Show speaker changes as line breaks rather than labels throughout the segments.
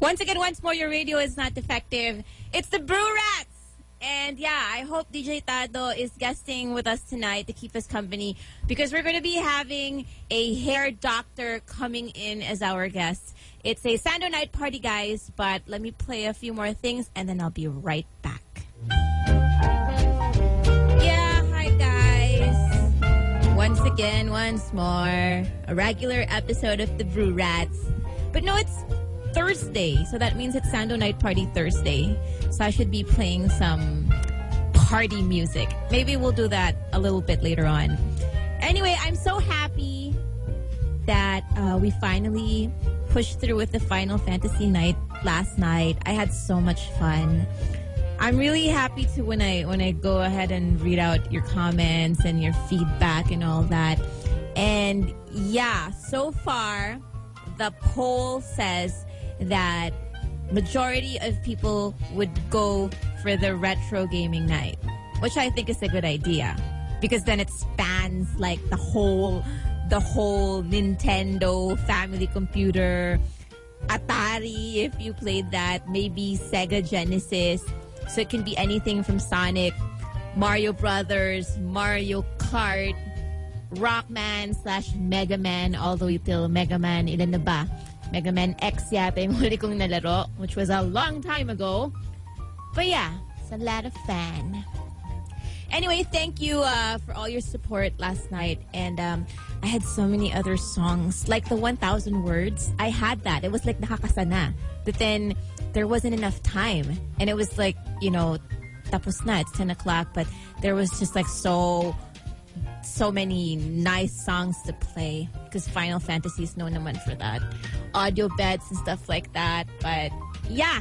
Once again, once more, your radio is not defective. It's the Brew Rats. And yeah, I hope DJ Tado is guesting with us tonight to keep us company because we're going to be having a hair doctor coming in as our guest. It's a Sando night party, guys, but let me play a few more things and then I'll be right back. Yeah, hi, guys. Once again, once more, a regular episode of the Brew Rats. But no, it's Thursday, so that means it's Sando Night Party Thursday. So I should be playing some party music. Maybe we'll do that a little bit later on. Anyway, I'm so happy that uh, we finally pushed through with the Final Fantasy night last night. I had so much fun. I'm really happy to when I when I go ahead and read out your comments and your feedback and all that. And yeah, so far the poll says that majority of people would go for the retro gaming night, which I think is a good idea because then it spans like the whole the whole Nintendo family computer Atari, if you played that, maybe Sega Genesis. So it can be anything from Sonic, Mario Brothers, Mario Kart, Rockman slash Mega Man, all the way till Mega Man, ilan na ba? Mega Man X yata yung huli kong nalaro, which was a long time ago. But yeah, it's a lot of fun. Anyway, thank you uh, for all your support last night. And um, I had so many other songs, like the 1,000 words. I had that. It was like nakakasana. But then there wasn't enough time. And it was like, you know, tapos na, it's 10 o'clock. But there was just like so, so many nice songs to play. Because Final Fantasy is known naman for that. Audio beds and stuff like that. But yeah,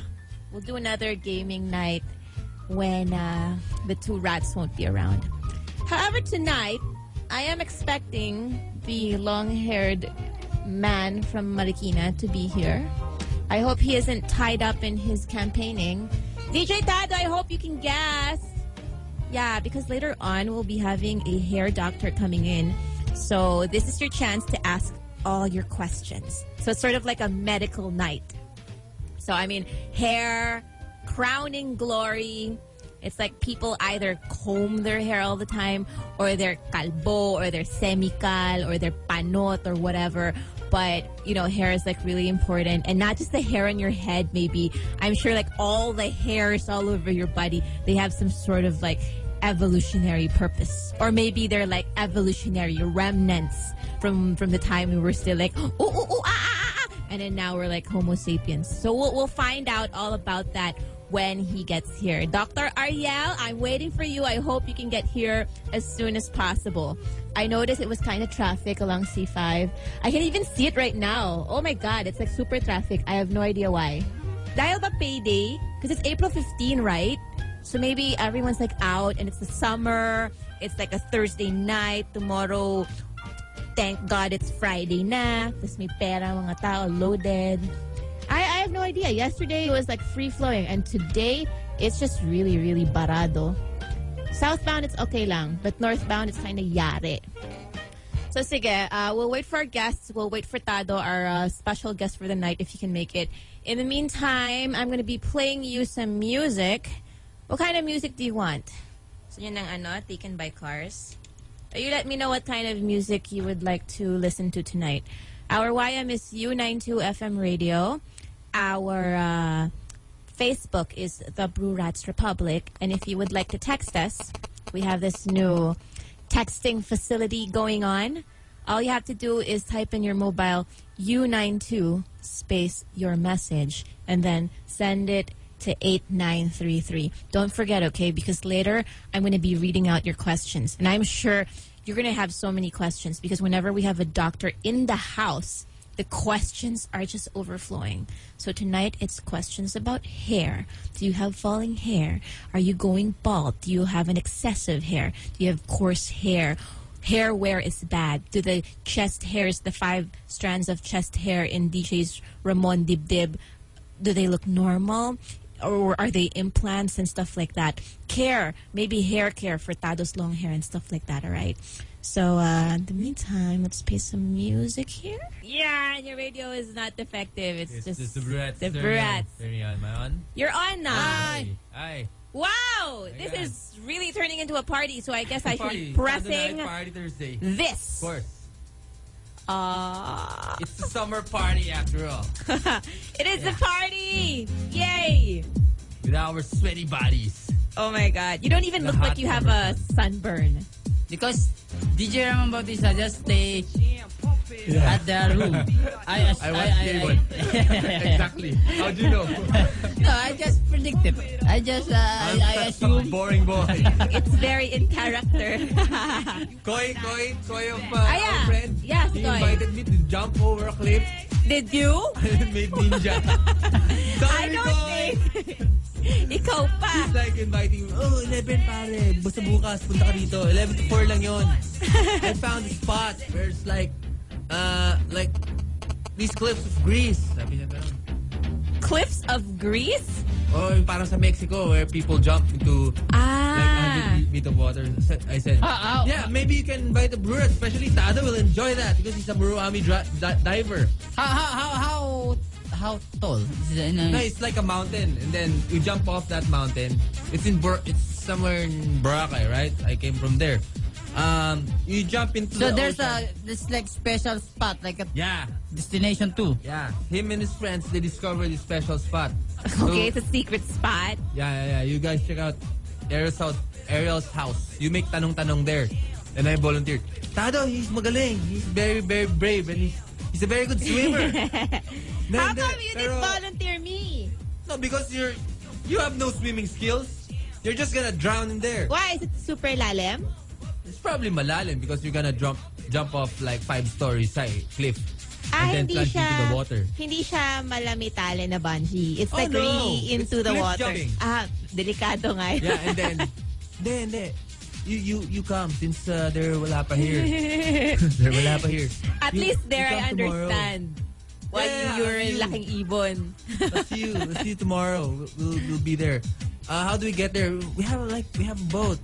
we'll do another gaming night when uh, the two rats won't be around. However, tonight, I am expecting the long haired man from Marikina to be here. I hope he isn't tied up in his campaigning. DJ Tad, I hope you can guess. Yeah, because later on we'll be having a hair doctor coming in. So this is your chance to ask all your questions. So it's sort of like a medical night. So I mean, hair, crowning glory. It's like people either comb their hair all the time, or they're calbo, or they're semical, or they're panot, or whatever. But you know, hair is like really important, and not just the hair on your head. Maybe I'm sure like all the hairs all over your body, they have some sort of like evolutionary purpose, or maybe they're like evolutionary remnants from from the time we were still like, oh, oh, oh, ah, ah, ah, ah, and then now we're like Homo sapiens. So we'll, we'll find out all about that when he gets here. Dr. Ariel, I'm waiting for you. I hope you can get here as soon as possible. I noticed it was kind of traffic along C5. I can even see it right now. Oh my God, it's like super traffic. I have no idea why. Dahil ba payday? Because it's April 15, right? So maybe everyone's like out and it's the summer. It's like a Thursday night. Tomorrow, thank God it's Friday na. Tapos may pera mga tao, loaded. I, I have no idea. Yesterday it was like free flowing and today it's just really, really barado. Southbound it's okay lang, but northbound it's kind of yare. So sige, uh, we'll wait for our guests. We'll wait for Tado, our uh, special guest for the night, if he can make it. In the meantime, I'm going to be playing you some music. What kind of music do you want? So yun ang ano, taken by cars. You let me know what kind of music you would like to listen to tonight. Our YM is U92 FM radio. Our uh, Facebook is The Brew Rats Republic. And if you would like to text us, we have this new texting facility going on. All you have to do is type in your mobile U92 space your message and then send it to 8933. Don't forget, okay? Because later I'm going to be reading out your questions. And I'm sure you're going to have so many questions because whenever we have a doctor in the house, the questions are just overflowing. So tonight it's questions about hair. Do you have falling hair? Are you going bald? Do you have an excessive hair? Do you have coarse hair? Hair wear is bad. Do the chest hairs, the five strands of chest hair in DJ's Ramon Dibdib, do they look normal?
or are they implants and stuff like that? Care, maybe hair care for Tado's long hair and stuff like that, all right? So, uh, in the meantime, let's play some music here. Yeah, your radio is not defective. It's
It's
just
just the Brats.
the Brats.
Turn on. Am I on?
You're on now.
Ay.
Wow, this
Ayan.
is really turning into a party. So I guess I should
Oh Party.
be
Saturday
pressing
night Party Thursday. Of
this.
course.
Uh,
It's the summer party after all.
it is the party!
Hmm.
Yay!
With our sweaty bodies.
Oh my God! You don't even
The
look like
hot
you have a
summer
sunburn.
Because DJ Ramon Bautista just stay at the room. I,
I was able. exactly. How do you know?
no, I just predicted. I just, uh, I, I
I'm such a
assume.
boring boy.
It's very in character.
Koi, Koi, Koi of uh,
Ah, yeah.
our friend.
Yes,
he
Koi.
invited me to jump over a cliff
Did you?
and made ninja.
I
Sorry,
don't
Koi.
think. Ikaw
It's
pa.
like inviting me, oh, 11 pare, basta bukas, punta ka dito. 11 to 4 lang yon. I found a spot where it's like, uh, like, these cliffs of Greece. Sabi niya ganun.
Cliffs of Greece?
Oh, yung parang sa Mexico where people jump into
Ah.
like 100 feet of water. Sa- I said,
Ah, ah.
yeah, maybe you can invite a brewer, especially Tada will enjoy that because he's a Muruami dra- di- diver.
How, how, how, how, how tall? Is it,
No,
uh,
it's like a mountain, and then you jump off that mountain. It's in Bur- it's somewhere in Boracay, right? I came from there. Um, you jump into
So
the
there's
ocean.
a, there's like special spot, like a
yeah,
destination too.
yeah. Him and his friends they discovered this special spot.
Okay,
So,
it's a secret spot.
yeah, yeah, yeah. You guys check out Ariel's house. Ariel's house. You make tanong-tanong there, and I volunteered. Tado, he's magaling. He's very, very brave, and he's, he's a very good swimmer. Then
How
there-
come you didn't
pero-
volunteer me?
No, because you're you have no swimming skills. You're just gonna drown in there.
Why is it super lalim?
It's probably malalim because you're gonna jump jump off like five stories high cliff
Ah,
and then
hindi
plunge
siya,
into the water.
Hindi siya malamitali na bungee. It's
Oh,
like
no.
really into
It's
the
cliff
water.
jumping.
Ah, delikado nga. yun.
Yeah, and then hindi, hindi. You you you come since uh, there wala pa here. there wala pa here.
At
You-
least
you
there
come
I understand. Why
Yeah,
you're
you.
laking ibon.
Tomorrow. I'll see you. I'll see you tomorrow. We'll we'll, we'll be there. Uh, how do we get there? We have like we have a boat.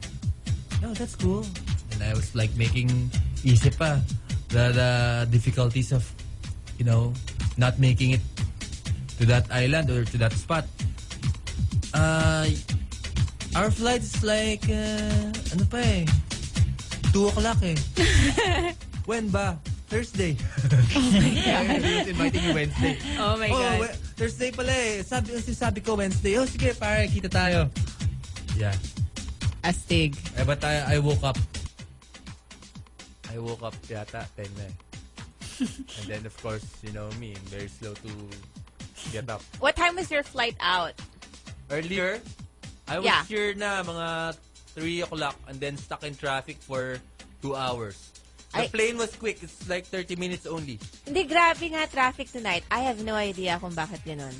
No, that's cool. And I was like making isip pa the, the difficulties of you know not making it to that island or to that spot. Uh, our flight is like uh, ano pa eh 2 o'clock eh. When ba? Thursday. Oh He's inviting me Wednesday.
Oh my
oh,
God.
we- Thursday pala eh. Sabi, sabi ko Wednesday. Oh, sige, pare, kita tayo. Yeah.
Astig.
Eh, but I, I woke up. I woke up yata, 10 na eh. And then, of course, you know me, I'm very slow to get up.
What time was your flight out?
Earlier, I was
Yeah.
here na mga 3 o'clock and then stuck in traffic for 2 hours.
Ay.
The plane was quick. It's like 30 minutes only.
Hindi, grabe nga traffic tonight. I have no idea kung bakit ganun.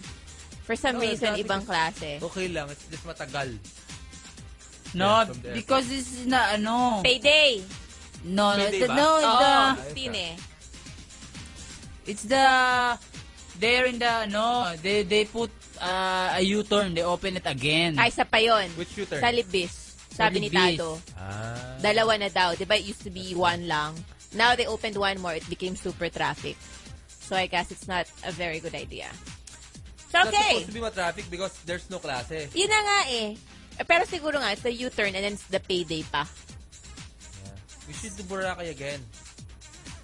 For some
No,
reason,
Oh, traffic
ibang
is- Oh.
klase.
Okay lang. It's just matagal.
No,
Yeah, from there.
because this is not, ano.
Payday!
No, no,
Pwede
the,
ba?
no,
Oo,
the,
Ayos
15 eh.
it's the, they're in the, no, they, they put uh, a U-turn, they open it again.
Ay, isa pa yun.
Which U-turn?
Sa Libis. Sabi ni
Libis.
Tato.
Ah.
Dalawa na daw. Di ba, it used to be one lang. Now they opened one more. It became super traffic. So I guess it's not a very good idea. So
That's
okay.
supposed to be ma-traffic because there's no klase.
Yun na nga eh. Eh, Pero siguro nga, it's a U-turn and then it's the payday pa.
We should do Boracay again.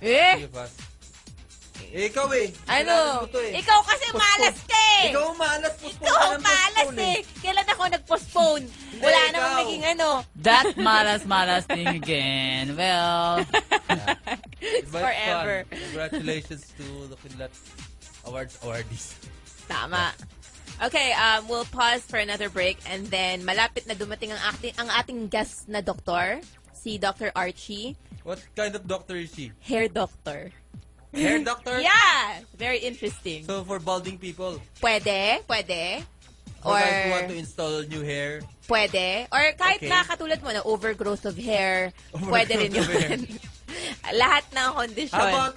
Eh!
Sige, pas. Eh, ikaw eh. Kailangan
Ano?
mo to eh.
Ikaw kasi
Postpone.
malas ka eh!
Ikaw ang malas. Postpone
Ikaw
ka
ang
ng
malas
postpone
eh! Kailan ako nag-postpone? Wala
ikaw.
namang naging ano.
That malas malas thing again. Well,
But fun.
forever.
Congratulations to the Kidlat Awards awardees.
Tama. Okay, um, we'll pause for another break and then malapit na dumating ang ating, ang ating guest na doktor, si Dr. Archie,
What kind of doctor is she?
hair doctor.
Hair doctor?
Yeah! Very interesting.
So for balding people,
Pwede, pwede.
or
Or-
guys who want to install new hair,
Pwede. Or kahit
Okay.
na katulad mo na overgrowth of hair,
Overgrowth
pwede rin
of hair.
yun. Lahat ng condition.
how about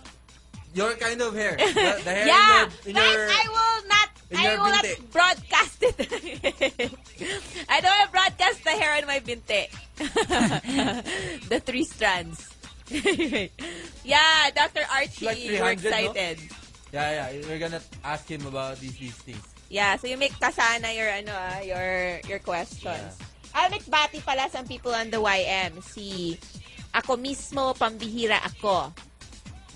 your kind of hair? The, the hair
yeah,
in your... In
guys,
your
I will not,
in
I
your
will not
binte.
broadcast it. binti. the three strands. yeah, Dr. Archie,
Like 300,
we're
no?
excited.
Yeah, yeah. We're gonna ask him about these, these things.
Yeah, so you make kasana your ano ah, your your questions. Ah, nagbati pala some people on the YM. Si Ako Mismo, Pambihira Ako.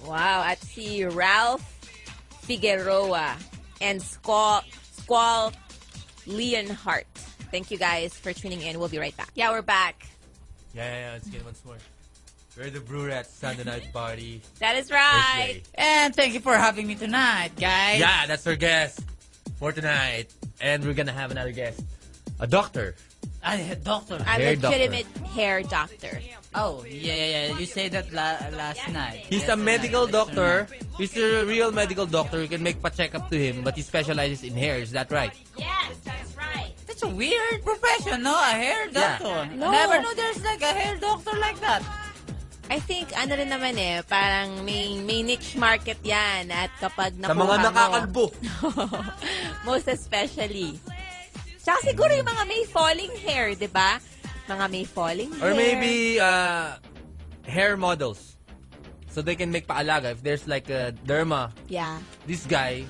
Wow, at si Ralph Figueroa and Squall, Squall Leonhart. Thank you guys for tuning in. We'll be right back. Yeah, we're back.
Yeah, yeah, yeah. Let's get once more. We're the Brew Rats Sunday night party.
That is right.
Thursday.
And thank you for having me tonight, guys.
Yeah, that's our guest for tonight. And we're gonna have another guest. A doctor.
Ay, doctor.
I'm
Hair
a
doctor.
legitimate hair doctor.
Oh, yeah, yeah, yeah. You said that la- last night.
He's a
Yes,
medical
tonight.
doctor. He's a real medical doctor. You can make pa-check up to him, but he specializes in hair. Is that right?
Yes, that's right.
That's a weird profession, no? A hair
Yeah.
doctor.
No.
Never know there's like a hair doctor like that.
I think ano rin naman eh, parang may, may niche market yan at kapag nakuha
Sa mga
mo-
nakakalbo.
most especially. Tsaka siguro yung mga may falling hair, di ba? Mga may falling hair.
Or maybe uh, hair models. So they can make paalaga. If there's like a derma,
Yeah.
this guy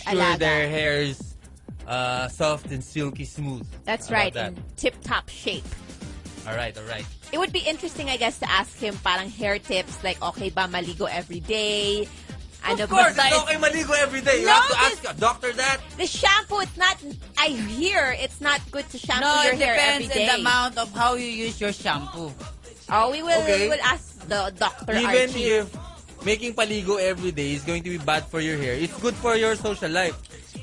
Makes
sure
alaga.
their hair is uh, soft and silky smooth.
That's
How
right.
about that?
In tip-top shape.
All right, all right.
It would be interesting, I guess, to ask him parang hair tips. Like, okay ba maligo every day? Ano
Of course,
ba
it's
size
okay maligo every day. You
No,
have to
this-
ask a doctor that.
The shampoo, it's not, I hear, it's not good to shampoo
No,
your
it
hair every
depends on
day.
the amount of how you use your shampoo.
Oh, we will,
Okay.
we will ask the doctor
Even
Archie.
if making paligo every day is going to be bad for your hair, it's good for your social life.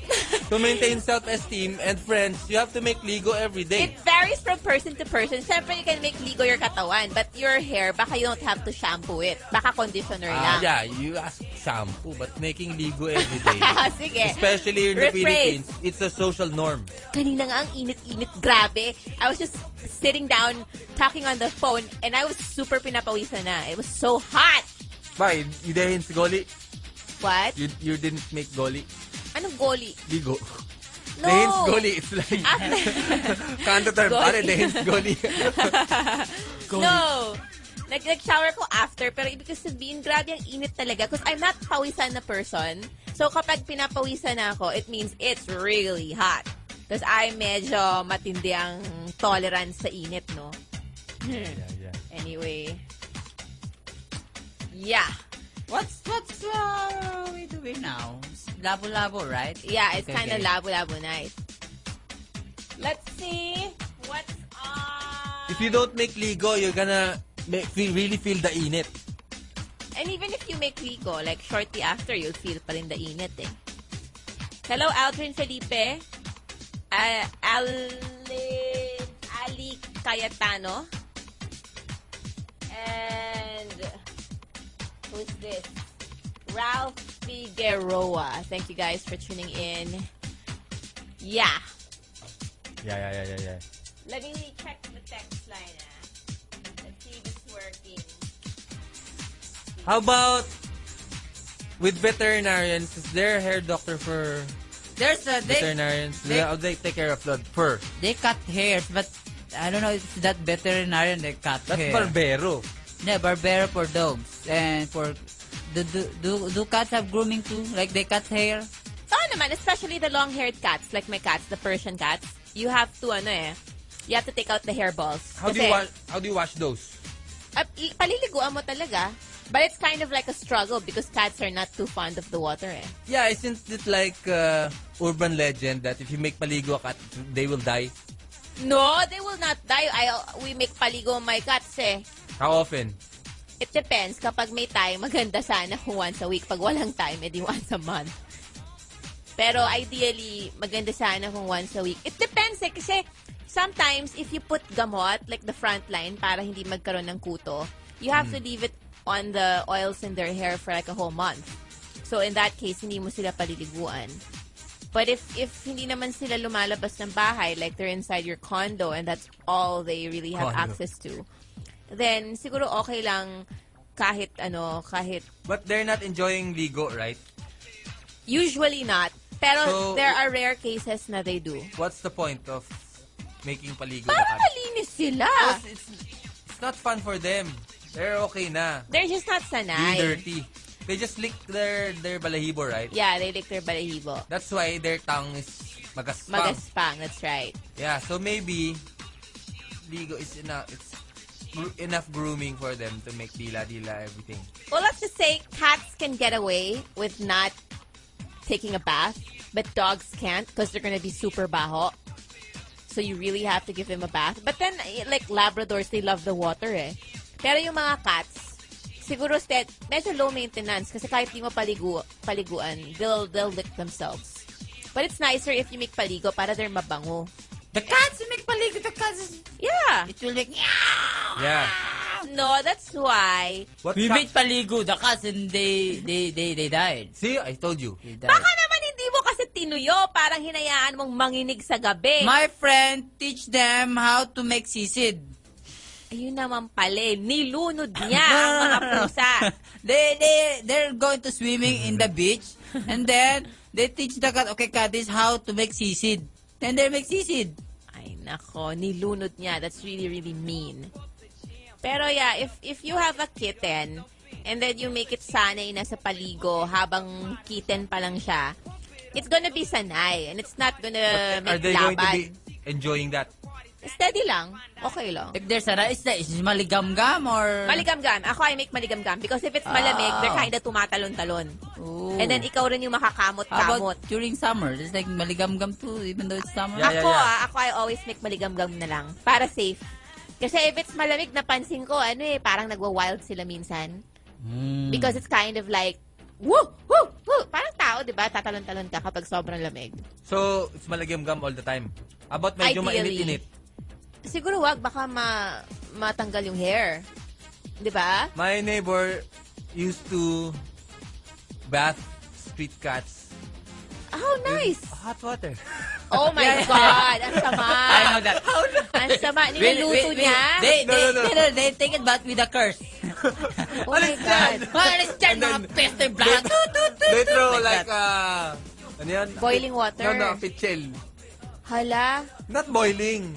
to maintain self-esteem and friends, you have to make ligo every
It
day.
varies from person to person. Siyempre, you can make ligo your katawan, but your hair, baka you don't have to shampoo it. Baka conditioner lang.
Ah, yeah, you ask shampoo, but making ligo every day,
Sige.
especially in the
Rephrase.
Philippines, it's a social norm.
Kanina nga ang init-init. Grabe. I was just sitting down, talking on the phone, and I was super pinapawisan na. It was so hot.
Bye, you didn't goli.
What?
You, you didn't make goli.
Anong goli?
Ligo.
No. Ah.
Dehens goli. It's like, kanto term,
Goli.
pare, dehens goli.
No. Nag nag-shower ko after pero ibig ko sabihin grabe ang init talaga because I'm not pawisan na person. So kapag pinapawisan na ako, it means it's really hot. Because I medyo matindi ang tolerance sa init, no?
yeah, yeah.
Anyway. Yeah.
What's, what's, uh, we doing now? Labo-labo, right?
Yeah, it's
Okay,
kind of
okay.
labo-labo nice. Let's see what's on.
If you don't make ligo, you're gonna make, feel, really feel the init.
And even if you make Rico, like shortly after, you'll feel pa rin the init eh. Hello, Aldrin Felipe. Uh, Ali, Ali Cayetano. And who's this? Ralph Figueroa. Thank you guys for tuning in. Yeah.
Yeah, yeah, yeah, yeah, yeah.
Let me check the text line. ah. Let's see if it's working.
How about with veterinarians? Is there a hair doctor for
There's a, they,
veterinarians?
they-
They, they take care of the fur.
they cut hairs, but I don't know if it's that veterinarian they cut
That's
hair.
barbero.
Yeah, barbero for dogs and for do, do do do cats have grooming too? Like they cut hair?
Oo naman, especially the long-haired cats, like my cats, the Persian cats, you have to, ano eh, you have to take out the hairballs.
How do you wash? How do you wash those?
ah, i- paliliguan mo talaga. But it's kind of like a struggle because cats are not too fond of the water eh.
Yeah, isn't it like uh, urban legend that if you make paligo a cat, they will die?
No, they will not die. I, we make paligo my cats eh.
How often?
It depends. Kapag may time, maganda sana kung once a week. Pag walang time, edi once a month. Pero ideally, maganda sana kung once a week. It depends eh. Kasi sometimes, if you put gamot, like the front line, para hindi magkaroon ng kuto, you have
Hmm.
to leave it on the oils in their hair for like a whole month. So in that case, hindi mo sila paliliguan. But if if hindi naman sila lumalabas ng bahay, like they're inside your condo and that's all they really have
Condo.
access to, then siguro okay lang kahit ano, kahit
But they're not enjoying ligo, right?
usually not. Pero
So-
there are rare cases na they do.
What's the point of making paligo na
Parang Oh,
kami.
malinis sila.
Because it's, it's not fun for them. They're okay na.
They're just not
Be
sanay.
dirty. They just lick their their balahibo, right?
Yeah, they lick their balahibo.
That's why their tongue is magaspang.
Magaspang, that's right.
Yeah, so maybe ligo is enough. It's gro- enough grooming for them to make dila-dila everything.
Well, let's just say cats can get away with not taking a bath, but dogs can't because they're going to be super baho. So you really have to give them a bath. But then, eh, like Labradors, they love the water eh. Pero yung mga cats, siguro ste- medyo low maintenance kasi kahit di mo paligu paliguan, they'll, they'll lick themselves. But it's nicer if you make paligo para they're mabango.
The cats will make paligo. The cats is...
Yeah.
It will make...
Yeah.
No, that's why.
What
We
ca-
make paligo. The cats and they... They, they, they died.
See, I told you.
They
Baka
died.
naman hindi mo kasi tinuyo. Parang hinayaan mong manginig sa gabi.
My friend, teach them how to make sisid.
Ayun naman pala, eh. nilunod niya Ah, ang mga pusa.
they, they, they're going to swimming in the beach and then they teach the cat, okay cat, this how to make sisid. Then they make sisid.
Ay nako, nilunod niya. That's really, really mean. Pero yeah, if if you have a kitten and then you make it sanay na sa paligo habang kitten pa lang siya, it's gonna be sanay and it's not gonna
Are
make
they going to be
Uh, laban.
enjoying that?
Steady lang. Okay lang.
If there's a rice, that is maligam-gam or...
Maligam-gam. Ako ay make maligam-gam because if it's malamig,
Ah.
they're kinda tumatalon-talon.
Ooh.
And then ikaw rin yung
How
makakamot-kamot.
about during summer? It's like maligam-gam too, even though it's summer.
Yeah, yeah.
ako ah, ako I always make maligam-gam na lang. Para safe. Kasi if it's malamig, napansin ko, ano eh, parang nagwa-wild sila minsan.
Hmm.
Mm.
Because it's kind of like, woo, woo, woo. Parang tao, di ba? Tatalon-talon ka kapag sobrang lamig.
So, it's malagam gum all the time. About medyo
Ideally.
mainit-init.
Siguro wag, baka ma matanggal yung hair. Di ba?
My neighbor used to bath street cats
How Oh, nice!
hot water.
Oh my God! Ang sama!
I know that.
Ang sama!
Will-
Nililuto
will- will-
niya!
They,
No,
they,
no, no.
they, they take it back with a curse.
Oh my God!
What is that, mga peste black?
They throw like, uh, ano yan?
Boiling water.
No, no, pichel.
Hala!
Not boiling.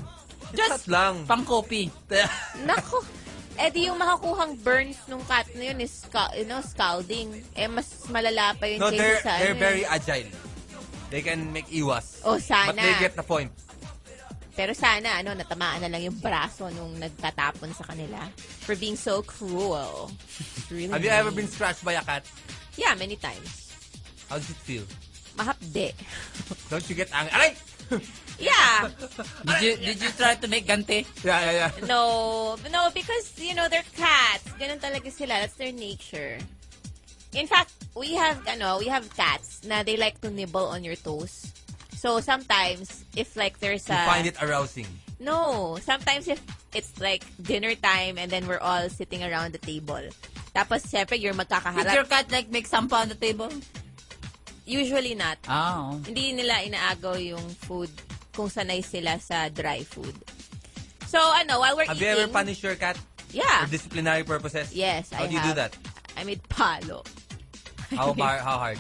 Just
Just
lang.
pang kopi.
Nako. Eh di yung makakuhang burns nung cat na yun is scal- you know, scalding. Eh mas malala pa yun
no, they're,
kaysa sa ano
they're
eh.
very agile. They can make iwas.
Oh, sana.
But they get the point.
Pero sana ano natamaan na lang yung braso nung nagtatapon sa kanila for being so cruel. It's Really
Have you
mean.
ever been scratched by a cat?
Yeah, many times.
How does it feel?
Mahapde.
Don't you get angry? Aray!
Yeah.
Did you, did you try to make gante?
Yeah, yeah, yeah.
No, no, because, you know, they're cats. Ganun talaga sila. That's their nature. In fact, we have, ano, we have cats na they like to nibble on your toes. So, sometimes, if like there's
You
a...
find it arousing.
No, sometimes if it's like dinner time and then we're all sitting around the table. Tapos, syempre, you're
Did your
magkakaharap.
cat like make sampa on the table?
Usually not.
Oh.
Hindi nila inaagaw yung food kung sanay sila sa dry food. So, ano, while we're
Have you
eating...
ever punished your cat
yeah.
for disciplinary purposes?
Yes,
How
I
do you do
have.
that?
I made palo.
How hard? How hard?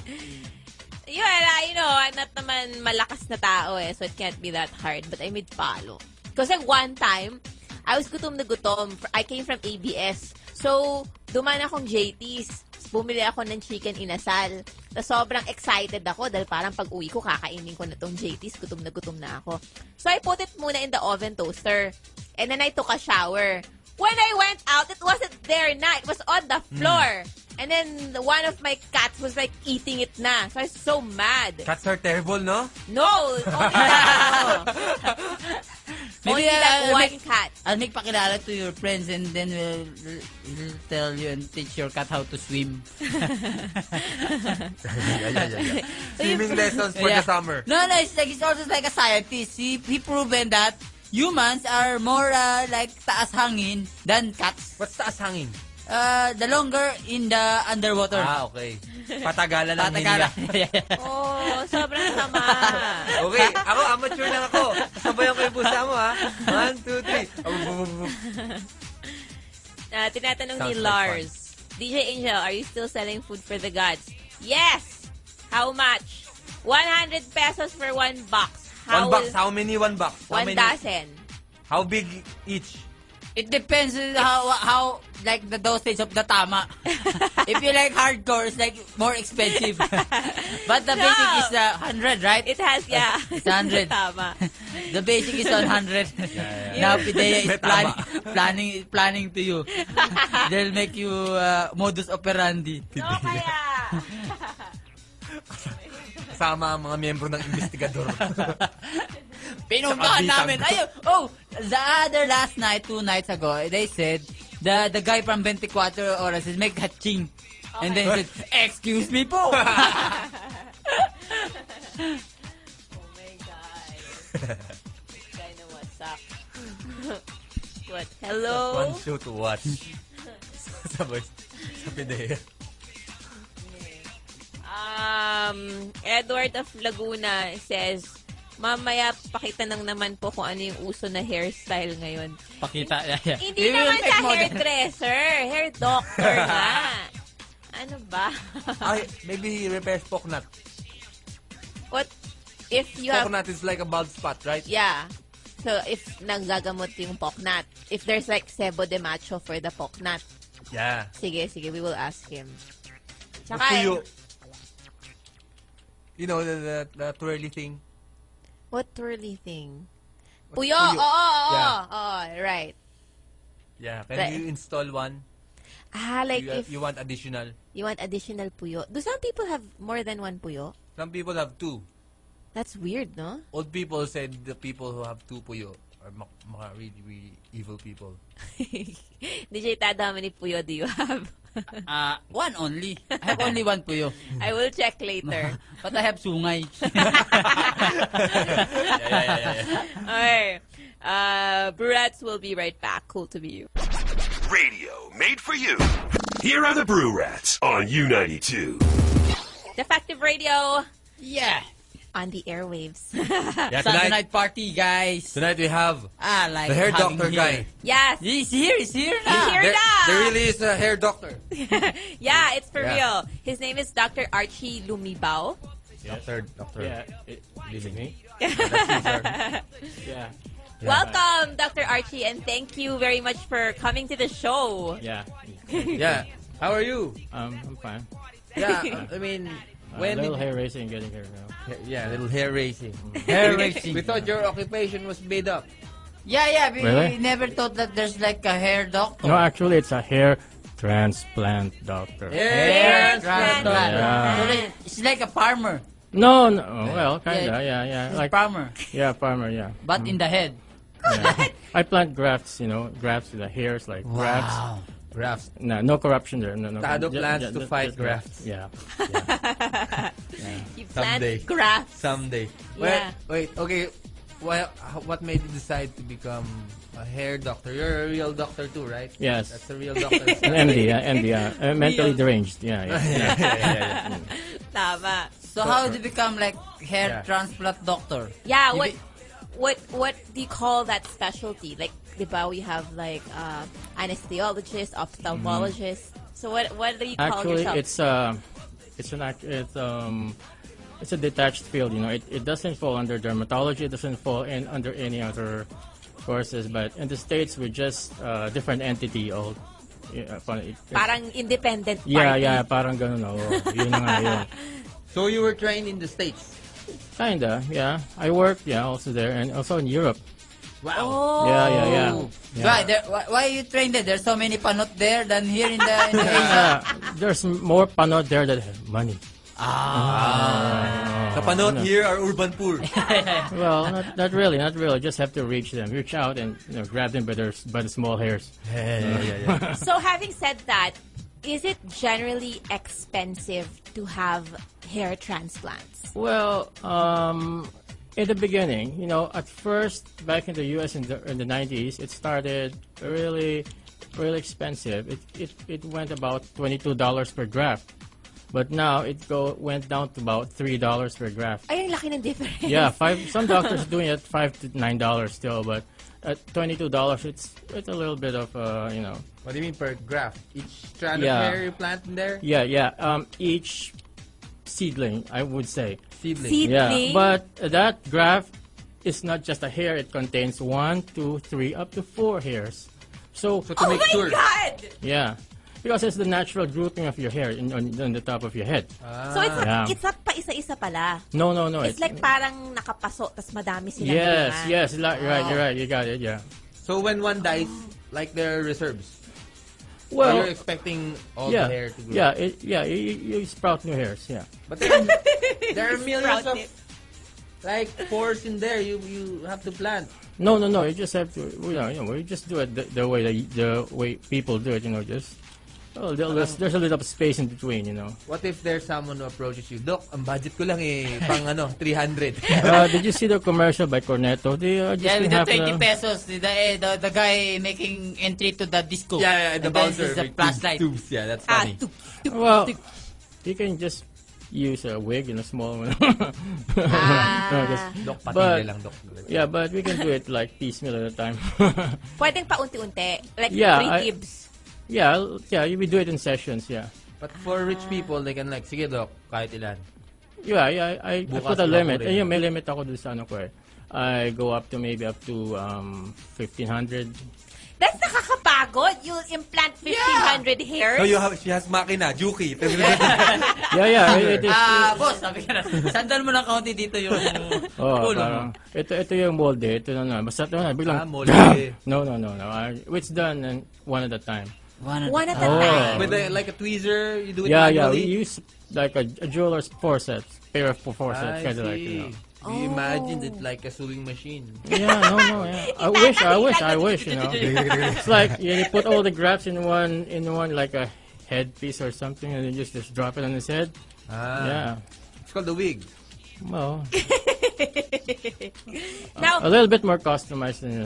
Yun, I you know, I'm not naman malakas na tao eh, so it can't be that hard. But I made palo. Kasi one time, I was gutom na gutom. I came from ABS. So, duman akong JT's. Bumili ako ng chicken inasal. Tapos sobrang excited ako dahil parang pag uwi ko, kakainin ko na tong JT's. Gutom na gutom na ako. So, I put it muna in the oven toaster. And then I took a shower. When I went out, it wasn't there na. It was on the
Mm.
floor. And then one of my cats was like eating it na. So I was so mad.
Cats are terrible, no?
No! Only that,
Maybe
only
uh,
that
I'll,
one
make,
cat.
I'll make pakilala to your friends and then we'll, we'll tell you and teach your cat how to swim.
yeah, yeah, yeah, yeah. Swimming lessons for the
Yeah.
summer.
No, no, it's like it's also like a scientist. He, he proven that humans are more uh, like taas hangin than cats.
What's taas hangin?
Uh, the longer in the underwater.
Ah, okay. Patagalan lang
Tatagala.
nila.
Oh, sobrang sama.
Okay, ako amateur lang ako. Sabayan ko yung pusa mo, ha? One, two, three. Ah, bu- bu- bu- bu.
Ah, tinatanong ni
Sounds like
Lars, DJ Angel, are you still selling food for the gods? Yes! How much? 100 pesos for one box. How
One box. How many one box? How
One
many?
dozen.
How big each?
It depends on how, how, like, the dosage of the tama. If you like hardcore, it's like more expensive. but the basic
No.
is the 100, right?
It has, yeah.
It's 100.
Tama.
the basic is 100. Now, Pidea is
May
planning,
tama.
planning, planning to you. They'll make you uh, modus operandi.
No, kaya.
Sama ang mga miyembro ng investigador.
Pinuntahan
Sa kabisag.
namin. Ayun. Oh, the other last night, two nights ago, they said, the the guy from 24 Oras is may kaching. And then he said, excuse me po.
Oh my God. Kind of what's up. What? Hello?
One show to watch. Sabay. Sa PDEA.
Um, Edward of Laguna says, Mamaya, pakita nang naman po kung ano yung uso na hairstyle ngayon.
Pakita.
Hindi naman sa hairdresser. Hair doctor nga. Ano ba?
Ay, maybe he repairs coconut.
What if you have...
Coconut is like a bald spot, right?
Yeah. So, if nagagamot yung poknat. If there's like sebo de macho for the poknat.
Yeah.
Sige, sige. We will ask him. Tsaka,
Gusto you, you know, the, the, the twirly thing.
what twirly thing?
What's
Puyo! Oo,
puyo?
oo, oo.
Yeah.
Oo, right.
Yeah. Can
Right.
you install one?
Ah, like
you,
if
you want additional.
you want additional puyo. Do some people have more than one puyo?
Some people have two.
That's weird, no?
Old people said the people who have two puyo are ma- mga really, really evil people.
DJ Tad, how many puyo do you have?
Ah, one only. I have only one puyo.
I will check later.
But I have sungay.
yeah, yeah, yeah, yeah.
Alright. Uh, Brats will be right back. Cool to be you.
Radio made for you. Here are the Brew Rats on U92.
Defective Radio
yeah.
on the airwaves.
Yeah,
Sunday
tonight,
night party, guys.
tonight we have
Ah, like
the hair
having
doctor
here.
guy.
yes.
He's here. He's here
He's
now.
here.
There,
na!
there really is a hair doctor.
Yeah, it's for
Yeah.
real. His name is Dr. Archie Lumibao.
Doctor, doctor.
Yeah, it, is it me? Yeah,
Welcome, Dr. Archie, and thank you very much for coming to the show.
yeah.
Yeah. How are you?
Um, I'm fine.
Yeah, I mean,
Uh,
when
little
did
hair racing and getting hair now.
yeah, little hair raising.
Hair
We-
raising.
We thought your occupation was made up.
Yeah, yeah. We, we
Really?
never thought that there's like a hair doctor.
No, actually, it's a hair transplant doctor.
Hair
Right,
transplant.
right.
Yeah.
So like, It's like a farmer.
No, no. oh, Well, kinda. Yeah, yeah.
It's
Like,
farmer,
yeah, farmer. Yeah. Mm,
but in
Mm.
the head.
yeah. I plant grafts. You know, grafts with the hairs, like grafts.
grafts.
No, no corruption there. No, no.
Tado
ju-
plants
ju-
to
ju-
fight
just
grafts.
grafts. Yeah.
You plant
Someday.
grafts.
Someday.
Yeah.
Wait, wait, okay. Well, h- what made you decide to become a hair doctor? You're a real doctor too, right?
Yes.
That's a real doctor.
An MD, yeah, MD, yeah. Uh, mentally deranged. Yeah, yeah.
yeah, yeah, yeah, yeah.
Tama.
So how do you become like hair
Yeah.
transplant doctor?
Yeah,
If
what
it-
what what do you call that specialty? Like di ba we have like uh, anesthesiologist, ophthalmologist. So what what do you call
Actually,
yourself?
it's uh, it's an act- it's um, it's a detached field. You know, it, it doesn't fall under dermatology. It doesn't fall in under any other courses. But in the states, we're just uh, different entity. All yeah, parang- it-
parang independent
yeah,
party.
yeah, parang ganun. Oh, yun na nga yun.
So you were trained in the States.
Kinda, yeah. I work, yeah, also there, and also in Europe.
Wow.
Oh.
Yeah, yeah, yeah.
Why, there, why, why you trained there? There's so many panot there than here in the, in the Asia.
Yeah, uh, there's more panot there that have money.
The panot here are urban poor.
Well, not, not really, not really. Just have to reach them, reach out, and you know, grab them by their by the small hairs.
So having said that, is it generally expensive to have hair transplants?
Well, um, in the beginning, you know, at first, back in the U.S. in the in the 90s, it started really, really expensive. It it, it went about twenty-two dollars per graft, but now it go went down to about three dollars per graft.
Ay, ang laki ng difference.
Yeah, five. Some doctors doing it at five to nine dollars still, but at twenty-two dollars, it's it's a little bit of uh, you know.
What do you mean per graft? Each strand
Yeah.
of hair you plant in there?
Yeah, yeah. Um, each seedling, I would say.
Seedling.
Seedling.
Yeah, but that graph is not just a hair. It contains one, two, three, up to four hairs.
Oh.
So,
So to make sure.
God!
yeah. Because it's the natural grouping of your hair in, on, on the top of your head.
Ah.
So it's not,
Yeah.
it's not pa isa-isa pala.
No, no, no.
It's like parang nakapaso, tas madami silang
Yes,
laman.
yes. Like, Right, you're
Oh.
right. You got it, yeah.
So when one dies, like their reserves, so
Well,
you're expecting all
yeah.
the hair to grow.
Yeah, it, yeah. You, you you sprout new hairs, yeah.
But there, there are millions
Sprout
of
it.
like pores in there. You you have to plant.
No, no, no. You just have to, you know, you know you just do it the, the way the, the way people do it. You know, just oh, there- there's, there's a little space in between. You know.
What if there's someone who approaches you, Doc? Ang budget ko lang eh pang ano 300.
Uh, did you see the commercial by Cornetto? They uh, just
Yeah, with the
have
20
a-
pesos, the, eh, the, the guy making entry to the disco.
yeah, yeah, the
And then
bouncer
there's the
with
flashlight.
tubes, tubes. Yeah, that's
Ah,
funny.
tuk, tuk,
Well,
tuk.
you can just use a wig and a small one.
Ah.
Doc,
But-
patili lang, Doc.
yeah, but we can do it like piecemeal at a time.
Pwedeng pa unti-unti. Like
Yeah,
three
I-
tibs.
yeah, l- yeah, we do it in sessions. Yeah,
But for rich people, they can like, sige Doc, kahit ilan.
yeah, yeah. I, I, I
Bukas
put
wala
a
ko
limit.
rin.
Ayun, may limit ako dun sa ano ko eh. I go up to maybe up to um, 1500.
That's nakakapagod. You'll implant 1,500 hairs.
No, you have, she has makina, Juki.
Yeah, yeah, it, it is.
Ah, boss, sabi ka na, sandan mo ng kaunti dito yung
Oh,
ulo mo.
parang, ito, ito yung molde. Ito na na. Basta ito na.
Ah,
Biglang,
molde.
no, no, no, no. Ah, it's done and one at a time.
One at a
Oh.
time.
With a, like a tweezer, you do it
yeah, yeah. We
manually.
use like a, a jeweler's forceps, pair of
I
forceps, kind
see.
of like, you know.
Do you imagine it like a sewing machine?
Yeah, no, no, yeah. I wish, I wish, I wish, you know. It's like yeah, you put all the grabs in one, in one like a headpiece or something, and you just just drop it on his head.
Ah,
Yeah.
It's called a wig.
Well,
Now,
a little bit more customized than you.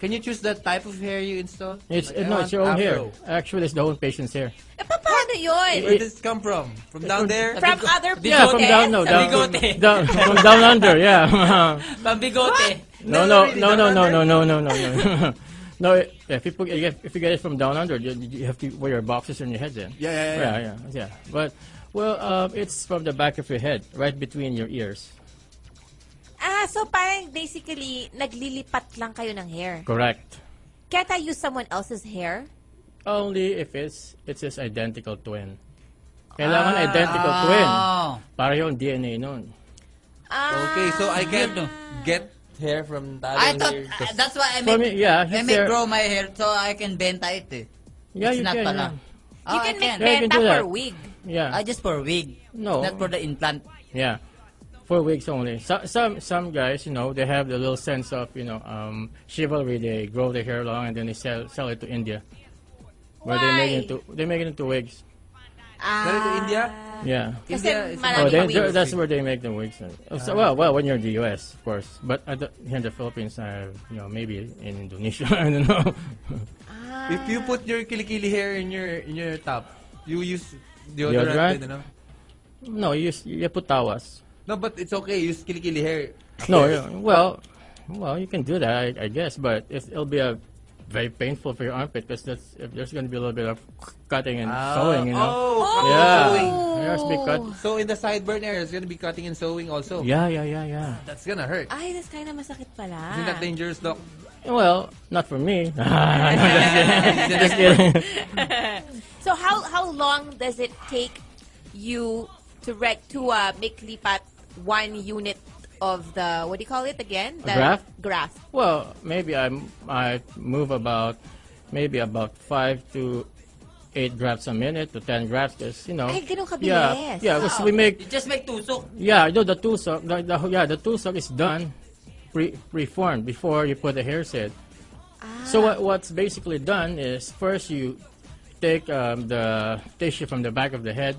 Can you choose the type of hair you install?
It's
Like, I
no,
want
it's your own hair.
afro.
Actually, it's the whole patient's hair.
eh, pa- paano yun?
Where does it come from? From down there?
From other people?
eh, Yeah, from down, no, down,
Bigote.
down, from down under. Yeah.
Pambigote.
No, no, no, no, no, no, no, no, no, no. No, if you, put, if you get it from down under, you, you have to wear your boxes on your head then.
Yeah, yeah, yeah.
yeah, yeah. yeah. But, well, um, it's from the back of your head, right between your ears.
Ah, so parang basically, naglilipat lang kayo ng hair.
Correct.
Can't I use someone else's hair?
Only if it's it's his identical twin. Kailangan identical twin.
Ah. Oh.
Para yung DNA nun.
Ah,
Okay, so I can
Weirdo.
get hair from that
I
one
thought,
here.
uh, that's why I
For
make,
me,
I
yeah, his
make
hair-
grow my hair so I can benta it eh.
Yeah,
it's
you
not
can.
pala.
yeah.
Oh,
you
I
can make
Yeah, you can
benta
do
for
that.
wig.
Yeah.
I just for wig.
No.
Not for the implant.
Yeah, four weeks only. So, some some guys, you know, they have the little sense of you know um, chivalry. They grow their hair long and then they sell sell it to India, where they make it
Why?
into they make it into wigs.
Ah,
That is India?
Yeah.
kasi
India is-
Oh,
maraming
they,
wigs.
they- that's where they make the wigs. Oh, so, well, well, when you're in the U.S., of course, but I don't- here in the Philippines, I, you know, maybe in Indonesia, I don't know.
If you put your kilikili hair in your in your top, you use deodorant,
Deodorant?
you know?
no, you s- you put tawas.
No, but it's okay. Use kilikili hair.
No, yeah, well, well, you can do that, I, I guess, but it's, it'll be a very painful for your armpit because that's if there's going to be a little bit of cutting and sewing, you know.
Ah, Oh,
yeah,
sewing.
There's big cut.
So in the sideburn area, it's gonna be cutting and sewing also.
Yeah, yeah, yeah, yeah.
That's gonna hurt.
Ay, that's kind of masakit pala.
Isn't that dangerous, Doc?
Well, not for me. Just kidding.
So how how long does it take you to rec to uh, make lipat one unit of the what do you call it again? The
graft?
Graft.
well, maybe I I move about maybe about five to eight grabs a minute to ten grabs, because you know.
Ay, ganun kabilis.
yeah, yeah, 'cause we make
You just make tusok.
Yeah, no, the tusok, the, the, yeah, the tusok is done, pre preformed before you put the hair set.
Ah.
So what, what's basically done is first you take um, the tissue from the back of the head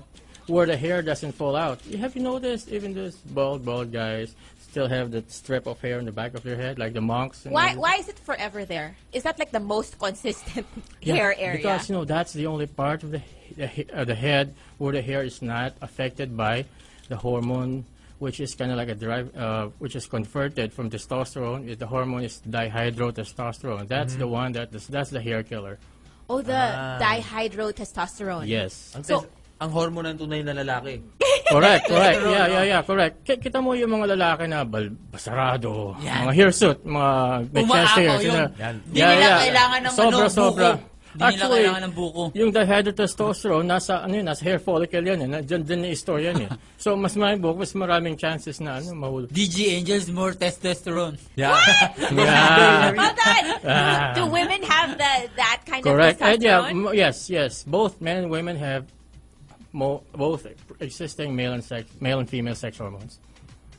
where the hair doesn't fall out. You- Have you noticed even those bald, bald guys still have that strip of hair on the back of their head, like the monks? and
Why
all-
why is it forever there? Is that like the most consistent
Yeah,
hair area?
Because you know that's the only part of the the, he- uh, the head where the hair is not affected by the hormone, which is kind of like a drive, uh, which is converted from testosterone. It- The hormone is dihydrotestosterone. That's the one that is, that's the hair killer.
oh, the dihydrotestosterone.
Ah. Yes.
Ang,
So-
ang hormone ng tunay na lalaki.
Correct, correct. Yeah, yeah, yeah, correct. Ki- Kita mo yung mga lalaki na bal- basarado,
Yan.
mga hirsute, mga may
Umaakaw
chest hair.
yun.
sila-
Yan.
Di nila kailangan ng
sobra,
ano, buko.
sobra.
Di nila kailangan ng buko.
Yung dihydrotestosterone, nasa, ano yun, nasa hair follicle yan. eh. Nandiyan din na store yan eh. So, mas maraming buhok, mas maraming chances na ano, mahulog.
DG Angels, more testosterone.
Yeah.
Yeah.
Hold on. Do, do women have the, that kind
Ah. Correct.
of
And yeah,
testosterone?
m- yes, yes. Both men and women have mo- both existing male and sex, male and female sex hormones.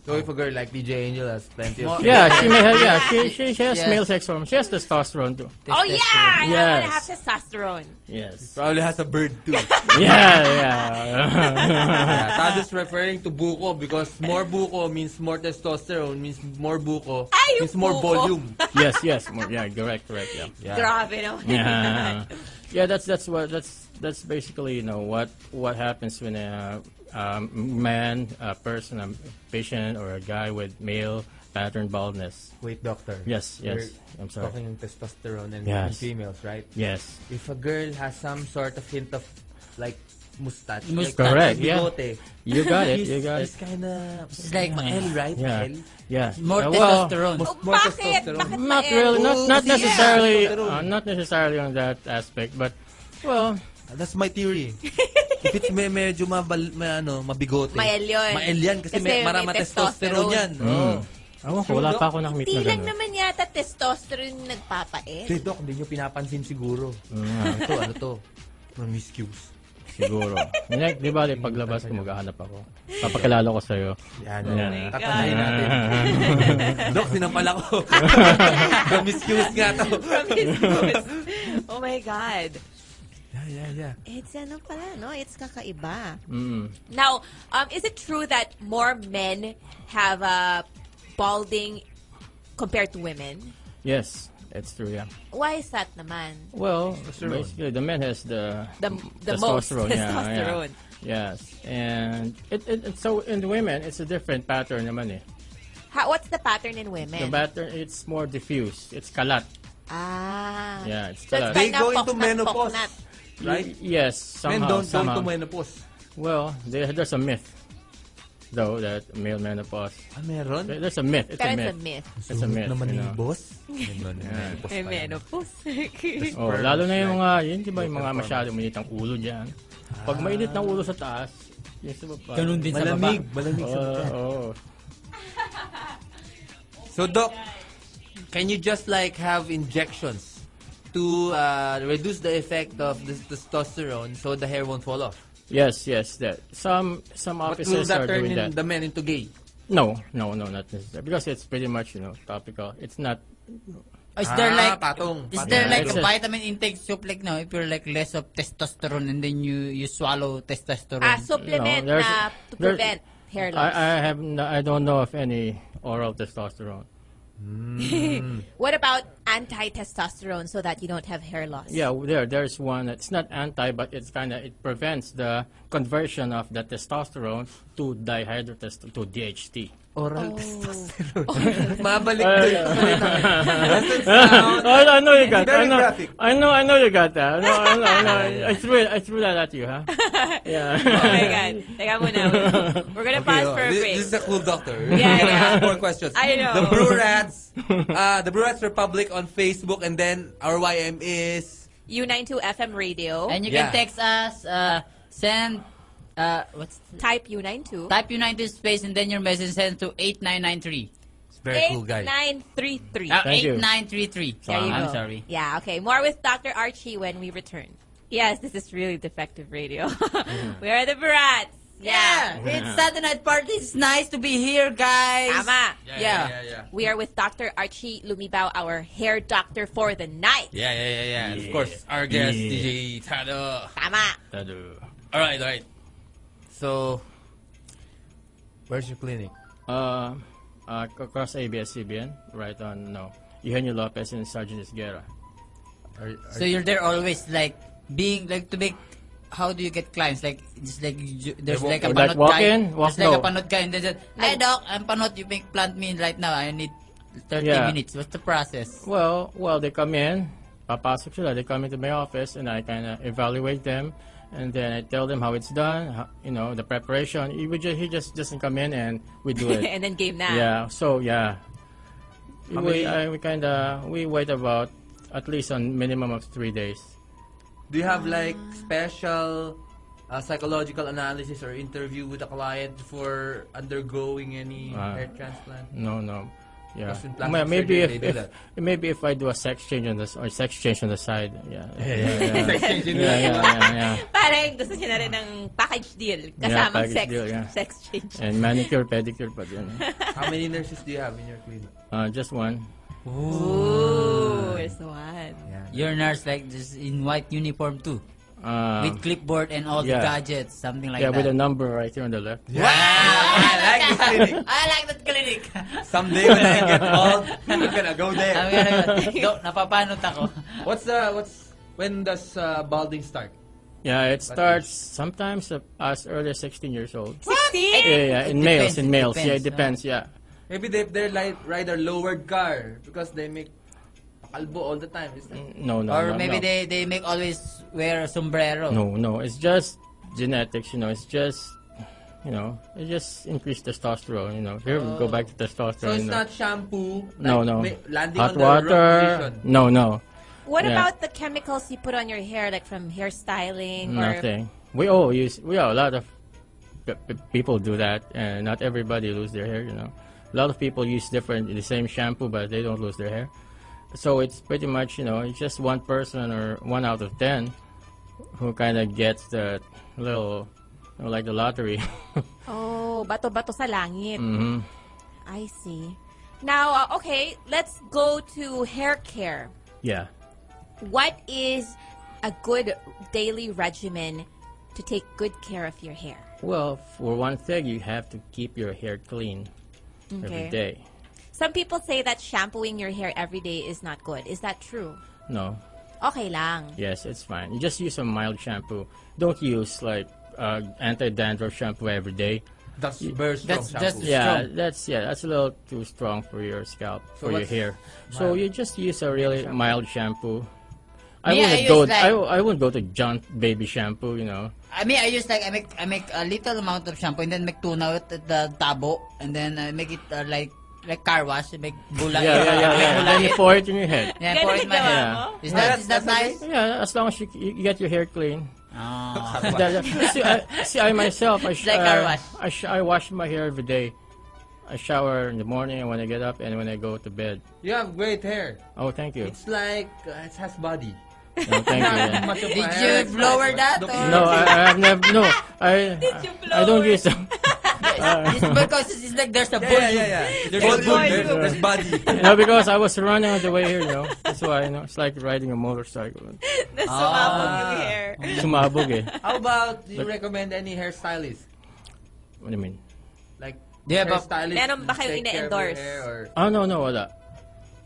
so if a girl like DJ Angel has plenty of...
More-
Yeah, she may have. Yeah, she she, she has
Yes.
male sex hormones. She has testosterone too.
Oh, yeah. I
Mm. Yes.
want to have testosterone.
Yes.
Probably has a bird too.
yeah, yeah.
yeah, Tado's referring to buko because more buko means more testosterone, means more buko,
Ay, yung
means more
buko.
volume.
yes, yes. More, yeah, correct, correct. Yeah.
Grabe naman.
Yeah. yeah, that's that's what that's that's basically you know what what happens when a um, man, a person, a patient, or a guy with male pattern baldness.
Wait, doctor.
Yes, yes.
We're
I'm sorry.
Talking of testosterone and
Yes.
females, right?
Yes.
If a girl has some sort of hint of, like, mustache. Like,
Mustache.
Correct, yeah.
bigote,
You got it.
He's,
You got it.
he's kinda... She's
like
Mael, right?
Yeah.
Mael?
Yeah.
More
Uh, well,
testosterone.
Oh, bakit? Bakit
Not
pa eh?
really. Not not
Oo, kasi
necessarily.
yan.
Uh, not necessarily on that aspect, but well,
That's my theory. If it's may, medyo mabal, may, ano, mabigote.
Mael yun.
Mael yan kasi,
Kasi
may,
may
marama testosterone
testosterone.
yan.
mm. Ewan ko, wala pa ako nakakita
Hindi lang
ganun.
naman yata testosterone yung nagpapain.
Kasi Doc, hindi nyo pinapansin siguro.
Mm.
Ah,
Ano to, ano to? Mga miscues.
Siguro. Like, di ba, di, paglabas ko, maghahanap ako. Papakilala ko sa'yo.
Yan.
Yan.
Tatanayin natin. Doc, sinampal ako. Mga miscues nga to.
oh my God.
Yeah, yeah, yeah.
It's ano pala, no? It's kakaiba.
Mm.
Now, um, is it true that more men have uh, balding compared to women?
Yes, it's true, yeah.
Why is that naman?
Well, basically, the man has the
The, the most
testosterone. Yeah, yeah.
testosterone.
Yes, and it, it, it- so in women, it's a different pattern naman eh.
How, what's the pattern in
The
women?
pattern, it's more diffuse. It's kalat.
ah.
Yeah, it's
So
kalat.
it's
They
kinda
go into
poknat,
menopause.
poknat.
Right?
Y- Yes,
Men
somehow.
don't
somehow.
go to menopause.
Well, there, there's a myth, though, that male menopause.
Ah, meron?
There- There's a myth. It's
Pero
a
it's a
myth.
myth.
It's a myth.
naman
you
ni
know.
boss. Meron. Menopause
May
pa yan.
menopause.
Oh, lalo na yung mga, yun, di ba, yung mga masyado mainit ang ulo dyan. Pag mainit ng ulo sa taas, yun sa baba. Oh,
Ganun din sa baba.
Malamig. Malamig sa
Oo,
baga.
oo.
So Doc, can you just like have injections to uh, reduce the effect of this testosterone so the hair won't fall off?
Yes, yes. That. Some some
But will
officers
that
are
turn in
doing that.
the men into gay?
No, no, no, not necessarily. Because it's pretty much, you know, topical. It's not,
Is there like,
Ah, patong.
is
patong.
there
Yeah,
like a
it's a-
vitamin intake supplement now if you're like less of testosterone and then you you swallow testosterone?
Ah, supplement
No, there's-
na to
there-
prevent hair
I,
loss.
I have, no, I don't know of any oral testosterone.
what about anti-testosterone so that you don't have hair loss?
Yeah, there, there's one. It's not anti, but it's kind of, it prevents the conversion of the testosterone to dihydrotest, to DHT.
Oral
Oh.
Oh.
Mabalik na yun.
I, I know you got that. I
Ah. Very
know,
graphic.
I know, I know you got that. I know, I know, I, know. I threw it, I threw that at you, huh? Yeah.
Oh my God. Teka muna. We're gonna pause for a
This,
break.
this is a cool doctor.
yeah.
More questions.
I know.
The Brew Rats, uh, the Brew Rats Republic on Facebook, and then our YM is
U92 FM radio.
And you
Yeah.
can text us, uh, send, uh, what's,
type U92.
type United Space and then your message send to 8993.
very cool guy.
8933.
Uh,
Thank you.
8933.
There you
I'm
go.
sorry.
Yeah, okay. More with Dr. Archie when we return. Yes, this is really defective radio.
Mm-hmm.
we are the Barats.
Yeah, it's Saturday night party. It's nice to be here, guys.
Tama.
Yeah,
Yeah.
yeah, yeah.
We are with Dr. Archie Lumibao, our hair doctor for the night.
Yeah, yeah, yeah, yeah. Of course, our guest
Yeah.
DJ Tado.
Tama.
Tado.
All right, all right. So,
Where's your clinic?
Uh, uh, across ABS-CBN, right on, no, Eugenio Lopez and Sergeant Esguerra.
Are, are
So you're there always, like being like to make. How do you get clients? Like just like you- there's
They walk-
like a
or like
panot
walk
guy.
in, walk
there's like a
no.
panot guy, and then just, hey doc, I'm panot. You make plant me right now. I need 30
Yeah.
minutes. What's the process?
Well, well, they come in, papasok sila, they come into my office, and I kind of evaluate them, and then I tell them how it's done, how, you know, the preparation. He would just, he just doesn't come in and we do it.
and then game na.
yeah. So yeah,
many-
we I, we kind of we wait about at least a minimum of three days.
Do you have like special uh, psychological analysis or interview with a client for undergoing any
Ah.
hair transplant?
No, no. Yeah.
Because in plastic
Ma- maybe
surgery,
if,
they do
if maybe if I do a sex change on the s- or sex change on the side. Yeah. Yeah. Yeah. yeah.
Change in
yeah, yeah, yeah, yeah.
Parang gusto niya na rin ng package deal. Kasamang
package
sex,
deal, yeah.
sex change.
And manicure, pedicure pa din.
How many nurses do you have in your clinic?
Uh, just one.
Ooh, there's one.
Your nurse like just in white uniform too,
Uh,
with clipboard and all the
yeah.
gadgets, something like
yeah,
that.
with a number right here on the left.
Wow! I like this clinic.
I like that clinic.
Someday when I get old, I'm gonna go
I'm
there.
gonna, do, napapanot ako.
What's the what's when does uh, balding start?
Yeah, it starts sometimes uh, as early as 16 years old.
16?
Yeah, yeah,
It
in
depends,
males, in
it
males.
depends,
yeah, it
no?
depends. Yeah.
Maybe they they like ride a lowered car because they make kalbo all the time. Is that?
Mm, No, no.
Or
no,
maybe
no.
they they make always wear a sombrero.
No, no. It's just genetics. You know, it's just. You know, it just increased testosterone. You know, here we go back to testosterone.
So it's
you know.
not shampoo. Like,
no, no.
may- landing
Hot
on the wrong
water.
position.
No, no.
What
Yeah.
about the chemicals you put on your hair, like from hairstyling or
Nothing. We all use. We all, a lot of p- p- people do that, and not everybody lose their hair. You know, a lot of people use different the same shampoo, but they don't lose their hair. So it's pretty much you know it's just one person or one out of ten who kind of gets the little you know, like the lottery.
Oh, bato-bato sa langit.
Mhm.
I see. Now, uh, okay, let's go to hair care.
Yeah.
What is a good daily regimen to take good care of your hair?
Well, for one thing, you have to keep your hair clean
Okay.
every day.
Some people say that shampooing your hair every day is not good. Is that true?
No,
Okay lang.
Yes, it's fine. You just use a mild shampoo. Don't use like uh, anti-dandruff shampoo every day.
That's very strong
That's- that's-
shampoo.
Yeah,
Strong.
that's yeah, that's a little too strong for your scalp for your
what's
hair. So you just use a really mild shampoo.
Me, I
I wouldn't
use
go.
like-
I, I wouldn't go to John Baby shampoo. You know.
I mean, I use like I make I make a little amount of shampoo and then make tuna with the tabo and then I make it uh, like like car wash, make bulay.
Yeah, yeah, yeah.
make
yeah. then
bulay.
you pour it in your head.
Yeah,
Ganun
pour it in my
ginawa
hair.
mo?
Is that, is that
That's- that's
nice?
Yeah, as long as you, you get your hair clean.
Ah.
That- see, I, see, I myself, I, sh-
Like car
uh,
wash.
I, sh- I wash my hair every day. I shower in the morning when I get up and when I go to bed.
You have great hair.
Oh, thank you.
It's like uh, it has body.
No, thank you.
Much of
Did
hair,
you
it's
blower
like-
that
Look-
or-
No, I, I have never. No, I. I don't use them. Uh,
It's because it's, it's like there's a
Yeah, yeah, yeah,
bulge.
yeah. There's, there's, there's, there's body.
No, because I was running on the way here. You know, that's why. You know, it's like riding a motorcycle.
Nasumabog yung hair.
Sumabog eh.
How about do you recommend any hairstylist?
What do you mean?
Like
Do you have a-
hairstylist
Meron ba kayong
take care of your
ine-endorse?
hair or-
Oh no, no, wala.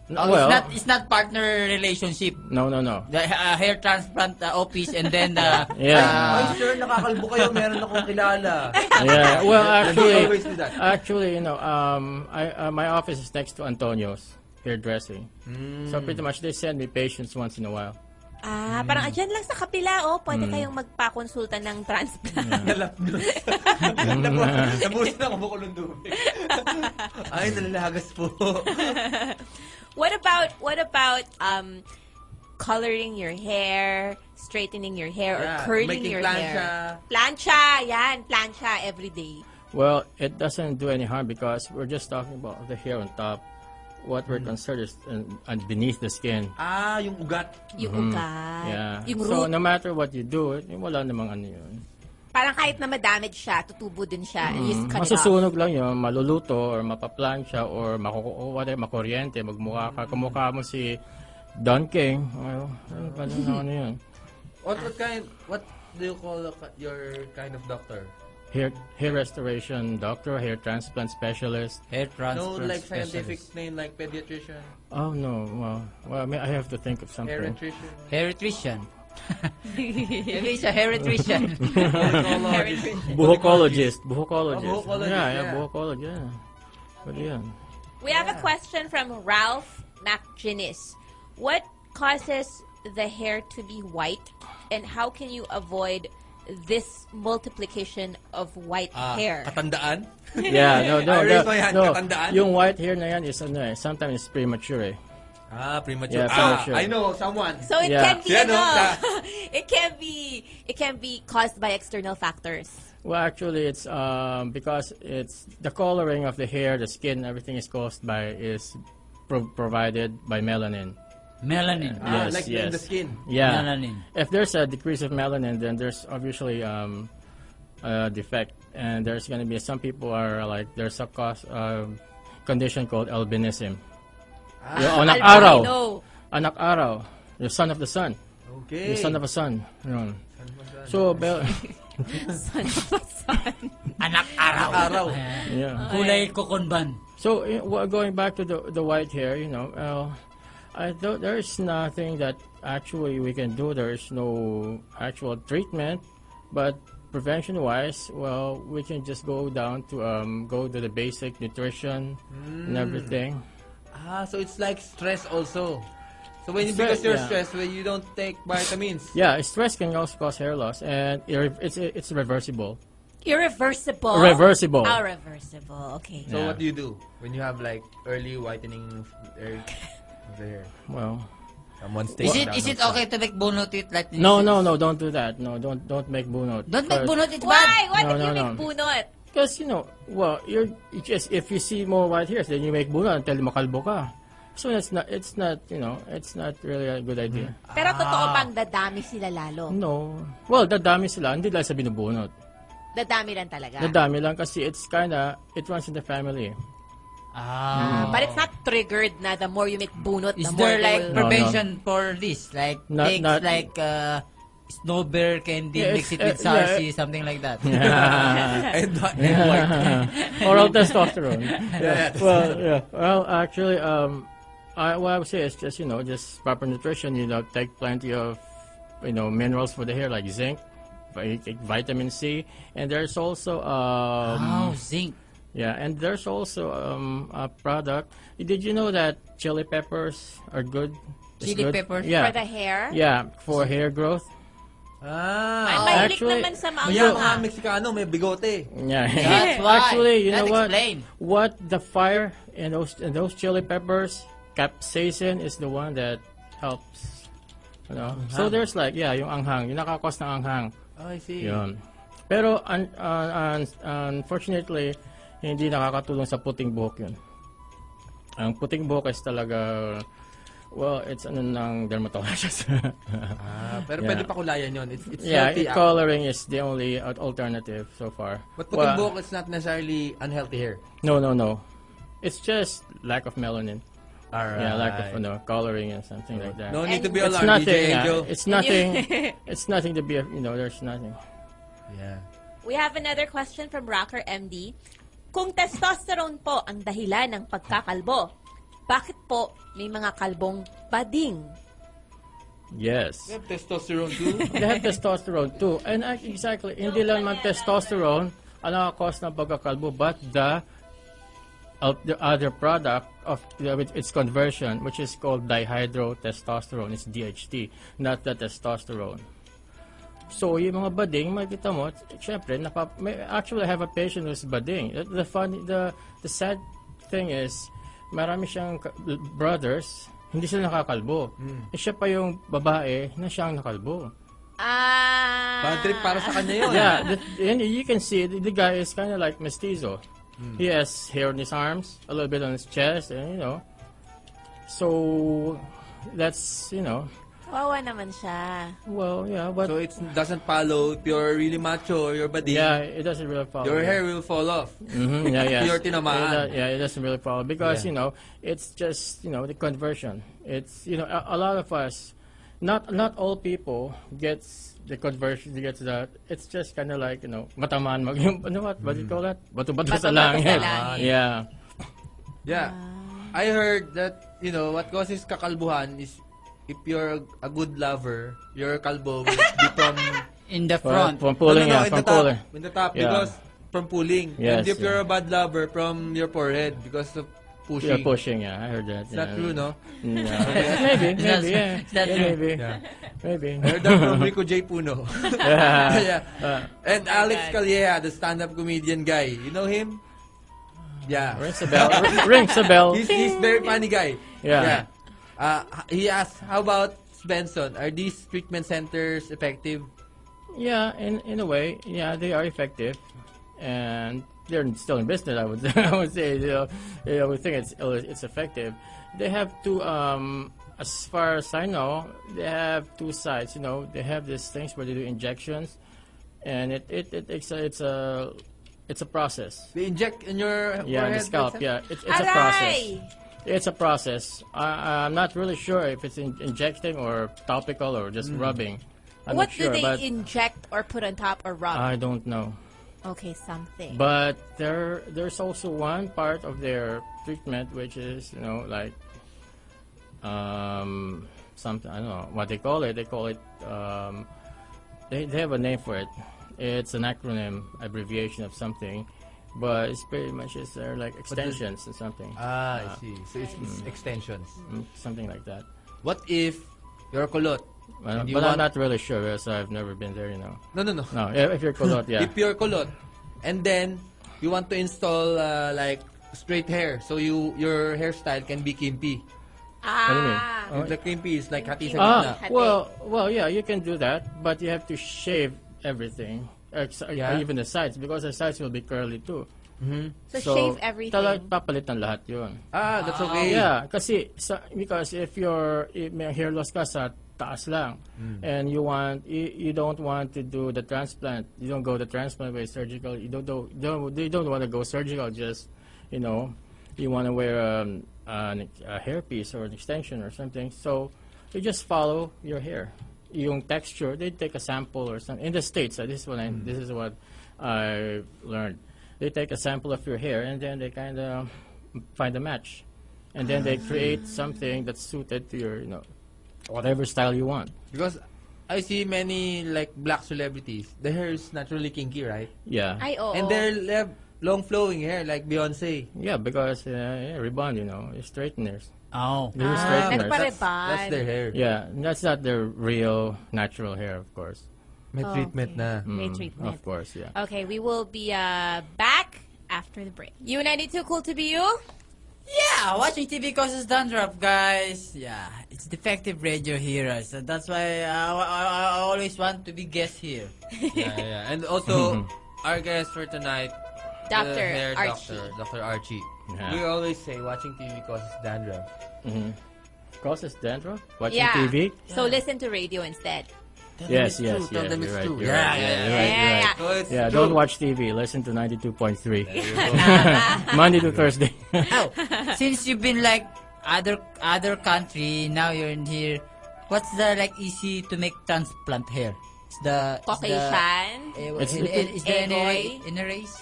No,
Oh,
well,
it's not it's not partner relationship.
no, no, no.
The uh, hair transplant uh, office and then uh,
Ay,
Yeah,
sir, nakakalbo kayo. Meron akong kilala.
yeah. Well,
They always
actually,
do that.
actually, you know, um, I uh, my office is next to Antonio's hairdressing, so pretty much they send me patients once in a while.
Ah, parang ah, dyan lang sa kapila, oh, pwede kayong magpakonsulta ng transplant.
Nalapnos. Nabuhos na ako bukol ng tubig. Ay, nalalagas po.
What about what about um coloring your hair, straightening your hair,
Yeah,
or curling
making
your hair?
plancha.
Plancha, yan, plancha every day.
Well, it doesn't do any harm because we're just talking about the hair on top. What we're concerned is un- underneath the skin.
Ah, yung ugat.
Yung ugat,
Yeah.
Ah, yung
So
root.
no matter what you do, it, wala namang ano yun.
parang kahit na ma-damage siya, tutubo din siya. and Just cut it off.
Mm. Hmm. Masusunog lang yun, maluluto or mapaplancha or maku- o whatever, makuryente, magmukha ka. Kumukha mo si Don King. Well, ano pa na ano yun?
What, what kind, what do you call a- your kind of doctor?
Hair, hair restoration doctor, hair transplant specialist.
hair transplant.
No, like scientific name, like pediatrician,
Oh no, well, well I, mean, I have to think of something.
geriatrician.
Hairetrician. Maybe it's a hairetrician.
Buhocologist. Buhocologist.
Oh, buhocologist,
Yeah, yeah,
yeah.
buhocologist. Yeah. But yeah.
We have a question from Ralph MacGinnis. What causes the hair to be white, and how can you avoid this multiplication of white
Ah,
hair.
Katandaan?
Yeah, no,
I
no, no,
raised my hand,
no.
katandaan.
Yung white hair na yan is ano eh, sometimes it's premature eh.
Ah, premature.
Yeah,
ah,
premature.
I know, someone.
so it
Yeah.
can be
Yeah, no,
ano,
ta-
it can be it can be caused by external factors.
Well, actually, it's um, because it's the coloring of the hair, the skin, everything is caused by is pro- provided by melanin.
Melanin.
Ah,
yes,
like
yes.
in the skin.
Yeah.
Melanin.
If there's a decrease of melanin, then there's obviously um, a defect, and there's going to be some people are like there's a cause um, condition called albinism. Yung anak araw,
Albino.
anak araw, the son of the sun,
Okay.
the son of a sun. Yun. So, bel-
Son of a son.
Anak araw.
Araw.
yeah.
Kulay kokonban.
So eh, wa- going back to the the white hair, you know, uh, I don't, there is nothing that actually we can do. There is no actual treatment, but prevention-wise, well, we can just go down to um, go to the basic nutrition and
Mm.
everything.
Ah, so it's like stress also. So when you, because
Stress,
you're
yeah.
stressed, when you don't take vitamins.
Yeah, stress can also cause hair loss, and irre- it's it's reversible.
Irreversible.
Reversible.
Ah, reversible. Okay.
So
Yeah.
what do you do when you have like early whitening of hair? of the hair?
Well,
Someone's
Is
taking
it
down
is it
of-
okay to make bono teeth like this?
no, no, no, don't do that. No, don't don't make bunot.
Don't make
First-
bono teeth
Why?
bad.
Why
No,
did
no,
you
no.
make bunot?
Because, you know, well, you're you just, if you see more white hairs, then you make buna until makalbo ka. So it's not, it's not, you know, it's not really a good idea.
Pero totoo
Ah.
bang dadami sila lalo?
No. Well, dadami sila. Hindi lang sa binubunot.
Dadami lang talaga.
Dadami lang kasi it's kinda, it runs in the family.
Ah.
But it's not triggered na the more you make bunot,
Is
the more
there
they
like
will-
No,
prevention for this? Like
Not-
things
not-
like uh, snow bear candy,
Yeah,
mix it
it's-
with
uh, yeah.
sarsi, something like that.
and, and white.
Oral testosterone.
Yeah.
well, yeah. Well, actually, um, I, what I would say is just, you know, just proper nutrition. You know, take plenty of, you know, minerals for the hair like zinc, vi- vitamin C, and there's also um,
Oh, zinc.
Yeah, and there's also um, a product. Did you know that chili peppers are good? It's
Chili
good?
peppers
yeah.
for the hair.
Yeah, for hair growth.
Ah.
Ay, mahilig
Actually-
naman sa mga
Kaya mga Mexicano may bigote.
Yeah.
That's why.
Actually, you
That
know what?
explain.
What the fire and those and those chili peppers, capsaicin is the one that helps. You know? So there's like yeah, yung anghang, yung nakakos ng anghang.
Oh, I see.
Yun. Pero un- un- un- unfortunately, hindi nakakatulong sa puting buhok yun. Ang puting buhok is talaga, well, it's ano ng dermatologist.
Ah, pero
Yeah.
pwede pa kulayan yun. It's, it's
yeah,
healthy.
it-
ah.
coloring is the only al- alternative so far.
But puting
Well,
buhok is not necessarily unhealthy hair.
No, no, no. It's just lack of melanin.
Alright.
Yeah, lack of ano, coloring and something like that.
No need to
And-
be
it's
alarmed, DJ
nothing. yeah.
Angel.
It's nothing. it's nothing to be. You know, there's nothing.
Yeah.
We have another question from Rocker MD. Kung testosterone po ang dahilan ng pagkakalbo, bakit po may mga kalbong bading?
Yes.
have testosterone too.
They have testosterone too. And act- exactly, hindi lang man testosterone ang nakakos ng pagkakalbo, but the of the other product of the- with its conversion, which is called dihydrotestosterone, it's DHT, not the testosterone. So, yung mga bading, makikita mo, syempre, napa, may, actually, I have a patient who's bading. The, the, funny, the, the sad thing is, marami siyang ka- brothers, hindi sila nakakalbo. Eh, siya pa yung babae na siyang nakalbo.
Ah,
Bad trip para sa kanya yun.
Yeah, the, and you can see the, the guy is kind of like mestizo.
Hmm.
He has hair on his arms, a little bit on his chest, and you know. So that's you know,
kawawa naman siya.
well, yeah, but
So it doesn't follow if you're really macho or your body,
yeah, it doesn't really follow.
your hair will fall off.
Mhm, yeah, yeah.
You're tinamaan.
It do- yeah, it doesn't really follow because
Yeah.
you know it's just you know the conversion. It's you know a, a lot of us, not not all people gets the conversion. Gets that. It's just kind of like you know matamaan mag ano what what
Mm.
do you call that? Bato-bato
Bato-bato sa
sa langit.
langit.
Yeah.
Yeah. I heard that, you know, what causes kakalbuhan is if you're a good lover, your kalbo will be from...
In the
From,
front.
from pulling, yeah,
in
from
the top.
pulling.
In the top,
Yeah.
because from pulling. and
Yes,
if
yeah.
you're a bad lover, from your forehead because of pushing.
You're pushing, yeah. I heard that.
It's not true, no?
No. maybe,
It's not-
maybe, yeah.
it's not
Yeah,
true.
Maybe,
Yeah.
maybe.
I heard that from Rico J. Puno.
yeah.
yeah. And Alex Calleja, the stand-up comedian guy. You know him? Yeah.
Rings a bell. Rings a bell.
He's, he's very funny guy.
Yeah.
Uh, he asked, how about Benson? Are these treatment centers effective?
Yeah, in in a way, yeah, they are effective, and they're still in business. I would I would say, you know, I would think it's it's effective. They have two, um, as far as I know, they have two sides. You know, they have these things where they do injections, and it it, it it's a it's a it's a process.
They inject in your
Yeah,
forehead,
in the scalp.
Benson?
Yeah, it's it's a process. It's a process. I, I'm not really sure if it's in, injecting or topical or just rubbing. I'm
What
not sure,
do they
but
inject or put on top or rub?
I don't know.
okay, something.
But there, there's also one part of their treatment which is, you know, like um, something I don't know what they call it. They call it. Um, they, they have a name for it. It's an acronym, abbreviation of something, but it's pretty much it's their like extensions or something,
Ah, I see. So it's, it's extensions.
Mm, something like that.
What if you're a kulot?
Well,
And you
but
want-
I'm not really sure because I've never been there. You know.
No, no, no.
No, yeah, if you're kulot, yeah.
If you're kulot, and then you want to install uh, like straight hair, so you your hairstyle can be kimpy.
What do you mean?
ah,
Oh,
The kimpy is like hati sa gitna.
Ah, well, well, yeah, you can do that, but you have to shave everything, ex-
Yeah.
even the sides, because the sides will be curly too.
so, shave everything.
Talag papalitan lahat yun.
Ah, that's okay.
Yeah, kasi sa, because if your if may hair loss ka sa taas lang and you want you, you don't want to do the transplant you don't go the transplant way surgical you don't do don't you don't want to go surgical just you know you want to wear um, an, a hairpiece or an extension or something so you just follow your hair yung texture they take a sample or something in the states uh, this is what I, this is what I learned they take a sample of your hair and then they kind of find a match and then they create something that's suited to your you know whatever style you want
Because I see many like black celebrities. The hair is naturally kinky, right?
yeah
Ay, oo.
And they're they have long flowing hair like Beyonce.
yeah because uh, yeah, rebond you know straighteners
Oh.
They use
Ah,
straighteners
nagparebad.
That's their hair.
yeah and that's not their real natural hair of course
May
Oh,
treatment
okay.
na.
May
Mm,
treatment.
of course yeah
Okay, we will be uh, back after the break. U92 Cool to Be You?
Yeah, watching TV causes dandruff, guys. Yeah, it's defective radio here, uh, so that's why I, I, I always want to be guest here.
yeah, yeah. And also, our guest for tonight,
Dr.
the hair
Archie.
doctor, Dr. Archie.
Yeah.
We always say watching TV causes dandruff.
Mm-hmm. causes dandruff watching
Yeah.
tv
So listen to radio instead.
Tell them
yes
it's
yes
true. Tell
yes
them
you're
it's
right,
true.
you're
yeah,
right,
yeah,
you're right, you're
Yeah,
right.
So it's
yeah
true.
don't watch tv listen to 92.3
Ah,
monday to thursday
oh, since you've been like other other country, now you're in here. What's the like easy to make transplant hair? It's the it's the-
Caucasian.
eh,
It's-
in- in- is there any
Enoy.
way in a race?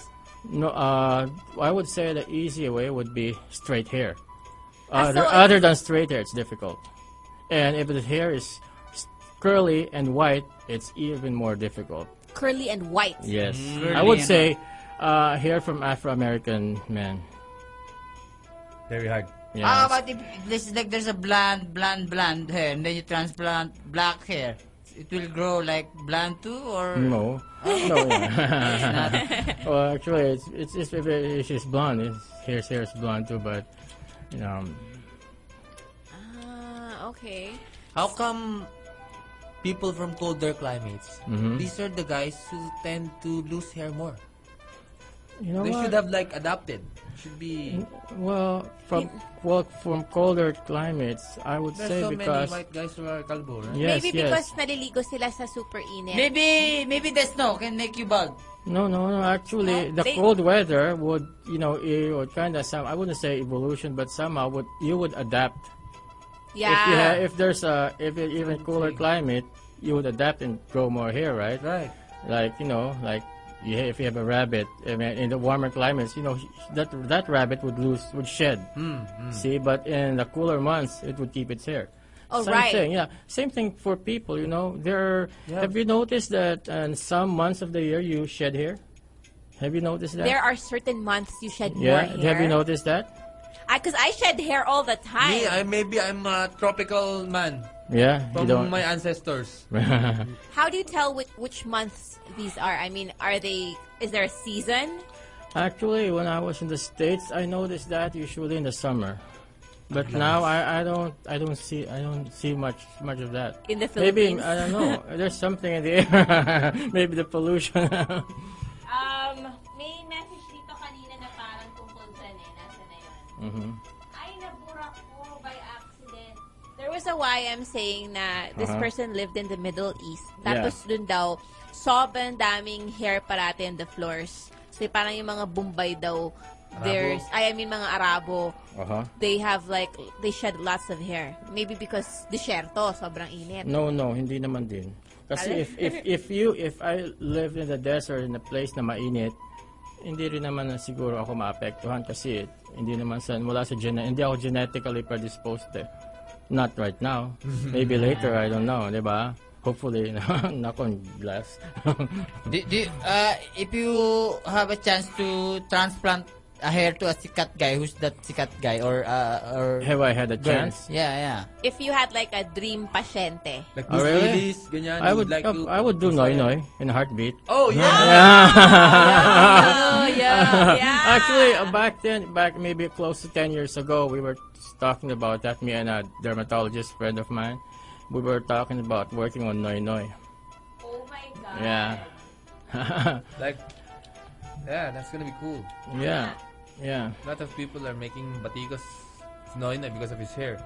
No, uh, I would say the easier way would be straight hair. Other,
so-
other than straight hair, it's difficult. And if the hair is s- curly and white, it's even more difficult.
Curly and white.
Yes,
Curly
I would
and
say uh, hair from Afro American men.
Very hard.
Yes.
Ah, but if if this is like there's a blonde, blonde, blonde hair, and then you transplant black hair, it will grow like blonde too, or
no, no. yeah. well, actually, it's it's it's, it's, it's just blonde. It's, hair's hair is blonde too, but um, you know,
Ah, okay.
How come people from colder climates,
Mm-hmm.
these are the guys who tend to lose hair more?
you know
They
what?
should have like adapted. Should be.
Well, from well from colder climates, I would
There's
say
so many
because
white guys who are calvo, right?
yes,
Maybe
yes.
because naliligo sila sa super init.
maybe maybe the snow can make you bald.
no, no, no. Actually,
No,
the
they-
cold weather would you know eh, it would kind of some I wouldn't say evolution, but somehow would you would adapt if you
Yeah.
ha- if there's a if it, even cooler climate, you would adapt and grow more hair, right?
Right.
Like you know, like you, ha- if you have a rabbit, I mean, in the warmer climates, you know that that rabbit would lose would shed.
Hmm,
See, but in the cooler months, it would keep its hair.
Oh,
Same
right.
thing, yeah. Same thing for people, you know. There, have you noticed that in some months of the year you shed hair? Have you noticed that?
there are certain months you shed
yeah.
more hair.
Have you noticed that?
Because I shed hair all the time.
Me, I, maybe I'm a tropical man
Yeah, you
from
don't.
my ancestors.
How do you tell which, which months these are? I mean, are they? Is there a season?
Actually, when I was in the states, I noticed that usually in the summer, but now I, I don't I don't see I don't see much much of that.
In the
Maybe
Philippines?
I don't know. There's something in the air. Maybe the pollution.
Um, may message dito kanina na parang tungkol dyan eh. Nasa na yun?
Mm-hmm.
Ay, nabura ko by accident. There was a YM saying na this
Uh-huh.
person lived in the Middle East.
Yeah.
Tapos dun daw, sobrang daming hair parati on the floors. So parang yung mga Bombay daw, there's, ay, I mean mga Arabo,
uh-huh.
they have like, they shed lots of hair. Maybe because desierto, sobrang init.
No, no, hindi naman din. Kasi if, if, if you, if I live in the desert, in a place na mainit, hindi rin naman na siguro ako maapektuhan kasi hindi naman sa, mula sa gene, hindi ako genetically predisposed eh. Not right now. Maybe later, I don't know, di ba? Hopefully, knock on glass.
Do, do, uh, if you have a chance to transplant a hair to a sikat guy, who's that sikat guy? Or, uh, or...
Have I had a
girl?
chance?
Yeah, yeah.
If you had like a dream pasyente,
Like
Oh,
Bruce
really?
Willis, ganyan.
I
you
would,
like
I,
to-
I would do noy noy in a heartbeat.
Oh, yeah.
Oh, yeah. yeah.
Actually, uh, back then, back maybe close to 10 years ago, we were talking about that. Me and a dermatologist friend of mine, we were talking about working on Noi Noi.
Oh my God.
Yeah.
Like, yeah, that's gonna be cool.
yeah. Yeah.
A lot of people are making Batigos Noy Noy because of his hair.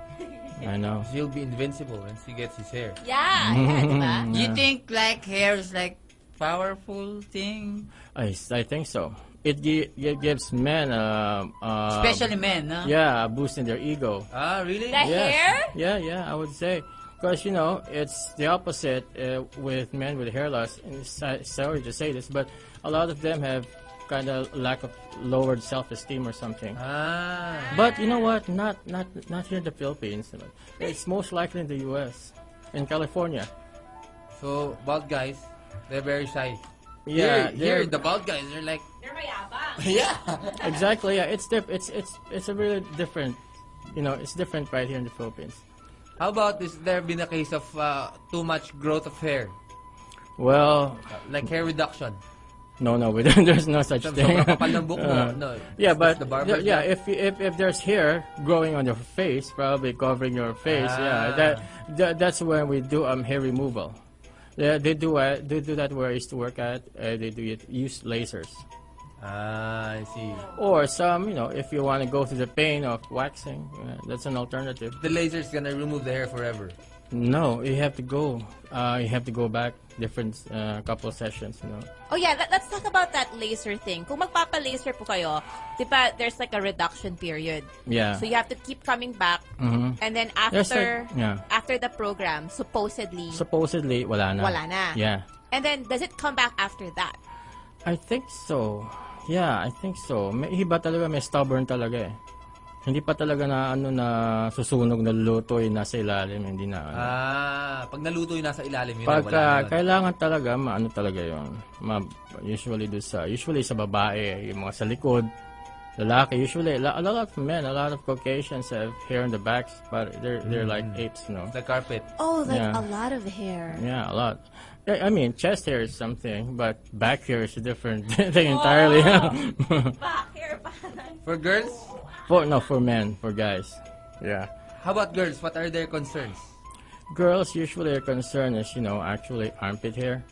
I know.
He'll be invincible once he gets his hair.
Yeah, yeah, di ba?
Do you think, like, hair is, like, powerful thing?
I, s- I think so. It, gi- it gives men a, a
Especially men, no?
Um, yeah, a boost in their ego.
Ah, really?
The hair?
Yeah, yeah, I would say. Because, you know, it's the opposite uh, with men with hair loss. And it's, uh, sorry to say this, but a lot of them have kind of lack of lowered self-esteem or something.
Ah.
But you know what? Not not not here in the Philippines. but It's most likely in the U.S. in California.
So, bald guys, they're very shy.
Yeah,
Here- here,
they're-
the bald guys, they're like,
They're mayabang.
exactly. Yeah, it's diff- It's it's it's a really different. You know, it's different right here in the Philippines.
how about is there been a case of uh, too much growth of hair? Uh,
Well,
Like hair reduction.
no, no, we don't, there's no such
Sobrang
thing.
kapal ng buhok mo.
Uh,
No,
yeah,
it's
but
the barber's
yeah,
hair.
if, if if there's hair growing on your face, probably covering your face,
Ah.
yeah, that, that that's when we do um hair removal. Yeah, they do uh, they do that where I used to work at. Uh, they do it, use lasers.
Ah, I see.
Or some, you know, if you want to go through the pain of waxing, uh, that's an alternative.
The laser's gonna remove the hair forever.
No, you have to go. Uh, you have to go back different uh, couple of sessions. You know.
Oh yeah, let, let's talk about that laser thing. Kung magpapa-laser po kayo, di ba there's like a reduction period.
Yeah. Mm-hmm.
So you have to keep coming back. And then
There's
after
like- yeah.
after the program, supposedly,
Supposedly, wala na.
wala na.
Yeah,
And then does it come back after that?
I think so. Yeah, I think so. May iba talaga may stubborn talaga eh. Hindi pa talaga na ano na susunog na lutoy na sa ilalim, hindi na. ano.
Ah, pag naluto yung nasa ilalim yun,
Pagka
wala na yun.
kailangan talaga maano talaga 'yon. Ma, usually do sa usually sa babae, yung mga sa likod, lalaki usually la- a lot of men, a lot of Caucasians have hair in the backs, but they're they're like
Mm.
apes, you know.
The carpet.
Oh, like
Yeah.
a lot of hair.
Yeah, a lot. I I mean, chest hair is something, but back hair is a different thing entirely.
Back hair parang.
For girls,
for no, for men, for guys. Yeah.
how about girls? What are their concerns?
Girls usually are concerned is, you know, actually armpit hair.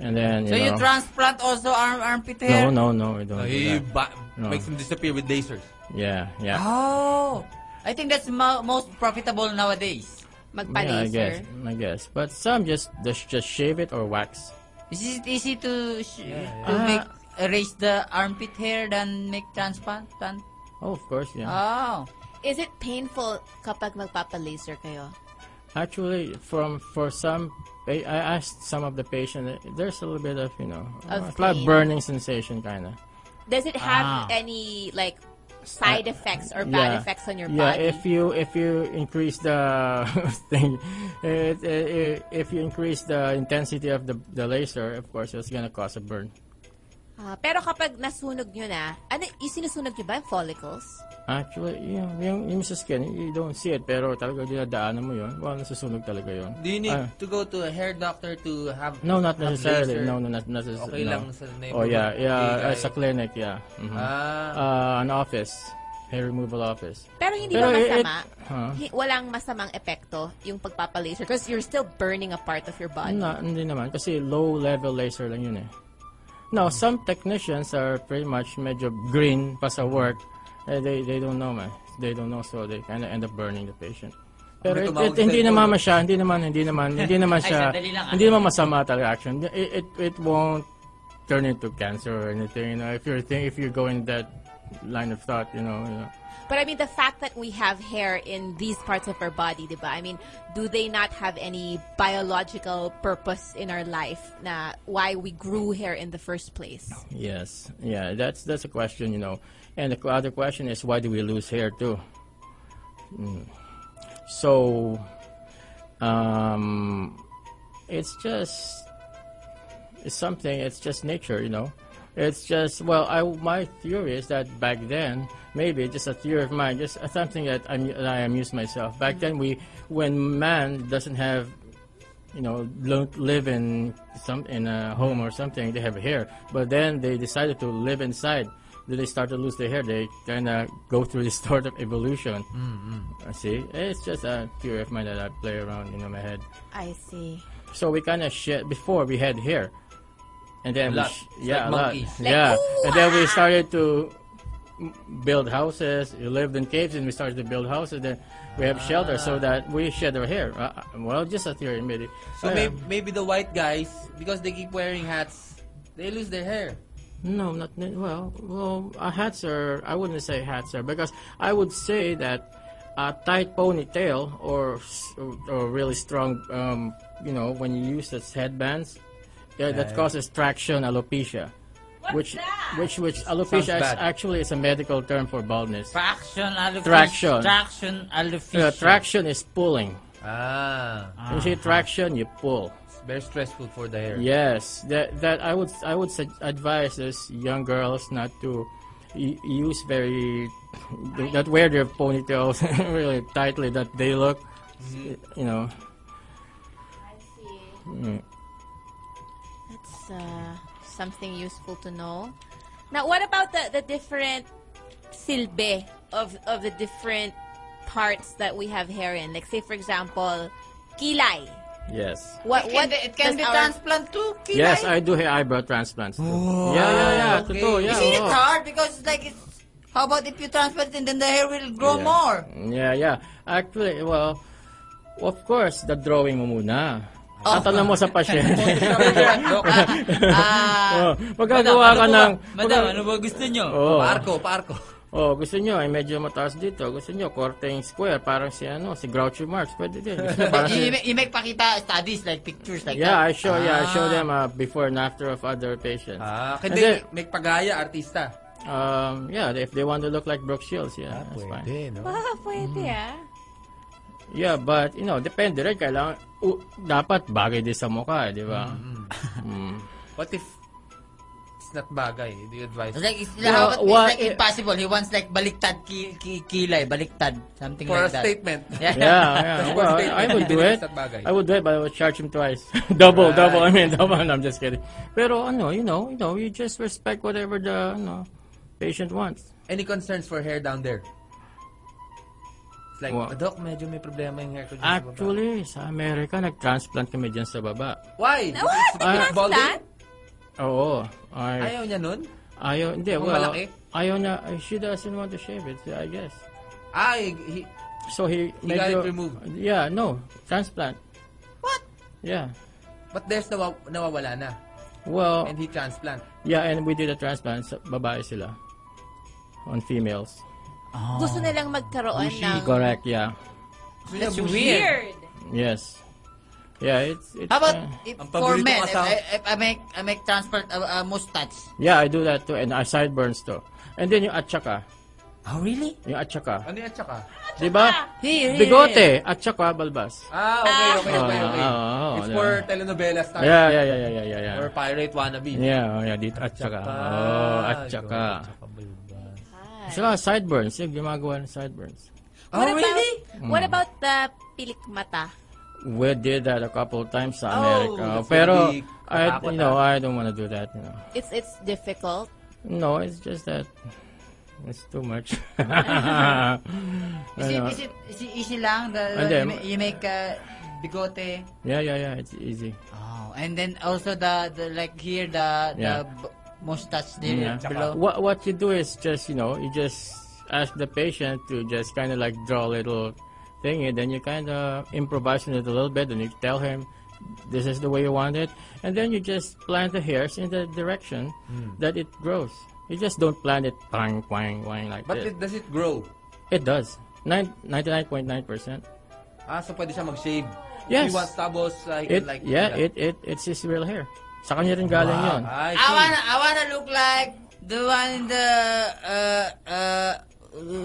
And then, you
So you
know,
transplant also arm armpit hair?
No, no, no, we don't do
he
that.
ba-
No.
makes them disappear with lasers.
Yeah, yeah.
Oh, I think that's mo- most profitable nowadays.
Yeah, I guess.
Magpa-laser.
I guess. But some just just, just shave it or wax.
Is it easy to sh- to make erase the armpit hair than make transplant? Plant?
Oh, of course, yeah.
Oh,
Is it painful kapag magpapa-laser kayo?
Actually, from for some, I, I asked some of the patient. There's a little bit of you know,
Of
it's like
pain.
burning sensation, kind of.
Does it have
Ah.
any like side effects or bad effects on your
yeah,
body?
if you if you increase the thing, it, it, if you increase the intensity of the the laser, of course, it's gonna cause a burn.
Ah, pero kapag nasunog nyo na, ano, yung sinusunog nyo ba yung follicles?
Actually, yung, yung, yung sa skin, you don't see it, pero talaga dinadaanan mo yun. Well, nasusunog talaga yun.
Do you need
Ah.
to go to a hair doctor to have...
No, not
have
necessarily.
laser?
No, no, not necessarily.
Okay
no.
lang sa
Oh,
neighborhood.
yeah, yeah.
Okay,
uh, sa
guys.
clinic, yeah. Mhm.
Ah,
Uh, an office. Hair removal office.
Pero hindi
Pero
ba
it-
masama?
huh?
Hi- Walang masamang epekto yung pagpapalaser because you're still burning a part of your body.
Na, hindi naman. Kasi low-level laser lang yun eh. Now, some technicians are pretty much medyo green pa sa work. Eh, they, they don't know man. They don't know so they kind of end up burning the patient. Pero
May
it,
tumawag
it- hindi
sa'yo.
naman siya, hindi naman, hindi naman, hindi naman siya,
sandali lang, ah.
hindi naman masama talaga action. It, it, it won't turn into cancer or anything, you know, if you're think, if you go in that line of thought, you know, you know.
But I mean, the fact that we have hair in these parts of our body, di ba? I mean, do they not have any biological purpose in our life na why we grew hair in the first place?
Yes, yeah, that's that's a question, you know, and the other question is why do we lose hair too? Mm. So, um, it's just it's something. It's just nature, you know. It's just well, I my theory is that back then maybe just a theory of mine, just something that I'm that I amused myself. Back then we when man doesn't have you know don't live in some in a home or something they have hair but then they decided to live inside then they start to lose their hair they kind of go through this sort of evolution
Mm-hmm.
i see it's just a theory of mine that i play around in my head
I see.
so we kind of shed before we had hair and then
A lot.
We sh-
It's
yeah
like
a lot.
monkeys.
yeah and then we started to m- build houses we lived in caves and we started to build houses then we have
Ah.
shelter so that we shed our hair Uh, well just a theory maybe
so
Yeah.
may- maybe the white guys, because they keep wearing hats, they lose their hair.
No, not ne- well. Well, uh, hats are. I wouldn't say hats are because I would say that a tight ponytail or s- or really strong, um, you know, when you use those headbands, yeah, that causes traction alopecia, which which which alopecia is
bad.
actually is a medical term for baldness.
Traction, alopecia.
Traction.
Traction,
Uh,
alopecia.
traction is pulling.
Ah,
You see, traction, you pull.
it's very stressful for the hair.
Yes, that that I would I would sug- advise this young girls not to y- use very that wear their ponytails really tightly that they look you know
That's uh, something useful to know. Now, what about the, the different silbe of, of the different parts that we have hair in? Like, say, for example, kilay.
yes
What, what
It can
does
be
our-
transplant too, Kilay.
yes I do hair eyebrow transplants too. yeah yeah yeah
okay.
totoo, yeah,
Isn't
oo.
it hard? Because like it's... How about if you transplant it, then the hair will grow
Yeah.
more?
Yeah, yeah. Actually, well, of course, the drawing mo muna.
Oh.
Tatanong mo sa pasyente. oh, magagawa
Ah. Madam, ano
ka ng...
ba- Madam, ano ba gusto nyo?
Oh.
Parko, parko.
Oh, gusto nyo, ay medyo mataas dito. Gusto nyo, korteng square, parang si ano, si Groucho Marx. Pwede din. Gusto nyo, parang
You,
si...
make- you make pakita studies like pictures like
Yeah,
that.
I show, yeah, I show them uh, before and after of other patients.
Ah,
And
hindi, may pagaya, artista.
then, um, yeah, if they want to look like Brooke Shields, yeah, that's fine.
Ah, pwede ah.
Yeah, but, you know, depende rin. Kailangan, u- dapat bagay din sa mukha, eh, di ba?
Mm-hmm.
Mm.
What if it's not bagay? Do you advise?
It's like, it's,
Well,
how about,
why-
it's like impossible. He wants like baliktad ki, ki, kilay, baliktad, something
For a
like that.
statement.
Yeah.
Yeah, yeah.
Well,
well, I would do it.
sa bagay.
I would do it, but I would charge him twice. double,
Right.
double. I mean, double. No, I'm just kidding. Pero ano, you know, you know, you just respect whatever the ano, patient wants.
Any concerns for hair down there? It's like,
Wa-
Doc, medyo may problema yung hair ko. dyan sa baba."
Actually, sa Amerika, nag-transplant kami dyan sa baba.
Why?
What?
Is it balding?
Transplant?
Oo. Ay,
Ayaw niya nun?
ayaw, hindi,
Kung
well,
malaki?
ayaw na, she doesn't want to shave it, I guess.
Ay, he,
So he,
He got it removed.
Yeah, no, transplant. What? Yeah.
but there's nawa, nawawala na.
Well,
And he transplant.
yeah, and we did a transplant, sa babae sila. On females.
Mm.
Gusto nilang magkaroon ng...
Correct, yeah.
That's weird.
Yes. Yeah, it's. it's
How about
uh,
if,
Ang
for
paborito
men,
ko
if,
asawa.
I, if I make I make transplant a, a mustache?
yeah, I do that too, and I sideburns too. And then yung atsaka.
Oh, really?
Yung atsaka.
Ano yan, tsaka?
Di ba?
Here,
Bigote, atsaka, balbas.
Ah, okay, okay, okay,
Ah,
okay.
ah, ah,
It's
ah,
for
ah.
telenovela style.
Yeah, yeah, yeah, yeah, yeah, yeah.
Or
yeah.
pirate wannabe.
Yeah, oh, yeah, dito atsaka.
Ah,
Oh, atsaka.
go, tsaka balbas.
Ah, Oh,
Sila sideburns. Yung gumagawa ng sideburns.
Ah,
What about, What
Mm.
about the pilik mata?
We did that a couple of times
Oh,
sa America.
that's
Pero,
really
I,
kakapot,
you know, I don't want to do that, you know.
It's it's difficult.
No, it's just that it's too much.
Is it,
Ano,
is it, is it easy lang? The,
And then-
you, ma- you make uh, bigote.
yeah, yeah, yeah. It's easy.
Oh, and then also the, the like here the
Yeah.
the b- mustache there
Yeah.
below.
What what you do is just you know you just ask the patient to just kind of like draw a little thing, and then you kind of improvise on it a little bit, and you tell him this is the way you want it, and then you just plant the hairs in the direction
Hmm.
that it grows. You just don't plant it twang twang twang like
But
this.
it, does it grow?
It, does. Nine, 99.9 percent.
Ah, so pwede siya mag-shave? If
Yes.
he wants tapos, uh, he
It
can like...
yeah, it it it's his real hair. Sa kanya rin galing yun.
I
I
see.
wanna I wanna look like the one in the uh uh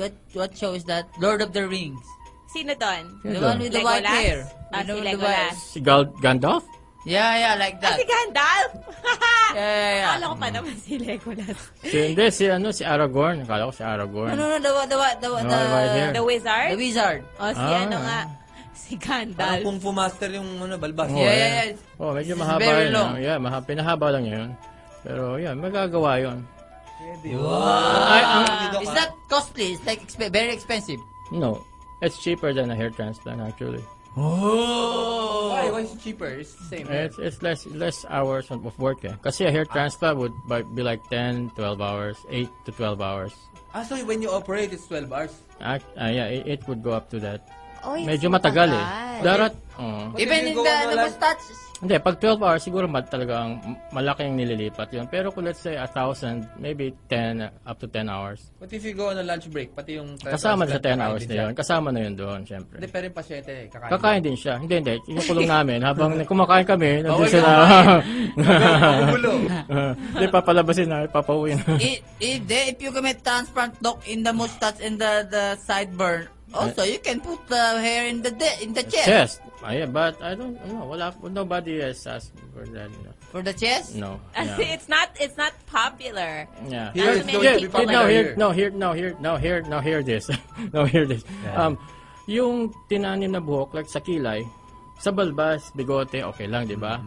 what what show is that? Lord of the Rings.
Sino doon?
The
Sino doon?
one with the white
Legolas?
hair.
Ah, si
The one with the
Legolas.
white-
Si Gal- Gandalf?
Yeah, yeah, like
Ah,
that.
si Gandalf!
Yeah, yeah, yeah.
Akala ko pa naman si Legolas.
Si, hindi, si ano, si Aragorn. Akala ko si Aragorn.
No, no, no, the one- the one- the one-
No,
the,
white hair.
The
the
Wizard?
wizard.
O si
Ah.
ano nga? Si
Parang
Gandalf.
kung fu master yung ano, balbas.
Yeah, yeah, yeah.
Oh, medyo
It's
mahaba
very
yun.
long.
ah. Yeah, maha, pinahaba lang yun. Pero yun, magagawa yun. Ay, ang-
Is that costly? It's like exp- very expensive.
no, it's cheaper than a hair transplant actually.
Why? Why is it cheaper? It's the same.
Oh! It's, it's less less hours of of work eh. Kasi a hair transplant would bi- be like 10, 12 hours, 8 to 12 hours.
Ah, so when you operate, it's 12 hours.
Act, ah, yeah, it, it would go up to that.
Oh, it's
Medyo matagal eh.
matagal.
Darat, oh.
But
Even
if you
in
go
the,
on a
the
lunch-
mustache.
Hindi, pag 12 hours, siguro mal talagang malaking nililipat yun. Pero kung let's say 1,000, maybe 10, uh, up to 10 hours.
What if you go on a lunch break? Pati yung...
Kasama sa 10
Kakain
hours
din
na
siya.
yun. Kasama na yun doon,
Hindi,
syempre.
pero yung pasyente, kakain.
Kakain din siya. Hindi, hindi. Kinukulong namin. Habang kumakain kami,
Bawal
nandiyan sila.
Magugulo.
Hindi, papalabasin na, ipapauwi na.
if, if, they, if you commit transplant doc in the mustache and the, the sideburn, also you can put the hair in the de- in the chest.
Chest. Ah, yeah, but I don't know. Wala, nobody has asked for that. you know.
For the chest?
No.
Kasi
Yeah.
Ah, it's not it's not popular.
Yeah.
Here
it's going to be
here, no,
popular
here,
here.
no, here, no, here, no, here, no, here this. no, here this. Um, yung tinanim na buhok, like sa kilay, sa balbas, bigote, okay lang, di ba?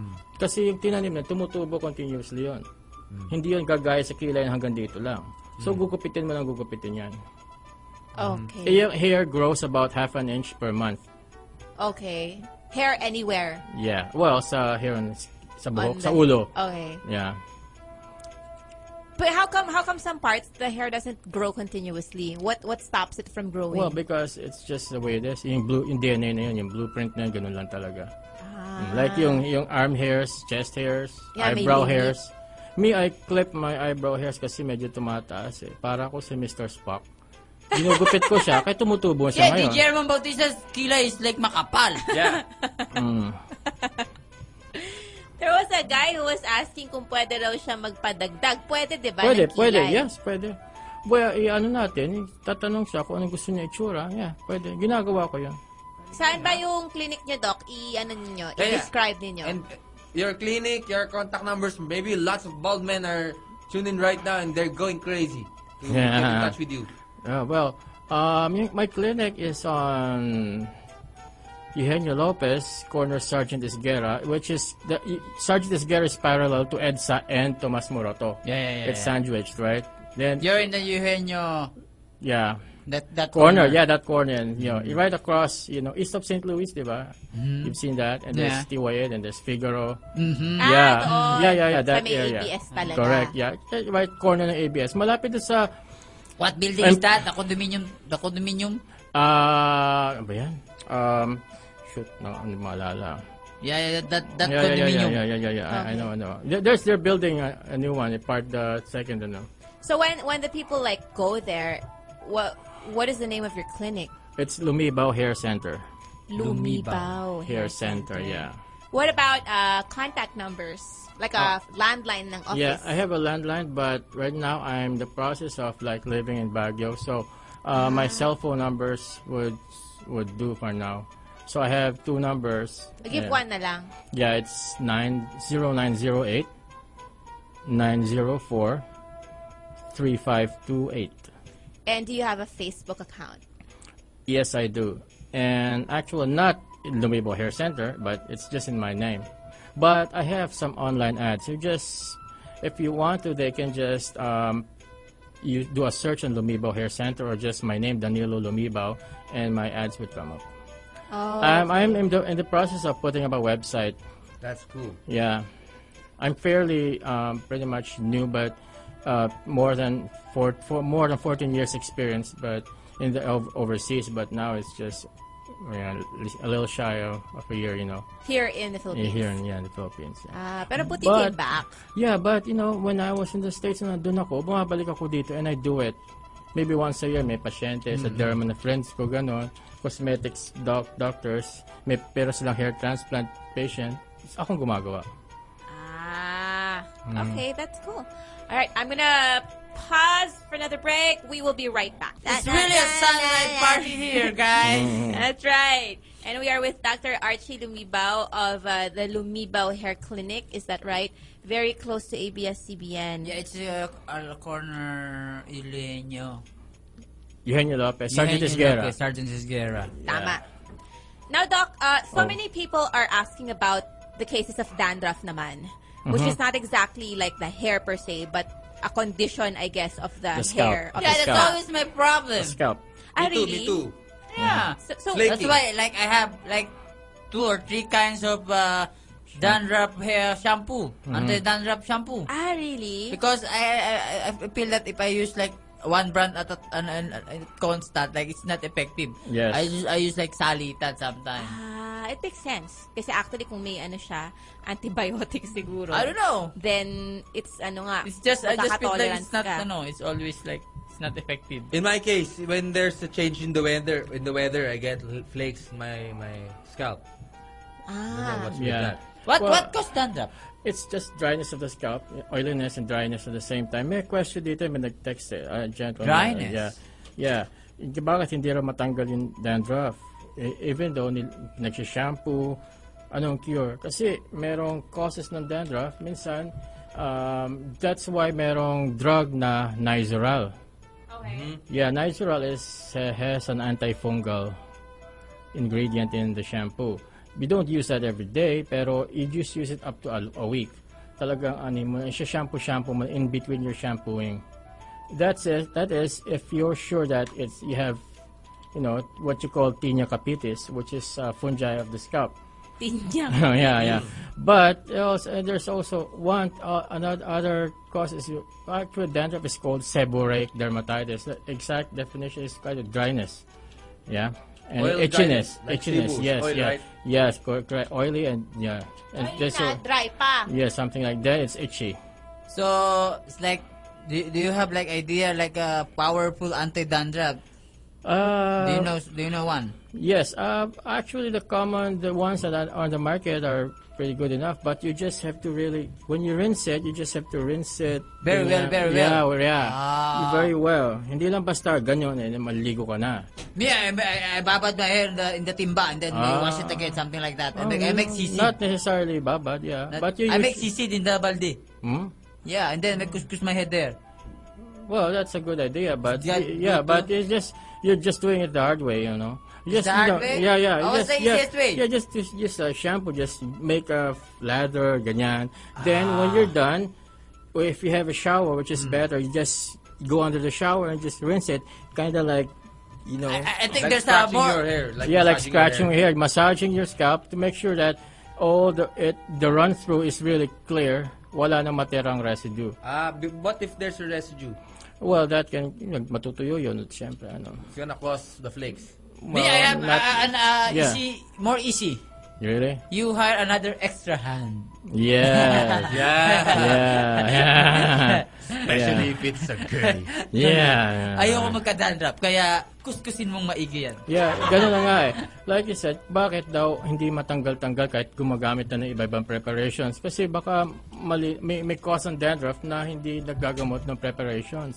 Kasi yung tinanim na, tumutubo continuously yun. Hindi yun gagaya sa kilay na hanggang dito lang. So, gugupitin mo lang gugupitin yan.
Okay.
Yung hair grows about half an inch per month.
Okay. Hair anywhere.
Yeah. Well, sa hair, on- sa
On
buhok,
the-
sa
Oh.
ulo.
Okay.
Yeah.
But how come how come some parts the hair doesn't grow continuously? What what stops it from growing?
Well, because it's just the way it is. Yung, blue, yung DNA na yun, yung blueprint na yun, ganun lang talaga. Like yung, yung arm hairs, chest hairs,
Ah. Yeah, may
eyebrow
limit.
hairs. Me, I clip my eyebrow hairs kasi medyo tumataas eh. Para ko si Mr. Spock. Ginugupit ko siya, kaya tumutubo siya
Yeah, the
ngayon.
German Bautista's kilay is like makapal.
Yeah.
There was a guy who was asking kung pwede daw siya magpadagdag. Pwede, di ba?
Pwede,
ng kilay?
pwede. Yes, pwede. Well, i- ano natin, tatanong siya kung anong gusto niya itsura. Yeah, pwede. Ginagawa ko yun.
Saan ba yung clinic niyo, Doc? I-ano ninyo?
Yeah, yeah.
I-describe ninyo?
And uh, your clinic, your contact numbers, maybe lots of bald men are tuning right now and they're going crazy to get in
Yeah.
touch with you.
Uh, well, um, yung- my clinic is on Eugenio Lopez, corner Sergeant Isguera, which is the y- Sergeant Isguera is parallel to EDSA and Tomas Moroto.
Yeah, yeah, yeah,
It's uh,
yeah.
sandwiched, right? Then
You're in the Eugenio
yeah,
that that
corner, yeah, that corner, and you know, right across, you know, east of St. Louis, diba? You've seen that, and
Yeah.
there's Tiwayen, and there's
ah,
Figaro. yeah.
doon.
yeah, yeah, yeah,
Sa
that
may
area.
ABS talaga.
Correct, yeah, right corner ng ABS. Malapit na sa
What building is
I'm-
that? The condominium, the condominium.
Ah, ano ba yan? Um, shoot, no, ano maalala.
Yeah, yeah, that that, that
yeah, yeah, yeah,
condominium.
yeah, yeah, yeah, yeah. I, I know, I know. There- There's, they're building a, a new one, a part the second, ano.
So when when the people like go there, what what is the name of your clinic?
It's Lumibao Hair Center.
Lumibao
Hair Center, yeah.
What about uh, contact numbers? Like a landline ng office.
Oh. Yeah, I have a landline, but right now I'm the process of like living in Baguio, so uh, my cell phone numbers would would do for now. So I have two numbers.
Give
yeah.
one na lang.
Yeah, it's nine zero nine zero eight nine zero four three five two eight.
And do you have a Facebook account?
Yes, I do. And actually, not in Lumibo Hair Center, but it's just in my name. But I have some online ads. You just, if you want to, they can just um, you do a search on Lumibo Hair Center or just my name, Danilo Lumibao, and my ads would come up.
Oh,
Um, I'm in the, in the process of putting up a website.
That's cool.
Yeah. I'm fairly um, pretty much new, but uh, more than four, four, more than 14 years experience, but in the ov- overseas. But now it's just yeah, a little shy of, of a year, you know,
here in the
in
Philippines.
here in, yeah, in the Philippines. Yeah.
Ah, pero puti
But-
din back.
yeah, but you know, when I was in the States na doon ako, bumabalik ako dito and I do it. Maybe once a year, may pasyente sa derma na friends ko, gano'n. Cosmetics doc, doctors, may pero silang hair transplant patient. Akong gumagawa.
Ah,
Mm.
okay, that's cool. All right, I'm gonna pause for another break. We will be right back.
It's really a sunlight party here, guys. Mm.
That's right. And we are with Dr. Archie Lumibao of uh, the Lumibao Hair Clinic. Is that right? Very close to ABS-CBN.
Yeah, it's uh, a corner Ileño.
Eugenio Lopez, eh, Sergeant
Eugenio
Esguerra.
Lopez, Sergeant Isguera.
Tama. Now, Doc, uh, so
Oh.
many people are asking about the cases of dandruff naman, which
Mm-hmm.
is not exactly like the hair per se, but a condition, I guess, of the,
The scalp.
hair. Of
Yeah,
the
that's
Scalp.
always my problem.
Scalp.
Ah,
Me too,
really?
me too.
Yeah.
So, so
Flake.
That's why, like, I have, like, two or three kinds of uh, dandruff hair shampoo.
Mm-hmm.
Anti-dandruff shampoo.
ah, really?
Because I, I, I- I feel that if I use, like, one brand at a an, an, an- constant, like, it's not effective.
Yes.
I use, I use like, salitan sometimes.
Ah, it makes sense. Kasi actually, kung may ano siya, antibiotic siguro.
I don't know.
Then, it's ano nga.
It's just, I just feel like
magkaka-tolerance
it's not,
ka.
ano, it's always, like, it's not effective.
In my case, when there's a change in the weather, in the weather, I get l- flakes in my my scalp. I don't know
Ah,
what's with
Yeah.
that.
What,
Well,
what caused dandruff?
It's just dryness of the scalp, oiliness and dryness at the same time. May question dito, may nag-text eh, a gentleman.
Dryness?
Yeah. Yeah. Y- Bakit hindi raw matanggal yung dandruff? E- even though nil- nagsishampoo, anong cure? Kasi merong causes ng dandruff. Minsan, um, that's why merong drug na Nizoral.
Okay.
Mm-hmm.
Yeah, Nizoral is uh, has an antifungal ingredient in the shampoo. We don't use that every day, pero you just use it up to a, a week. Talagang ano mo, shampoo shampoo mo in between your shampooing. That's it. That is if you're sure that it's you have, you know, what you call tinea capitis, which is uh, fungi of the scalp.
Tinyang.
Oh, yeah, yeah. But also, and uh, there's also one uh, another other cause is you- actually dandruff is called seborrheic dermatitis. The exact definition is kind of dryness. Yeah. And
Oil
itchiness,
dryness, like
itchiness,
sibus,
yes,
oil,
yeah,
right?
yes, correct, correct, oily and yeah, and just
na,
so-
dry pa.
yeah, something like that. It's itchy.
So it's like, do, do you have like idea like a powerful anti-dandruff?
Uh,
do you know? Do you know one?
Yes, uh, actually, the common the ones that are on the market are pretty good enough. But you just have to really, when you rinse it, you just have to rinse it
Very
in
well,
a-
very
yeah,
well.
well, yeah,
Ah.
very well. Hindi lang basta ganyan eh, maligo ka na.
Me, I, I, I babad my hair in the, in the timba and then I
Ah. Oh,
wash it again, something like that. I make, I make sisig.
Not necessarily babad, yeah.
Not-
but you,
I make
usu-
sisig in the balde.
Hmm?
Yeah, and then I couscous my hair there.
Well, that's a good idea, but
Is that
y- yeah,
good
but
too?
it's just you're just doing it the hard way, you know. You Just,
The hard
you know,
way?
Yeah, yeah.
Oh, it's
just,
the
yeah,
easiest way.
Yeah, just just, just uh, shampoo, just make a lather, ganyan. Then when
Ah.
you're done, or if you have a shower, which
Hmm.
is better, you just go under the shower and just rinse it, kind of like, you know,
I, I- I think
Like
there's a
scratching
more.
your hair. Like
yeah, like
your
scratching your hair. massaging your scalp to make sure that all the it the run through is really clear. Wala nang materang residue.
Ah, b- what if there's a residue?
Well, that can you know, matutuyo yun, syempre, ano.
It's gonna cause the flakes.
Me, I have
not-
uh, an uh,
yeah.
easy, more easy.
Really?
You hire another extra hand.
Yeah. yeah. Yeah.
Especially if it's a girl.
Yeah. yeah.
Ayoko magka-dandruff, kaya kuskusin mong maigi yan.
Yeah, ganun na nga eh. Like you said, bakit daw hindi matanggal-tanggal kahit gumagamit na ng iba-ibang preparations? Kasi baka mali, may, may cause ng dandruff na hindi nagagamot ng preparations.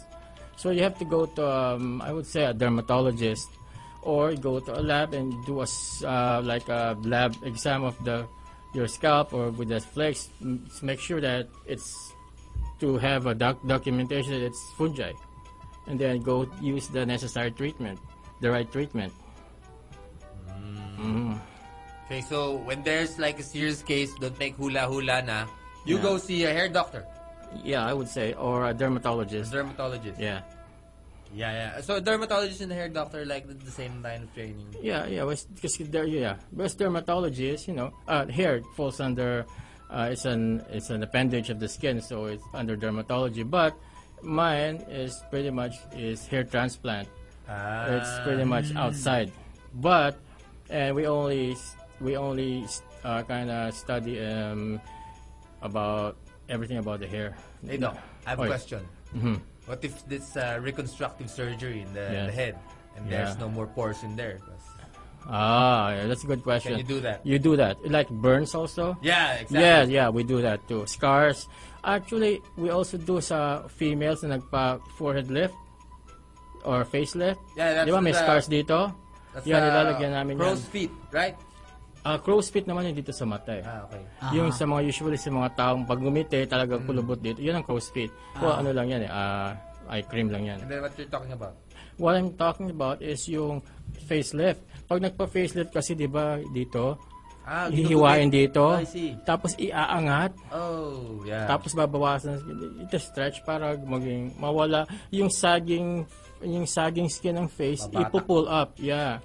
So you have to go to, um, I would say, a dermatologist or go to a lab and do a, s- uh, like a lab exam of the your scalp or with the flakes. M- Make sure that it's to have a doc- documentation that it's fungi. and then go use the necessary treatment, the right treatment.
Okay, so when there's like a serious case, don't make hula-hula na. You go see a hair doctor,
Yeah, I would say, or a dermatologist.
dermatologist.
Yeah,
yeah. yeah. So dermatologist and hair doctor like the, the same line of training.
yeah, yeah. Because there, yeah, because dermatologist, you know, uh, hair falls under. Uh, it's an it's an appendage of the skin, so it's under dermatology. But mine is pretty much is hair transplant.
Ah.
it's pretty much outside but and we only we only uh, kind of study um, about everything about the hair
Hey doc, I have a
Oy.
question.
Mm-hmm.
What if this uh, reconstructive surgery in the,
Yes.
the head and
Yeah.
there's no more pores in there? 'Cause-
ah yeah, that's a good question
you do that?
you do that like burns also
Yeah, exactly.
yeah yeah we do that too scars actually we also do sa females na nagpa forehead lift or facelift
Yeah, that's
di ba may
the-
scars dito
That's,
yeah
uh,
nilalagyan namin
crow's
yan
feet, right?
Ah, crow's feet naman yung dito sa mata eh.
Ah, Mm. okay.
Yung sa mga usually sa mga taong pag ngumiti, talagang kulubot dito. Yun ang crow's feet. Well, ano lang yan eh. ah, eye cream lang yan.
And then what you're talking about?
What I'm talking about is yung facelift. Pag nagpa-facelift kasi, di ba, dito,
Ah,
hihiwain
ginugupit.
dito,
I see.
tapos iaangat,
Oh, yeah.
tapos babawasan, ito stretch para maging mawala yung saging yung saging skin ng face,
Babata.
ipo-pull up. Yeah.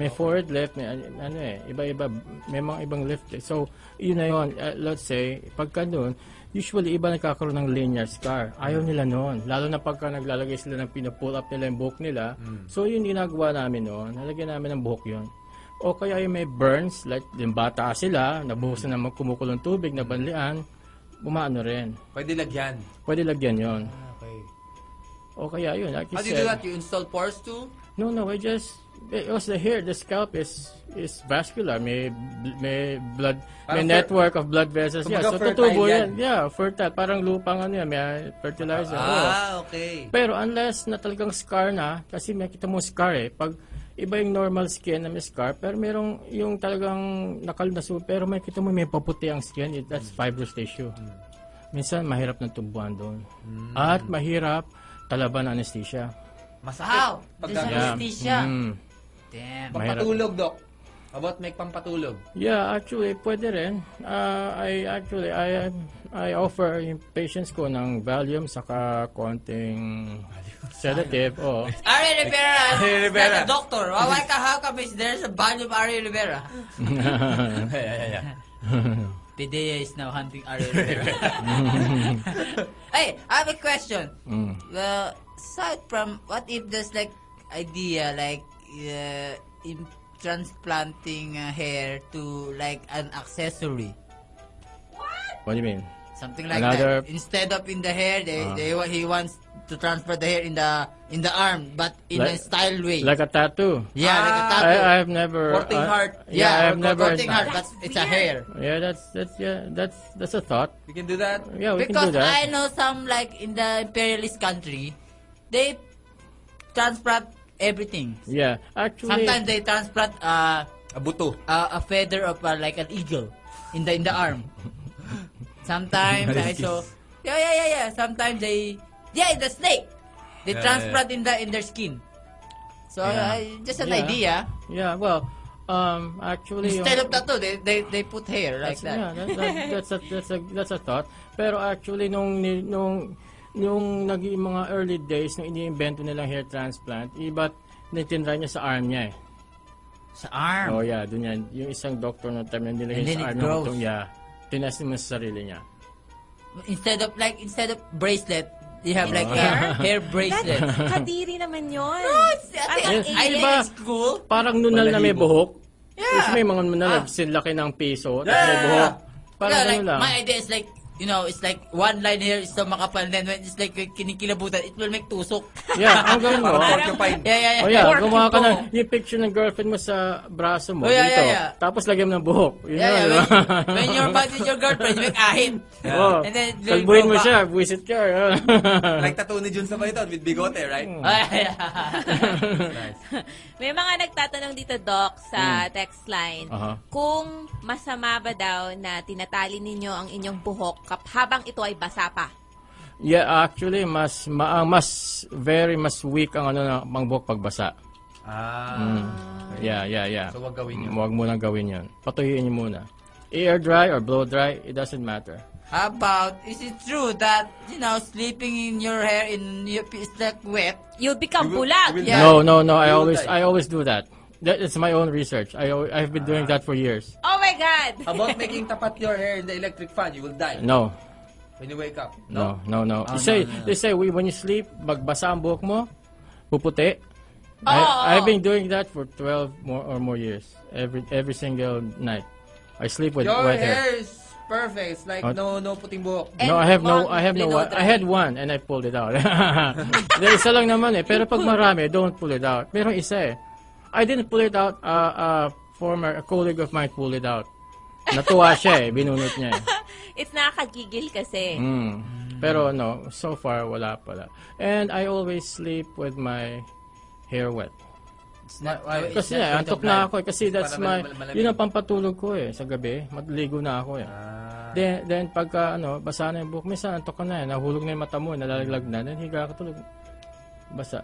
May forward lift, may an- ano eh, iba-iba, may mga ibang lift. Eh. So, yun na yun. Uh, let's say, pagka nun, usually iba nagkakaroon ng linear scar. Ayaw nila nun. Lalo na pagka naglalagay sila ng pinupull up nila yung buhok nila. So, yun ginagawa namin nun. Nalagyan namin ng buhok yun. O kaya yung may burns, like yung bata sila, nabuhusan na kumukulong tubig, nabanlian, umaano rin.
Pwede lagyan.
Pwede lagyan yon.
Okay.
O kaya yun, like you
How do you
said,
do that? You install pores too?
No, no, I just because the hair, the scalp is is vascular. May bl- may blood, may
Parang fer-
network of blood vessels. Yeah,
Kumbaga
so
fertile
tutubo
yan.
yan. Yeah, fertile. Parang lupang ano yan, may fertilizer. Oo.
Ah, okay.
Pero unless na talagang scar na, kasi makita mo scar eh. Pag iba yung normal skin na may scar, pero merong yung talagang nakal na su- pero makita mo may paputi ang skin, it- that's
Hmm.
fibrous tissue. Minsan mahirap ng tubuhan doon.
Hmm.
At mahirap talaban ng anesthesia.
Wow!
Masakit. Pag
There's anesthesia.
Mm.
Damn.
mahirap.
Pampatulog, Doc. How about make pampatulog?
Yeah, actually, pwede rin. Ah, I actually, I, I offer yung patients ko ng Valium saka konting sedative. Oh.
Ari Rivera is
Ari Rivera.
not a doctor. Why, why ka, how come is there's a band of Ari Rivera?
yeah, yeah, yeah.
Pidea is now hunting Ari Rivera. hey, I have a question.
Mm.
Well, aside from, what if there's like idea like uh, in transplanting uh, hair to like an accessory?
What do you mean?
Something like
Another- Ah.
that. Instead of in the hair, they, they wa- he wants to transfer the hair in the in the arm, but in
Like-
a style way.
Like a tattoo.
yeah, like a tattoo.
I, I've never.
Porting
I-
heart.
Yeah,
yeah,
I've never.
cutting heart, but it's a hair.
Yeah, that's that's yeah, that's that's a thought.
We can do that?
Yeah, Oh, we can do
Because
that.
I know some like in the imperialist country, they transplant everything.
Yeah, actually.
Sometimes they transplant uh,
A Ah, buto.
uh, a feather of uh, like an eagle in the in the arm. Sometimes I saw yeah yeah yeah yeah. Sometimes they yeah the snake they
Yeah,
transplant in the in their skin. So
Yeah.
uh, just an
Yeah.
idea.
Yeah, well, um, actually. yung-
Instead of tattoo, they they, they put hair like
that's, Yeah,
that.
that, that- that's a that's a that's a thought. Pero actually nung ni- nung nung naging mga early days nung iniimbento nilang hair transplant, iba't nitinry niya sa arm niya eh.
Sa arm.
Oh yeah, dun yan. Yung isang doctor nung time na nilagay
And then
sa
it
arm
grows.
ng yeah. Tinest mo sa sarili niya.
Instead of like instead of bracelet, you have
Oh.
like a
Hair?
hair bracelet.
Kadiri naman yun.
I
Ang
think I
init.
iba.
it's cool.
Parang nunal na may buhok.
Yeah.
Is may mga nunal
Ah.
sinlaki ng piso.
Yeah,
tapos may
yeah,
buhok. Parang
Yeah,
ano
like,
lang.
my idea is like, you know, it's like one line here is so makapal, then when it's like kinikilabutan, it will make tusok.
Yeah, ang oh. gawin mo.
Parang porcupine.
Yeah, yeah, yeah.
Oh yeah,
Pork
gumawa ka
ito.
ng yung picture ng girlfriend mo sa braso mo
Oh, yeah,
dito.
yeah, yeah.
Tapos lagyan mo ng buhok. Yun
Yeah, yeah.
yun,
When,
di ba?
when you're bad with your girlfriend, you make ahin.
Oh,
And then, you'll
kalbuhin mo
grow
siya, visit ka.
Like tattoo ni Jun sa Python with bigote, right?
Hmm.
back. Oh, yeah, yeah.
Nice.
May mga nagtatanong dito, Doc,
Hmm.
sa text line,
Aha.
kung masama ba daw na tinatali ninyo ang inyong buhok kap habang ito ay basa pa?
Yeah, actually, mas, ma, ang mas, very mas weak ang ano na pangbok pagbasa. Hmm.
Ah.
Yeah, yeah, yeah.
So, wag gawin yun.
Mm, Wag mo nang gawin yun. Patuyuin niyo muna. Air dry or blow dry, it doesn't matter.
About, is it true that, you know, sleeping in your hair in your, is like wet?
You'll become
You will-
bulag.
you will-
Yeah.
No, no, no. I always,
dry.
I always do that. That is my own research. I, al- I've been
Ah.
doing that for years.
Oh my God.
About making tapat your hair in the electric fan, you will die
No,
when you wake up.
no, no, no. They say, they say, we, when you sleep, magbasa ang buhok mo, puputi.
Oo.
I, I've been doing that for 12 more or more years. Every, every single night. I sleep with
Your
wet
hair is perfect. It's like
What?
no no puting buhok.
No, I have no, I have no,
Blino
one. I had one and I pulled it out. There isa lang naman eh. Pero pag marami, don't pull it out. Merong isa eh. I didn't pull it out. Uh, uh, former, a colleague of mine pulled it out. Natuwa siya eh. Binunot niya eh.
It's nakakagigil kasi.
Mm. Pero no, so far wala pala. And I always sleep with my hair wet.
Oh,
Kasi eh, antok na ako eh. Kasi that's
para
my,
malam- malamig.
yun ang pampatulog ko eh. Sa gabi, magligo na ako eh. Then, then pagka ano, basa na yung buhok, minsan antok ka na eh. Nahulog na yung mata mo, nalalaglag na. Then higa ka tulog. Basa.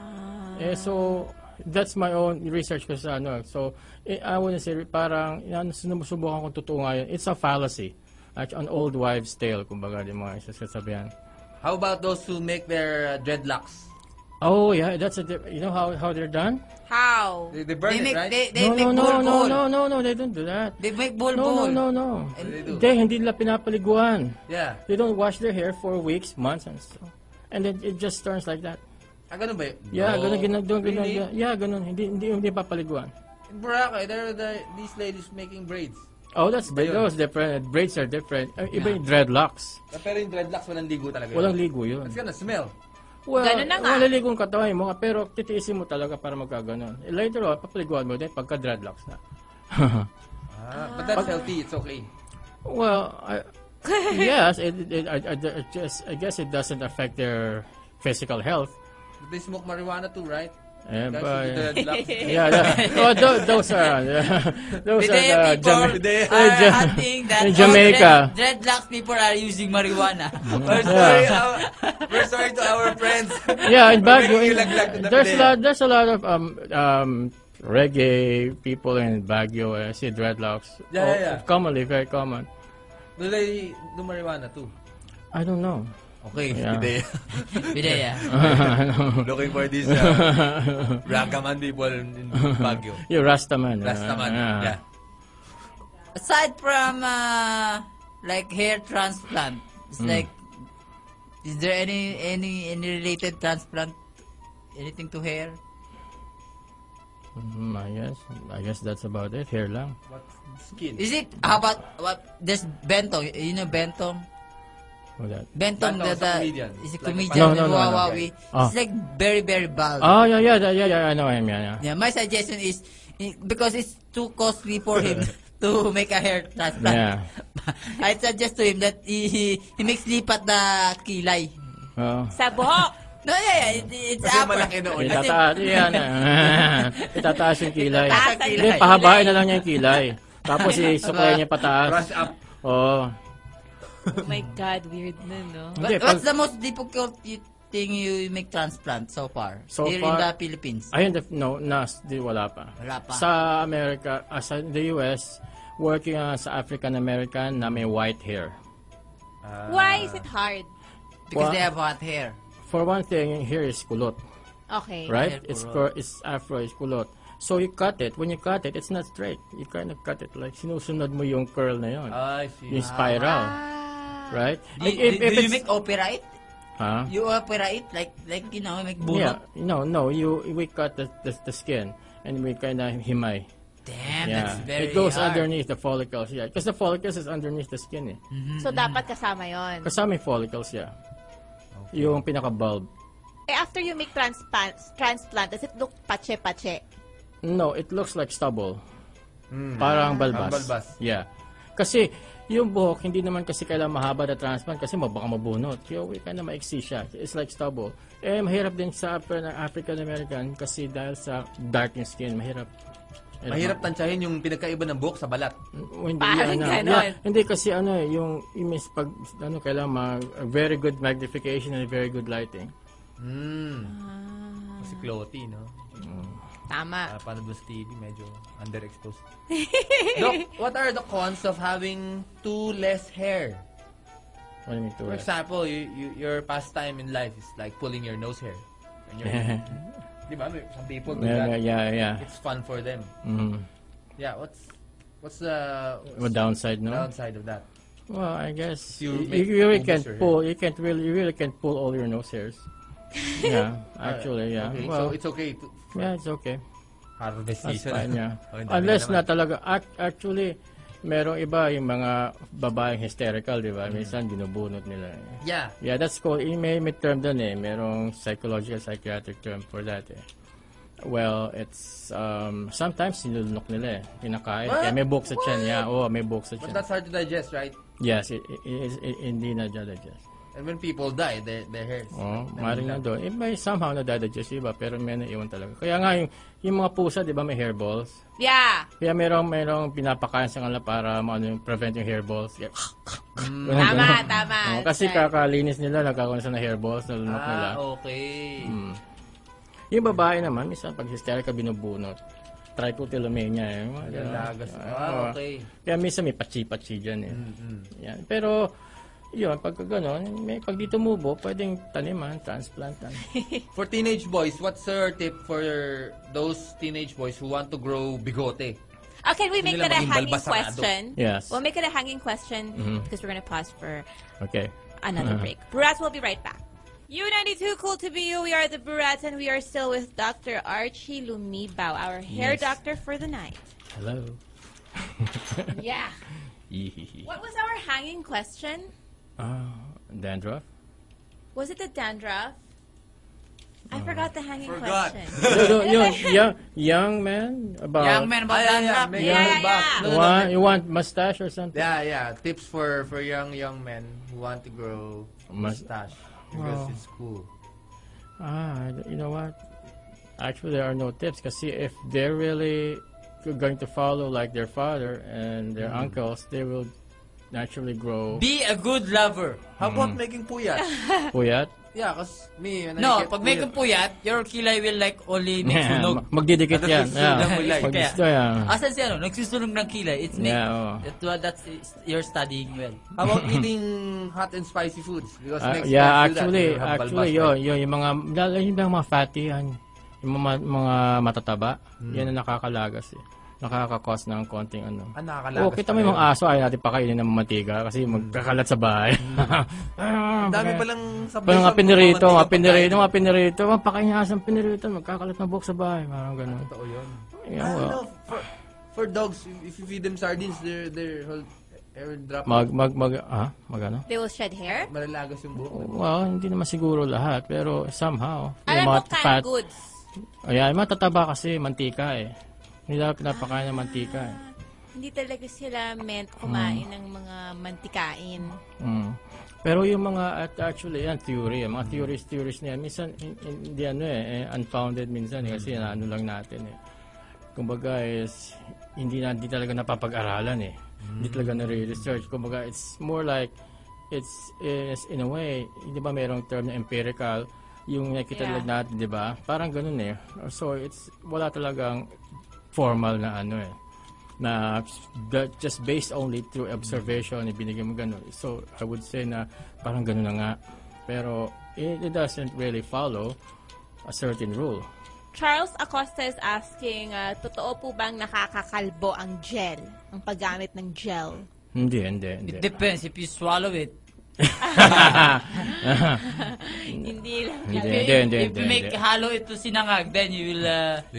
Ah.
Eh, so, that's my own research ko sa ano. So, eh, I wanna say, parang, yan, sinusubukan kong totoo nga yun. It's a fallacy. Like, an old wives tale, kumbaga, yung mga isasasabihan.
How about those who make their uh, dreadlocks?
Oh, yeah, that's a, di- you know how, how they're done?
How?
They, they burn
They
it,
make,
right?
they, they
no,
make
no, no,
ball
no,
ball.
no, no, no, they don't do that.
They make ball ball.
No, no, no, no.
they do?
They, hindi nila pinapaliguan.
Yeah.
They don't wash their hair for weeks, months, and stuff. And then it just turns like that.
Ah, ganun ba yun?
Yeah,
No.
ganun, ganun, ganun, ganun,
Really?
ganun. Yeah, ganun. Hindi, hindi, hindi papaliguan.
In Boracay, there are the, these ladies making braids.
Oh, that's
Iba yun.
those different. Braids are different. Uh, Iba yung dreadlocks.
Ah, Pero yung dreadlocks, walang ligo talaga. yun.
Walang ligo yun.
It's gonna smell.
Well,
Ganun na nga.
Malaligo ang katawan mo, eh, pero titiisin mo talaga para magkaganon. Eh, Later on, papaliguan mo din pagka dreadlocks na.
Ah, but that's healthy. It's okay.
well, I, yes, it, it, I, I, I just, I guess it doesn't affect their physical health.
But they smoke marijuana too, right?
Eh,
Guys
but-
with the dreadlocks.
Yeah, that, oh, tho- those are those
Today,
are uh, the
people
Jama-
are
Ja-
hunting that
in Jamaica. Mm.
dread- dreadlocks people are using marijuana.
We're sorry, our, we're sorry to our friends.
yeah, in Baguio,
Making you laglag to the
there's
plane.
a lot, there's a lot of um um reggae people in Baguio. I see dreadlocks. Oh,
Yeah, yeah, yeah.
Commonly, very common.
Do they do marijuana too?
I don't know.
Okay,
Yeah.
hindi.
Bidea.
Looking for this uh, Ragaman people in Baguio.
You're Rastaman.
Last naman. Yeah.
Aside from uh, like hair transplant, it's
Hmm.
like is there any any any related transplant anything to hair?
Mm, I guess. I guess that's about it. Here lang.
What skin?
Is it how about what there's bentong? You know bentong.
What's that?
Bentong,
Bentong is a
the, the
comedian.
is a
Like a
comedian
No, no,
in
no, no.
Wawawi.
Ah.
It's like very very bald.
Oh yeah, yeah, yeah, yeah, yeah. I know him. Yeah, yeah.
Yeah, my suggestion is eh, because it's too costly for him to make a hair transplant.
Yeah.
I suggest to him that he he, he makes lipat na kilay.
Oh.
Sa buhok.
No, yeah, yeah, it, it's
Kasi
upper.
malaki noon.
Kasi-
Itataas, yan. eh. Itataas yung kilay.
Itataas
Ah,
ang
Hindi,
kilay.
pahabain na lang niya yung kilay. Tapos isuklayan niya pataas.
Brush up.
Oo.
Oh my God, weird na, no?
Hindi,
What-
pag,
what's the most difficult you, thing you make transplant so far?
So
Here in
far-
the Philippines.
ayun, the- no, nas, di, wala pa.
Wala pa.
Sa America, ah, sa the US, working ah, sa African American na may white hair.
Why is it hard?
Because
Wha-
they have hot hair.
For one thing, here is kulot,
Okay.
right?
Hair
It's cur- it's afro, it's kulot. So you cut it. When you cut it, it's not straight. You kind of cut it like sinusunod mo yung curl na yun.
Ah, I see.
yung spiral.
ah.
Ah,
Right?
Do,
If- if-
do-
if
do you
it's-
make opera it?
Huh?
You opera it? Like, like you know, make bulot?
Yeah, no, no. You we cut the the, the skin and we kind of himay.
Damn,
Yeah,
that's very
it goes
hard.
underneath the follicles. Yeah, because the follicles is underneath the skin. Eh.
So, dapat kasama yon.
Kasama yung follicles. Yeah, yung pinaka bulb.
Eh, after you make transplant, transplant does it look pache-pache?
No, it looks like stubble. Parang
Hmm. Parang
balbas.
balbas.
Yeah. Kasi yung buhok, hindi naman kasi kailangan mahaba na transplant kasi mab- baka mabunot. Kaya we kind of maiksi siya. It's like stubble. Eh, mahirap din sa Afri- African American kasi dahil sa dark yung skin, mahirap. Ano
Mahirap
ba?
tansyahin yung pinagkaiba ng buhok sa balat.
Hindi,
Parang
ano,
ganon.
yeah, hindi kasi ano eh, yung image pag ano kailangan mag a very good magnification and very good lighting.
Mm. Si Clotty, no?
Tama.
Ah, paano doon sa TV, medyo underexposed. Doc, what are the cons of having too less hair?
What do you mean to
For
it?
example, you, you, your pastime in life is like pulling your nose hair. And your, di ba? May- Some people do
yeah, yeah,
that.
yeah, yeah.
It's fun for them.
Mm.
Yeah, what's what's the
Well, downside, no?
downside of that?
Well, I guess
You
you,
make
you really
boobs
can't
your hair.
pull. You can't really, you really can't pull all your nose hairs. yeah, actually, yeah.
Uh, Okay,
well,
so it's okay to
yeah, it's okay.
harvest
That's
season.
fine, yeah.
Oh, hindi
Unless
naman.
na talaga, ac- actually, merong iba yung mga babaeng hysterical, di
Mm-hmm.
ba? Minsan binubunot nila.
Yeah.
Yeah, that's called, eh, may, may term doon eh. Merong psychological, psychiatric term for that eh. Well, it's, um, sometimes sinulunok nila eh. Pinakain.
What?
Yeah, may buhok sa chan. Yeah, oh, may buhok sa
But
chan.
that's hard to digest, right?
Yes, it, it, it, it, hindi na digest.
And when people die, their their hairs.
Oo, maaaring na doon. Eh, may somehow nadadigest yung iba, pero may naiwan talaga. Kaya nga, yung, yung mga pusa, di ba, may hairballs.
Yeah.
Kaya merong, merong pinapakain sa kanila para maano, yung prevent yung hairballs. Yeah.
Mm.
Ganun,
Tama,
ganun.
tama.
Oo, Oh, kasi
That's right.
kakalinis nila, nagkakaroon sila ng hairballs, nalunok nila.
Ah, okay.
Hmm. Yung babae naman, minsan pag hysterical, binubunot. Trichotillomania, eh. Mga ganun.
Dalagas.
Oo.
Ah, okay.
Kaya minsan may pachi-pachi dyan eh. Yan. Pero, yun, pag gano'n, may, pag di tumubo, pwedeng taniman, ah. transplantan.
For teenage boys, what's your tip for those teenage boys who want to grow bigote?
Oh, can we make
nila
that a
maging
hanging
balbasarado.
question?
Yes. Mm-hmm.
We'll make it a hanging question because we're going to pause for
Okay.
another
Uh-huh.
break. Burats will be right back. U92, cool to be you. We are the Burats, and we are still with Dr. Archie Lumibao, our hair
Yes.
doctor for the night.
Hello.
Yeah.
Ihihi.
What was our hanging question?
Ah, dandruff?
Was it the dandruff? I forgot the hanging
Forgot.
question.
no, no, yun, young, young man? About
Young man
Ah,
about
yeah, yeah,
dandruff.
make
Yeah,
it
yeah,
back.
yeah.
No, no, no,
Wa-
no.
you want mustache or something?
Yeah, yeah. Tips for for young young men who want to grow
Mus-
mustache because
Wow.
it's cool.
Ah, you know what? Actually, there are no tips because see, if they're really going to follow like their father and their uncles, they will naturally grow
Be a good lover. How about
Hmm.
making puyat?
puyat.
yeah, cause me when I
No,
get
pag may kang puyat, your kilay will like only
Yeah,
magsunog.
ma- magdidikit yan.
Nagsusunog
Yeah.
mo lang.
Magdisto yan.
Asan siya, no? Nagsusunog ng kilay. It's me.
Yeah, oh. oo.
That's what, that's, you're studying well.
How about eating hot and spicy foods? Because
Ah,
next
yeah,
time you do that,
actually,
you'll have
actually,
balbas,
yun,
right?
yun, yung mga, lalo yung mga fatty, yan, yung mga, mga matataba,
Hmm.
yan ang nakakalagas eh. Nakakakos ng konting ano.
Ah, nakakalagas
Oo, kita
pala
mo yung mga
yun. Hmm.
aso, ayaw natin pakainin ng mantika kasi magkakalat sa bahay. Ah, Ang
Ang dami palang sablay
Parang
sa
nga pinirito,
mga
nga
mantika
pinirito,
pagkain.
nga pinirito. Mapakain niya asang pinirito, magkakalat na buhok sa bahay. Parang ganun.
Totoo yun.
Yeah,
I don't
well.
know, Ah, for, for dogs, if- if you feed them sardines, they're, they're, whole- they'll drop
Mag, mag, mag, ah, mag ano?
They will shed hair?
malalagas yung buhok.
Well, hindi naman siguro lahat, pero somehow.
Alam
yung
mo,
mga
canned goods.
Ayan, matataba kasi mantika eh. Nila pinapakain ng mantika eh.
Hindi talaga sila meant kumain ng mga mantikain.
Mm. Pero yung mga at actually yan theory, yung mga theories theories niya minsan hin- hindi ano eh eh, unfounded minsan eh, kasi ano lang natin eh. Kumbaga is hindi na hindi talaga napapag-aralan eh. Hindi talaga nare-research. Kumbaga it's more like it's is in a way, hindi ba mayroong term na empirical yung nakita
Yeah.
lang natin, di ba? Parang ganun eh. So it's wala talagang formal na ano eh na that just based only through observation ibinigay mo ganun. So, I would say na parang ganun na nga. Pero, it, it doesn't really follow a certain rule.
Charles Acosta is asking, ah, totoo po bang nakakakalbo ang gel? Ang paggamit ng gel?
Hindi, hindi, hindi.
It depends if you swallow it.
Hindi lang.
Hindi,
If-
hindi, hindi,
If
hindi,
you make
hindi.
halo it to sinangag, then you will, uh,
Hindi,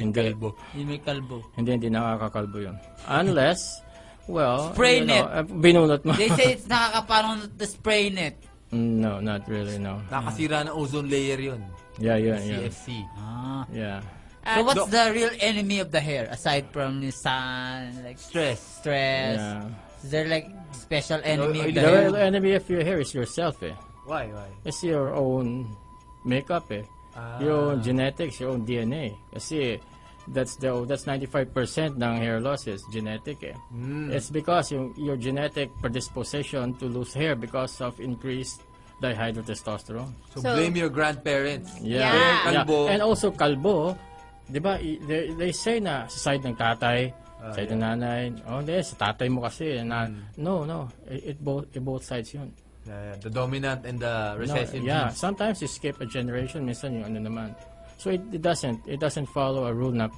you may kalbo.
hindi, hindi nakakakalbo yun. Unless, well,
Spray
you know,
net.
uh, binunot mo.
They say it's nakakapanong the spray net.
no, not really, no.
Nakasira ng ozone layer yun.
Yeah, yeah, yeah.
CFC.
Ah.
Yeah.
So what's the real enemy of the hair aside from the sun, like stress, stress?
Yeah.
Is there like special enemy of the
The
hair?
real enemy of your hair is yourself eh.
Why, why?
It's your
Ah.
own makeup eh. Your own genetics, your own DNA. Kasi that's the that's 95% ng hair loss is genetic eh.
Hmm.
It's because yung, your genetic predisposition to lose hair because of increased dihydrotestosterone.
So,
So-
blame your grandparents.
Yeah.
Yeah.
Kalbo.
And also kalbo, 'di ba? i- They, they say na sa side ng tatay,
Ah,
sa side ng nanay, oh, hindi, sa tatay mo kasi eh, na
Hmm.
no, no, it, it both it both sides 'yun.
Yeah, yeah. the dominant and the
No,
recessive
yeah,
genes.
sometimes you skip a generation, minsan yung ano naman. So it, it doesn't it doesn't follow a rule na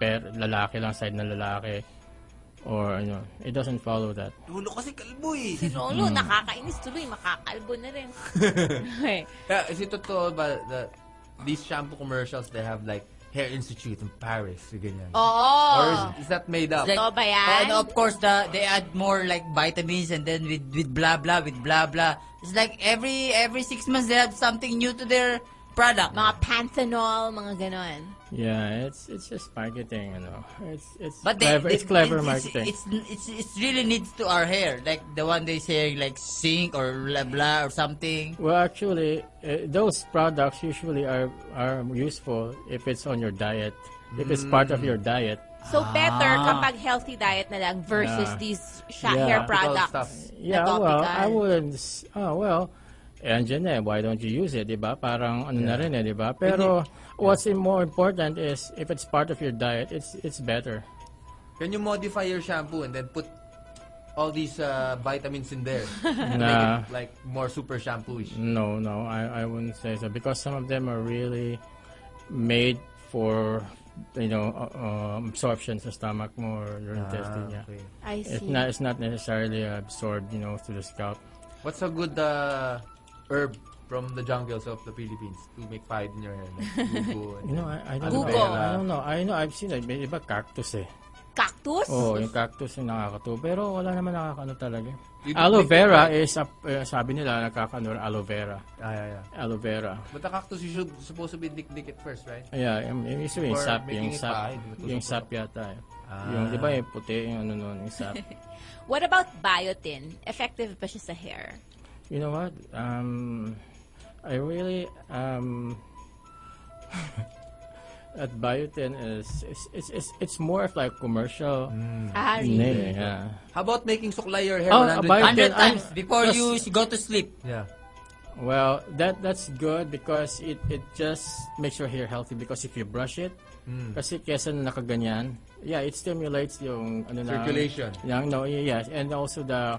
per lalaki lang side ng lalaki or ano, it doesn't follow that.
Lulo kasi kalbo eh.
Si Rolo,
Hmm.
nakakainis tuloy. Makakalbo na rin. okay.
Yeah, is it totoo ba that these shampoo commercials they have like Hair Institute in Paris, yung ganyan.
Oo. ano,
Or is, is that made up?
Like,
Totoo ba yan?
oh, and of course, the, they add more like vitamins and then with, with blah blah, with blah blah. It's like every every six months they have something new to their product.
Mga panthenol, mga ganon.
Yeah, it's it's just marketing, you know. It's it's
But they,
clever,
they-
it's clever
it's-
marketing.
It's, it's, it's really needs to our hair. Like the one they say like sink or blah blah or something.
Well, actually, uh, those products usually are are useful if it's on your diet, if it's part of your diet.
So, better kapag healthy diet na lang versus
Ah. Yeah.
these sha-
Yeah.
hair
Typical
products.
stuff.
Yeah,
na
well,
topical.
I wouldn't. s- Oh, well, andyan eh, why don't you use it, di ba? Parang ano na rin eh, di ba? Pero what's im- more important is if it's part of your diet, it's it's better.
Can you modify your shampoo and then put all these uh, vitamins in there? And
Nah.
Make it like more super shampooish.
No, no, I, I wouldn't say so because some of them are really made for you know uh, um, absorption sa stomach mo or your intestine. Yeah.
Okay.
I
It's
see.
not it's not necessarily absorbed, you know, through the scalp.
What's a good uh, herb from the jungles of the Philippines to make fight in your hair? Like gugo and
You know, I, I
Aloe
don't know.
vera.
I don't know. I know I've seen it. May iba cactus eh.
Cactus?
Oh, yung cactus yung nakakatuwa. Pero wala naman nakakano talaga.
You don't
Aloe
think
vera is, a, eh, sabi nila, nakakano aloe vera.
Ah, yeah, yeah.
Aloe vera.
But the cactus, you should supposed to be dick-dick at first, right?
Yeah, yung, yung isa yung
Or
sap,
making
yung
it
sap,
bahay, di ba?
yung sap yata. Eh.
Ah.
Yung, di ba, yung puti, yung ano nun, yung sap.
What about biotin? Effective ba siya sa hair?
You know what? Um, I really um, at Biotin is it's, it's it's it's more of like commercial
Ah, really?
name. Yeah.
How about making suklay your hair
Oh,
100
about-
times?
Hundred
I'm-
times before
just-
you go to sleep.
Yeah.
Well, that that's good because it it just makes your hair healthy because if you brush it,
Hmm.
kasi kesa na nakaganyan, yeah, it stimulates yung ano ng-
Circulation.
Ng, no, y- yes, and also the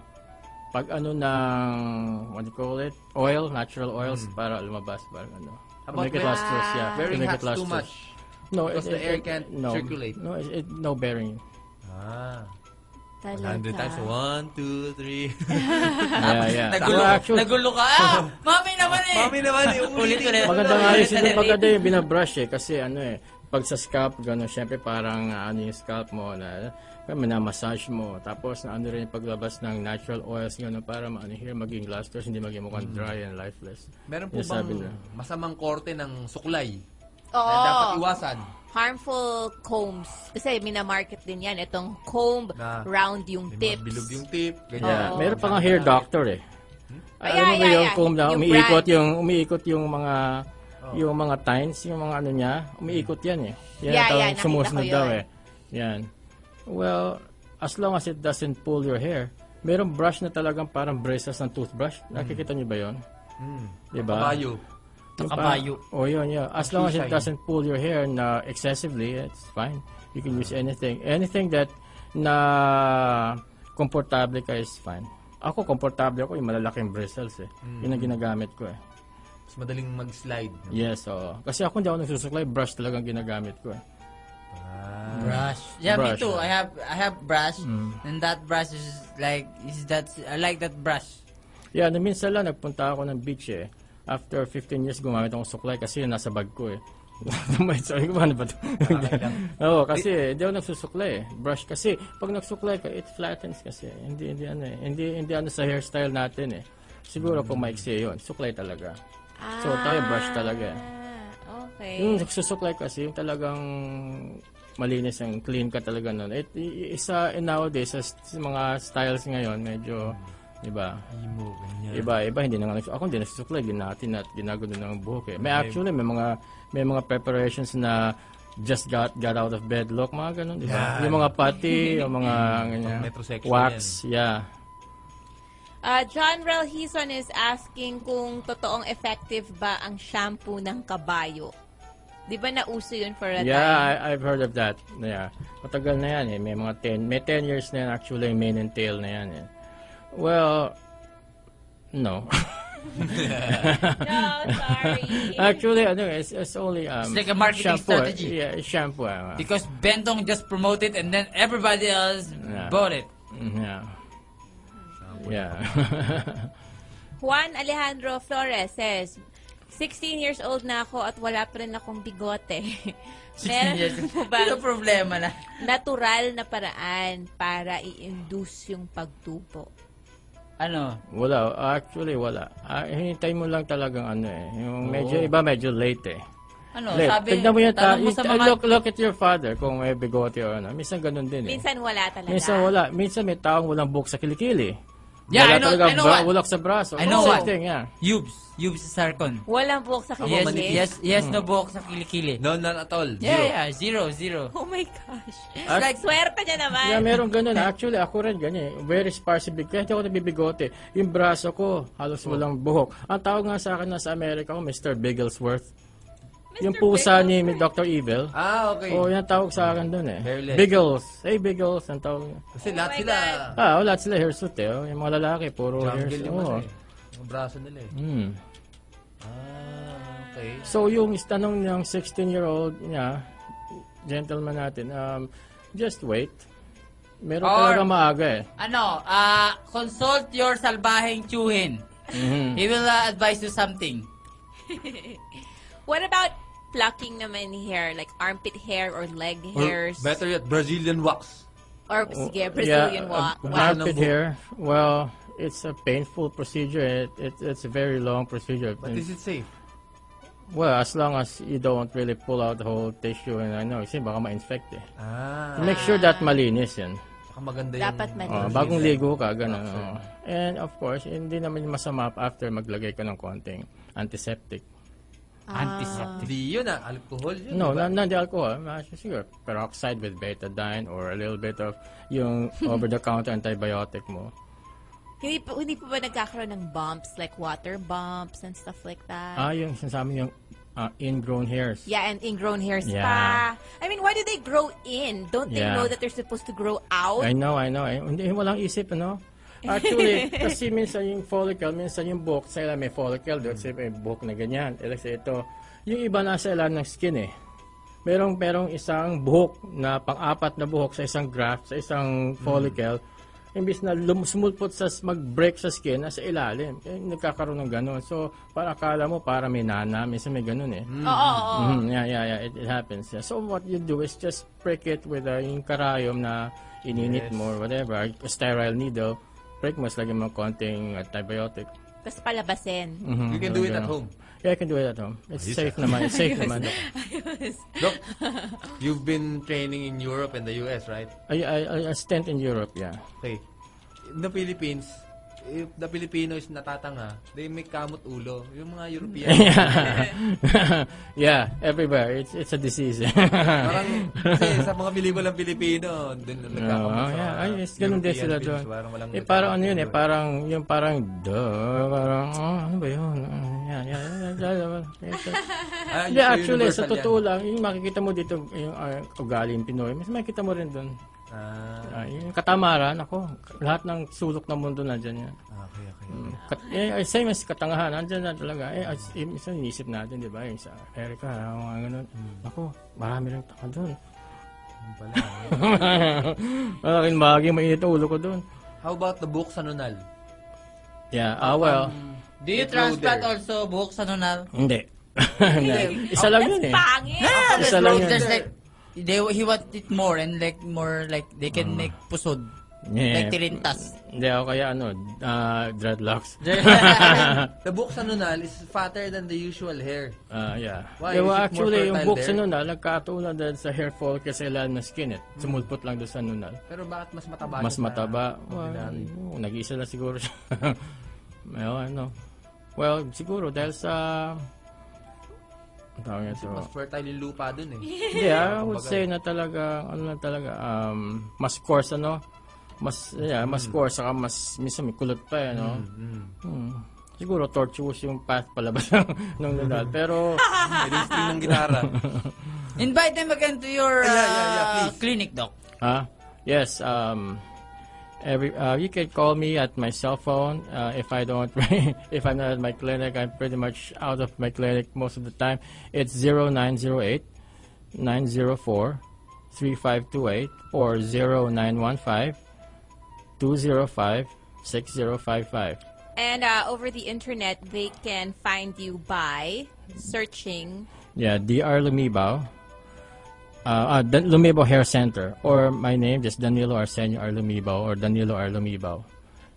pag ano ng what do you call it? Oil, natural oils
Hmm.
para lumabas para ano. to
about
make it
wearing-
lustrous, yeah. to
Wearing
make
hats
it
too
lustrous.
much.
No,
because the air can't
no,
circulate.
No, it, it- no bearing.
Ah.
Talaga.
One, two, three.
yeah, yeah.
Nagulo,
Well, actually,
nagulo ka. Ah, mami naman eh.
Mami naman, yung
Ulit, ulit.
Maganda nga
Ulit,
yung sinu-
ulit.
maganda yung binabrush eh. Kasi ano eh, pag sa scalp, gano'n, syempre parang ah, ano yung scalp mo, na, parang minamassage mo. Tapos na ano rin yung paglabas ng natural oils, gano'n, para maano here, maging lustrous, hindi maging mukhang dry and lifeless.
Meron po
Yung sabi
bang
niya.
masamang korte ng suklay
Oo.
na dapat iwasan?
harmful combs. Kasi minamarket din yan. Itong comb,
Na-
round yung
May mga
tips.
bilog yung tip,
Yeah.
ganyan.
Oo.
Meron pa nga hair doctor eh.
Ah,
Alam mo
yeah,
ba
yeah,
yung
yeah.
comb na
Yung
umiikot
brand. Oh.
yung umiikot yung mga yung mga tines, yung mga ano niya, umiikot yan eh. Yan
Hmm. Yeah,
ang tawag-
yeah, nakita
sumusunod
ko
daw
yun.
eh. Yan. Well, as long as it doesn't pull your hair, merong brush na talagang parang braces ng toothbrush.
Hmm.
Nakikita niyo ba yun? Diba?
Kabayo.
Yung
Kabayo.
parang- Oh, yun, yeah. As long as it
Shisha yun.
doesn't pull your hair na excessively, it's fine. You can use anything. Anything that na komportable ka is fine. Ako, komportable ako yung malalaking bristles eh. Yun ang ginagamit ko eh.
Mas madaling mag-slide.
Yes, oo. Kasi ako hindi ako nagsusuklay, brush talagang ginagamit ko eh.
Brush. Yeah, me
Brush,
too.
yeah. Mm.
I have I have brush, and that brush is like is that I like that brush.
Ah. Yeah, na minsan lang nagpunta ako ng beach eh. After 15 years, gumamit akong suklay kasi yun nasa bag ko eh. Tumay, sabi ko, ano ba ito? Oo, kasi hindi ako nagsusuklay eh. Brush kasi, pag nagsuklay ka, it flattens kasi. Hindi, hindi ano eh. Hindi, hindi ano sa hairstyle natin eh. Siguro kung maiksi yun, suklay talaga. So tayo brush talaga Hmm. eh.
Ah, okay.
Yung nagsusuklay kasi, yung talagang malinis ang clean ka talaga nun. It, i- isa, and nowadays, sa, s- sa mga styles ngayon, medyo, di ba,
Imo, ganyan.
Iba, iba hindi na nga nagsu- ako hindi nagsusuklay, ginatin at ginagano ng buhok eh. May actually may mga may mga preparations na just got got out of bed look, mga ganun, di ba?
Yan.
Yung mga pati, yung mga ganyan,
metrosexual
wax, yeah.
Ah, John Relhison is asking kung totoong effective ba ang shampoo ng kabayo. Di ba nauso yun for a time?
Yeah, I, I've heard of that. Yeah. Matagal na yan eh. May mga 10, may 10 years na yan actually, main and tail na yan eh. Well, no.
No, sorry.
actually, ano, it's, it's only um,
It's like a marketing
shampoo, eh.
strategy.
Yeah, shampoo. ah.
Because Bentong just promoted and then everybody else
Yeah.
bought it.
Mm, yeah. Yeah.
Juan Alejandro Flores says, 16 years old na ako at wala pa rin akong bigote.
16 years.
Meron po ba
Ito problema na.
natural na paraan para i-induce yung pagtubo?
Ano?
wala. Actually, wala. Ah, hinintay mo lang talagang ano eh. Yung medyo, iba medyo late eh.
Ano?
late.
Sabi,
Tignan mo yung ta-
tanong mo sa
yung-
mga...
ah, look, look at your father kung may bigote or ano. Minsan ganun din eh.
Minsan wala talaga.
Minsan wala. Minsan may taong walang buhok sa kilikili.
Yeah,
wala
I know-
talaga
I know
bra-
one.
bulak sa braso.
I know
Same
one.
thing, yeah.
Yubes. Yubes Sarcon.
Walang buhok sa kilikili.
Yes, yes, yes,
Hmm.
no buhok sa kilikili.
No, not at all. Zero.
Yeah, yeah, zero, zero.
Oh my gosh.
Ah.
like, swerte niya naman.
Yeah, meron ganun. Actually, ako rin ganyan. eh. Very sparse big. Kaya hindi ako nabibigote. Yung braso ko, halos walang buhok. Ang tawag nga sa akin na sa Amerika ko, Mr. Bigglesworth. Yung pusa ni ni Dr. Evil.
Ah, okay.
Oo, oh, yung tawag sa akin doon eh.
Hairless.
Biggles. Hey, Biggles. Ang tawag niya.
Kasi lahat
my
sila,
Ah, wala sila hairsuit eh. oh. Yung mga lalaki, puro
jungle
hairsuit.
yung ano
Oh.
eh. Yung braso nila eh.
Hmm.
Ah, okay.
So yung tanong ng 16-year-old niya, gentleman natin, um, just wait. Meron
Or-
talaga maaga eh.
Ano, ah, consult your salbaheng chuhin.
Mm-hmm. Hmm.
He will ah, advise you something.
What about plucking naman hair? Like armpit hair or leg
Or
hairs?
better yet, Brazilian wax.
Or sige, Brazilian ano?
oh, yeah,
walk.
uh,
Wow.
armpit hair. Well, it's a painful procedure. It, it, it's a very long procedure.
But is it safe?
Well, as long as you don't really pull out the whole tissue and ano, kasi baka ma-infect eh.
Ah,
Make sure that malinis yan.
baka maganda yung...
Dapat
Oh,
malinis.
bagong ligo ka, ganun. oh. And of course, hindi naman masama after maglagay ka ng konting antiseptic.
Antiseptic.
Di yun ah, alcohol yun.
No,
diba?
not, not the alcohol. Uh, Siguro peroxide with betadine or a little bit of yung over-the-counter antibiotic mo.
Hindi pa, hindi pa ba nagkakaroon ng bumps? Like water bumps and stuff like that?
Ah, yung sinasabi yung ah, ingrown hairs.
yeah, and ingrown hairs
Yeah.
pa. I mean, why do they grow in? Don't they
Yeah.
know that they're supposed to grow out?
I know, I know. Eh, Hindi, walang isip, ano? Actually, kasi minsan yung follicle, minsan yung buhok, sa ilan may follicle, doon sa may buhok na ganyan. Eh, like sa ito, yung iba nasa ilan ng skin eh. Merong, merong isang buhok na pang-apat na buhok sa isang graft, sa isang follicle, imbis na lum- sumulpot sa mag-break sa skin, nasa ilalim. Eh, nagkakaroon ng ganun. So, para akala mo, para may nana, minsan may ganun eh.
Oo, oo, oo.
Oh.
Mhm, yeah, yeah, yeah. It, it happens. Yeah. So what you do is just prick it with a yung karayom na ininit mo or whatever, a sterile needle. Prick mas lagi mo ng konting uh, antibiotic.
Tapos palabasin.
Mhm,
Mm-hmm. You can do it
ganun.
at home. ah.
Yeah, I can do it at home. It's safe naman. It's safe naman.
Look, you've been training in Europe and the US, right?
I, I, I, I stint in Europe, yeah.
Okay. In the Philippines, if the Filipino is natatanga, they make kamot ulo. Yung mga European.
yeah, everywhere. It's it's a disease.
parang kasi sa mga Pilipinas Pilipino, dun na nagkakamot
Oo,
sa
yeah.
mga
Ay, yes, ganun din
European
sila
Philippines,
doon.
Parang walang Ah,
Eh, parang ano yun eh,
nagkakamot ulo.
parang, yung parang, duh, parang, oh, ano ba yun? Ah, Yan, yan, yan, yan, yan, yan.
Ah,
Hindi,
so
actually,
universal
sa totoo lang, yung makikita mo dito, yung uh, ugali yung Pinoy, mas makikita mo rin doon.
yan. Ah,
Ah, yung katamaran, ako, lahat ng sulok ng mundo nandyan yan.
okay, okay.
Kat, eh, same as katangahan, nandyan na talaga. Eh, as, eh, minsan inisip natin, di ba, yung sa Amerika, ah, mga ganun.
Hmm.
Ako, marami rin tanga doon.
Yun pala.
Malaking bagay, mainit ang ulo ko doon.
How about the book sa nunal?
Yeah, ah, well,
Do you
It grew
transplant
there.
also ano buhok sa nunal?
hindi.
Oh,
Isa lang yun eh.
Pangit!
Yeah,
Isa
there's
lang
no-
yun.
there's like they he want it more and like more like they can make pusod.
Hmm. Yeah.
Like tilintas.
Hindi, ako kaya ano, ah, dreadlocks.
The book sa nunal is fatter than the usual hair.
Ah, yeah.
Why?
Yeah,
Is it more
well, actually, yung ano,
fertile
book sa
there?
nunal, nagkatulad din sa hair follicle sa ilalim ng skin. Eh. Sumulpot lang doon sa nunal.
Pero Hmm. bakit mas mataba? yun
Mas
sa
mataba. Well,
ordinary?
oh, nag-isa na siguro siya. Well, ano. Well, siguro dahil sa ang tawag nito.
Mas fertile yung lupa dun eh.
Yeah, ah, I would
Kumbaga.
say na talaga, ano na talaga, um, mas coarse, ano? Mas, yeah, mas coarse, saka mas, minsan may kulot pa, eh, no? Hmm. Siguro tortuous yung path palabas ng, ng Nadal. Pero,
String ng gitara.
Invite them again to your uh, clinic, Doc.
ah, yes, um, every, uh, you can call me at my cell phone. Uh, if I don't, if I'm not at my clinic, I'm pretty much out of my clinic most of the time. It's 0908 904 3528 or 0915 205 6055.
And uh, over the internet, they can find you by searching.
Yeah, DR Lumibao. Uh, uh, Dan- Lumibao Hair Center. Or my name, just Danilo Arsenio R. Lumibao or Danilo R. Lumibao.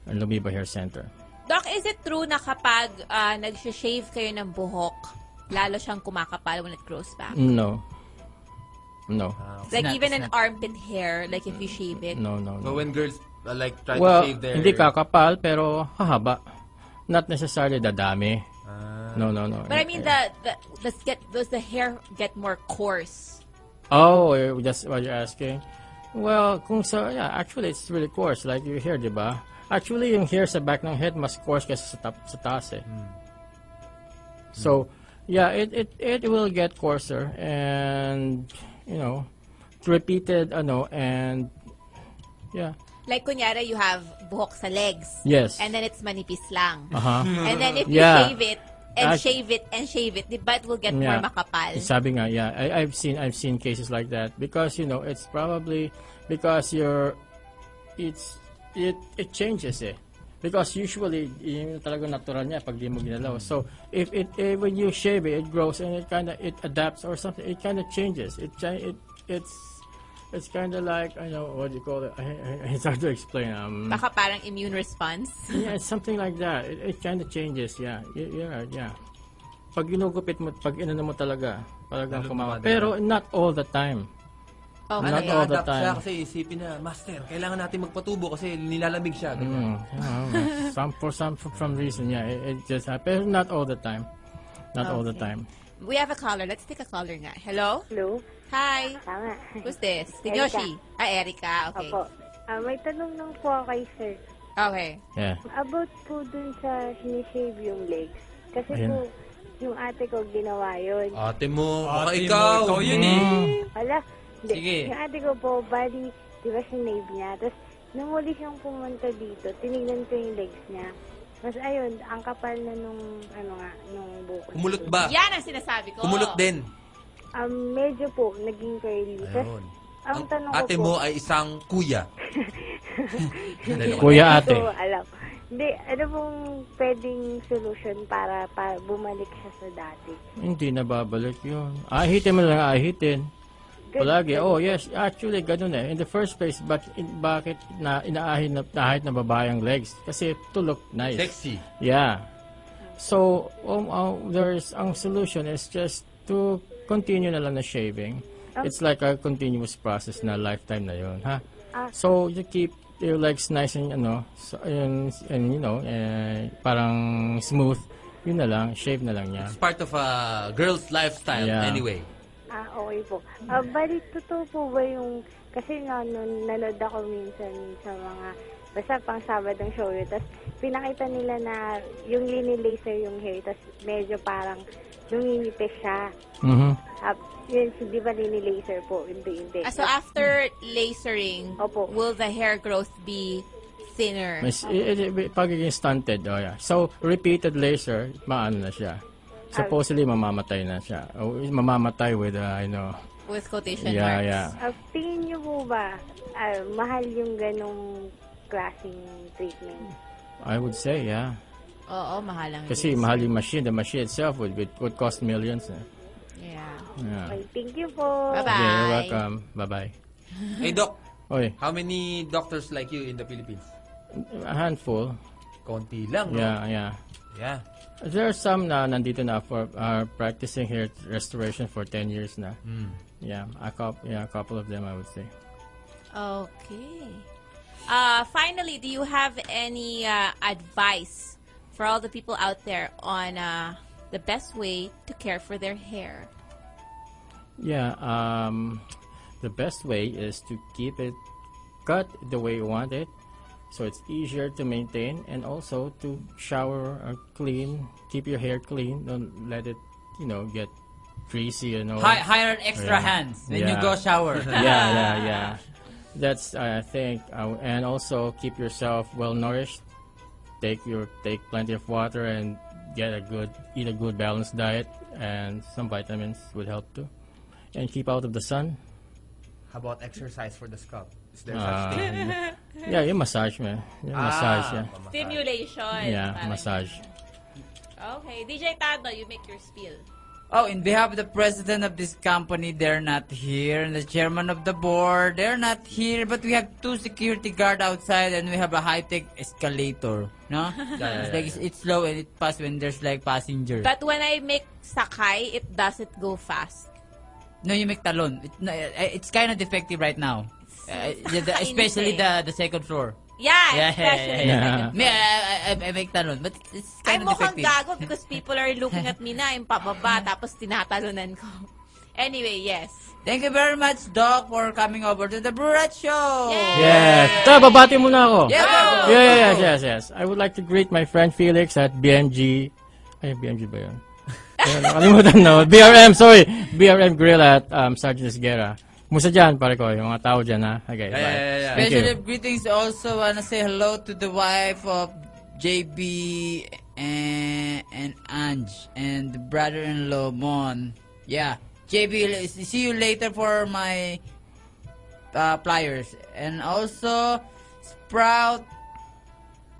Or Lumibao Hair Center.
Doc, is it true na kapag uh, nagsha-shave kayo ng buhok, lalo siyang kumakapal when it grows back?
No. No.
Um,
Like
not-
even an
it's
armpit hair, like if you shave it.
No, no, no.
So when girls uh, like try
well,
to shave their...
hindi kakapal pero hahaba. Not necessarily dadami.
Ah.
no, no, no.
But I mean, the, the, the get, does the hair get more coarse?
Oh, eh, that's what you're asking. Well, kung sa, yeah, actually, it's really coarse. Like your hair, di ba? Actually, yung hair sa back ng head mas coarse kasi sa, top, sa taas eh.
Hmm.
So, yeah, it, it, it will get coarser and, you know, repeated, ano, and, yeah.
Like kunyari, you have buhok sa legs.
Yes.
And then it's manipis lang.
Aha.
And then if
Yeah.
you shave it, and
Actu-
shave it, and shave it, the butt will get
Yeah. Eh,
more makapal.
Sabi nga, yeah, I, I've seen I've seen cases like that because you know it's probably because you're it's it it changes eh. Because usually yun yung talaga natural niya pag di mo ginalaw. So if it eh, when you shave it, it grows and it kind of it adapts or something. It kind of changes. It cha- it it's it's kind of like I know what do you call it. I, I, it's hard to explain. Um,
Baka parang immune response.
yeah, it's something like that. It, it kind of changes, yeah. Y- You're right, yeah. Pag ginugupit mo, pag inano mo talaga, talagang kumawa. Pero not all the time. Not
Okay.
all
Adapt
the
siya
time.
kasi isipin na, Master, kailangan natin magpatubo kasi nilalamig siya. Ganyan.
Mm, yeah, some for some for some reason, yeah, it, it just happens. Not all the time. Not all the
Okay.
time.
We have a caller. Let's take a caller nga. Hello?
Hello?
Hi.
Tama.
Who's this?
Erica.
Tignoshi. Ah, Erica. Okay.
Opo. Ah, may tanong lang po ako kay sir.
Okay.
Yeah.
About po dun sa sinishave yung legs. Kasi
Ayun.
po, yung ate ko ginawa yun.
Ate mo, baka
Ate mo,
ikaw.
ikaw yun
Ah.
eh.
Mm,
Wala. Hindi.
Sige.
Yung ate ko po, bali, di ba sinave niya? Tapos, nung muli siyang pumunta dito, tinignan ko yung legs niya. Mas ayun, ang kapal na nung, ano nga, nung buko.
Kumulot ba?
Ah.
Yan ang sinasabi ko.
Kumulot din.
Um, medyo po, naging curly. Tapos,
Ayun.
ang tanong
Ate
ko po,
mo ay isang kuya.
Kuya
Hindi
ate.
ko alam. Hindi, ano pong pwedeng solution para, para bumalik siya sa dati?
Hindi nababalik yun. Ahitin mo lang, ahitin.
Ganun
Palagi.
ba?
Oh, yes. Actually, ganun eh. In the first place, but in, bakit na inaahit na, nahit na babae ang legs? Kasi to look nice.
Sexy.
Yeah. So, um, uh, there's ang solution is just to continue na lang na shaving. It's like a continuous process na lifetime na yon, ha? So, you keep your legs nice and ano, so, and, and you know, eh, parang smooth. Yun na lang, shave na lang niya.
It's part of a girl's lifestyle
Yeah.
anyway.
Ah, okay po. Ah, balik, totoo po ba yung... Kasi nga, nun, nanood ako minsan sa mga... Basta pang Sabadong show yun. Tapos, pinakita nila na yung linilaser yung hair. Tapos, medyo parang luminitis siya.
Mhm.
Ah, yun, si- di ba linilaser po? Hindi, hindi.
Ah, so after lasering,
Opo.
will the hair growth be thinner?
Mas, i- i- i- pagiging stunted, oh yeah. So, repeated laser, maano na siya. Supposedly, mamamatay na siya. Oh, mamamatay with, uh, you know,
With quotation
yeah,
marks.
yeah.
Ah, tingin niyo po ba ah, mahal yung ganong klaseng treatment?
I would say, yeah.
Oo, mahal ang
Kasi
laser.
mahal yung machine. The machine itself would, would, would cost millions. eh.
Yeah.
Yeah.
Okay, thank you po.
Bye-bye.
Okay, you're welcome. Bye-bye.
Hey, Doc.
Oy,
How many doctors like you in the Philippines?
a handful.
Konti lang. no?
Yeah, yeah.
Yeah.
There are some na nandito na for are practicing here at restoration for 10 years na. Yeah, a couple, yeah, a couple of them I would say.
Okay. Uh, finally, do ah, you have any uh, advice for all the people out there on uh, the best way to care for their hair?
Yeah, um, the best way is to keep it cut the way you want it, so it's easier to maintain, and also to shower or clean, keep your hair clean. Don't let it, you know, get greasy and all.
Hi- hire extra
Yeah.
hands when you
Yeah.
go shower.
yeah, yeah, yeah. That's I think, uh, and also keep yourself well nourished. Take your take plenty of water and get a good eat a good balanced diet, and some vitamins would help too. And keep out of the sun.
How about exercise for the scalp? Is there
Uh,
such thing?
yeah, yung massage man. Yung
Ah.
massage, yeah.
Stimulation.
Yeah,
Parang-
massage.
Okay. DJ Tado, you make your spiel.
Oh, in behalf of the president of this company, they're not here. And the chairman of the board, they're not here. But we have two security guard outside and we have a high-tech escalator. No? it's like, it's, it's slow and it pass when there's like passenger.
But when I make sakay, it doesn't go fast.
no, you make talon. It, no, eh, it's kind of defective right now. Uh, yeah, the- especially the the second floor.
Yeah,
Yeah, yeah,
especially.
Yeah.
Me, I, I, I- I make talon. But it's- it's
I'm
kind of
mukhang
defective.
gago because people are looking at me na, I'm pababa, tapos tinatalunan ko. Anyway, yes.
Thank you very much, Doc, for coming over to the Brurat Show.
Yes. Tara, babati muna
Oh.
ako.
Yeah, go, go,
Yeah, yeah,
go,
yes,
go.
yes, yes. I would like to greet my friend Felix at BMG. Ay, BMG ba yun? Ayun, Nakalimutan na. ako. BRM, sorry. BRM Grill at um, Sergeant Esguerra. Kumusta dyan, pare ko? Yung mga tao dyan, ha? Okay,
yeah,
bye.
yeah, yeah.
Thank you.
Special greetings also wanna say hello to the wife of JB and, and Ange and the brother-in-law Mon. Yeah, JB, see you later for my uh, pliers and also Sprout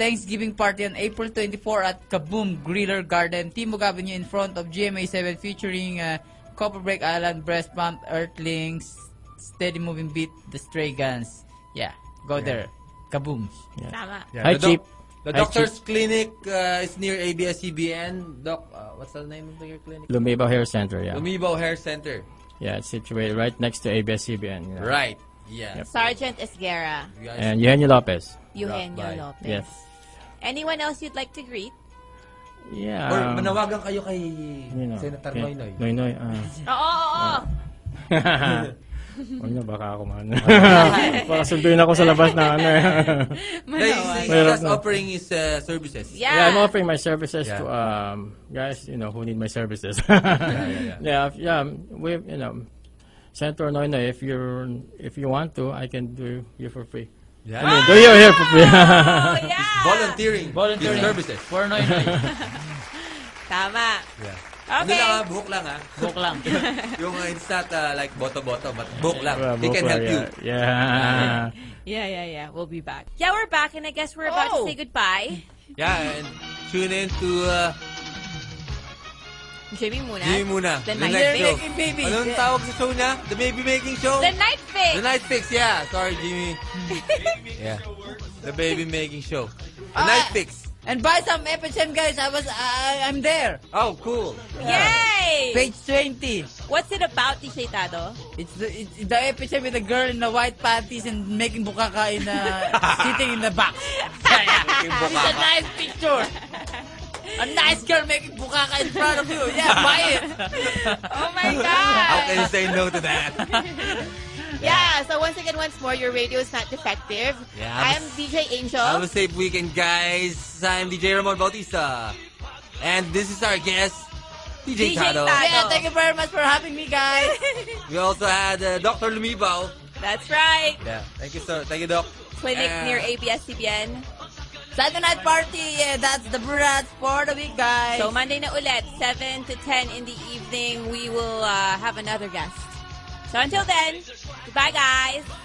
Thanksgiving party on April 24 at Kaboom Griller Garden, Timog Avenue in front of GMA 7 featuring uh, Copper Break Island, Breast Pump, Earthlings, Steady Moving Beat, The Stray Guns. Yeah, go there. Kaboom.
Tama.
Yeah,
Hi,
The doc-
Chief.
The
Hi,
doctor's clinic uh, is near ABS-CBN. Doc, uh, what's the name of your clinic?
Lumibao Hair Center, yeah.
Lumibao Hair Center.
Yeah, it's situated right next to ABS-CBN. you know.
Right. Yeah.
Yep.
Sergeant Esguerra,
You guys-
And Eugenio Lopez.
Eugenio
Bye.
Lopez.
Yes.
Anyone else you'd like to greet?
Yeah.
Or
um,
manawagan kayo kay
you know,
Senator
yeah,
Noynoy.
Noynoy, ah.
Oo, oo, oo.
Huwag na, baka ako man. baka sunduin ako sa labas na ano eh.
He's, he's
Meron
just
na.
offering his uh, services.
Yeah.
yeah, I'm offering my services
Yeah.
to um, guys, you know, who need my services.
yeah,
yeah, if- yeah, um, we, you know, Senator Noynoy, if you're, if you want to, I can do you for free.
Yeah.
I mean, do you here for free.
Ah! Oh, yeah.
Volunteering. Volunteering. services.
For Noy Noy.
Tama.
Yeah. Ano
Okay.
lang ah, book lang ah.
Joke lang.
Yung uh, it's not uh, like boto-boto, but book lang.
Well,
They can
both
help
are,
you.
Yeah. yeah.
Yeah, yeah, yeah. We'll be back. Yeah, we're back, and I guess we're about to
Oh.
say goodbye.
Yeah, and tune in to uh,
Jimmy muna.
Jimmy muna.
The
The,
Night
Night
Fix.
Show.
Making Baby.
Anong tawag sa show na? The Baby Making Show?
The night fix.
The Night Fix, yeah. Sorry, Jimmy. yeah. The Baby Making Show.
Uh,
The Night Fix.
And buy some FHM, guys. I was, I I'm there.
Oh, cool.
Yay!
Page 20.
What's it about, DJ Tado?
It's the, it's the FHM with a girl in the white panties and making bukaka in a, sitting in the box.
Making
It's a
bukaka.
nice picture. A nice girl making bukaka in front of you. Yeah, buy it.
Oh my
How can you
God!
say no to that?
yeah, so once again, once more, your radio is not defective.
Yeah, I
I am
was-
DJ Angel.
Have a safe weekend, guys. I'm DJ Ramon Bautista. And this is our guest, DJ,
DJ
Tado.
Tado.
Yeah, thank you very much for having me, guys.
We also had uh, Dr. Lumibao.
That's right.
Yeah, thank you, sir. Thank you, Doc.
Clinic
Yeah.
near ABS-CBN.
Saturday night party. Yeah, that's the Brats for the week, guys.
So Monday na ulit, 7 to 10 in the evening, we will uh, have another guest. So until then, goodbye guys!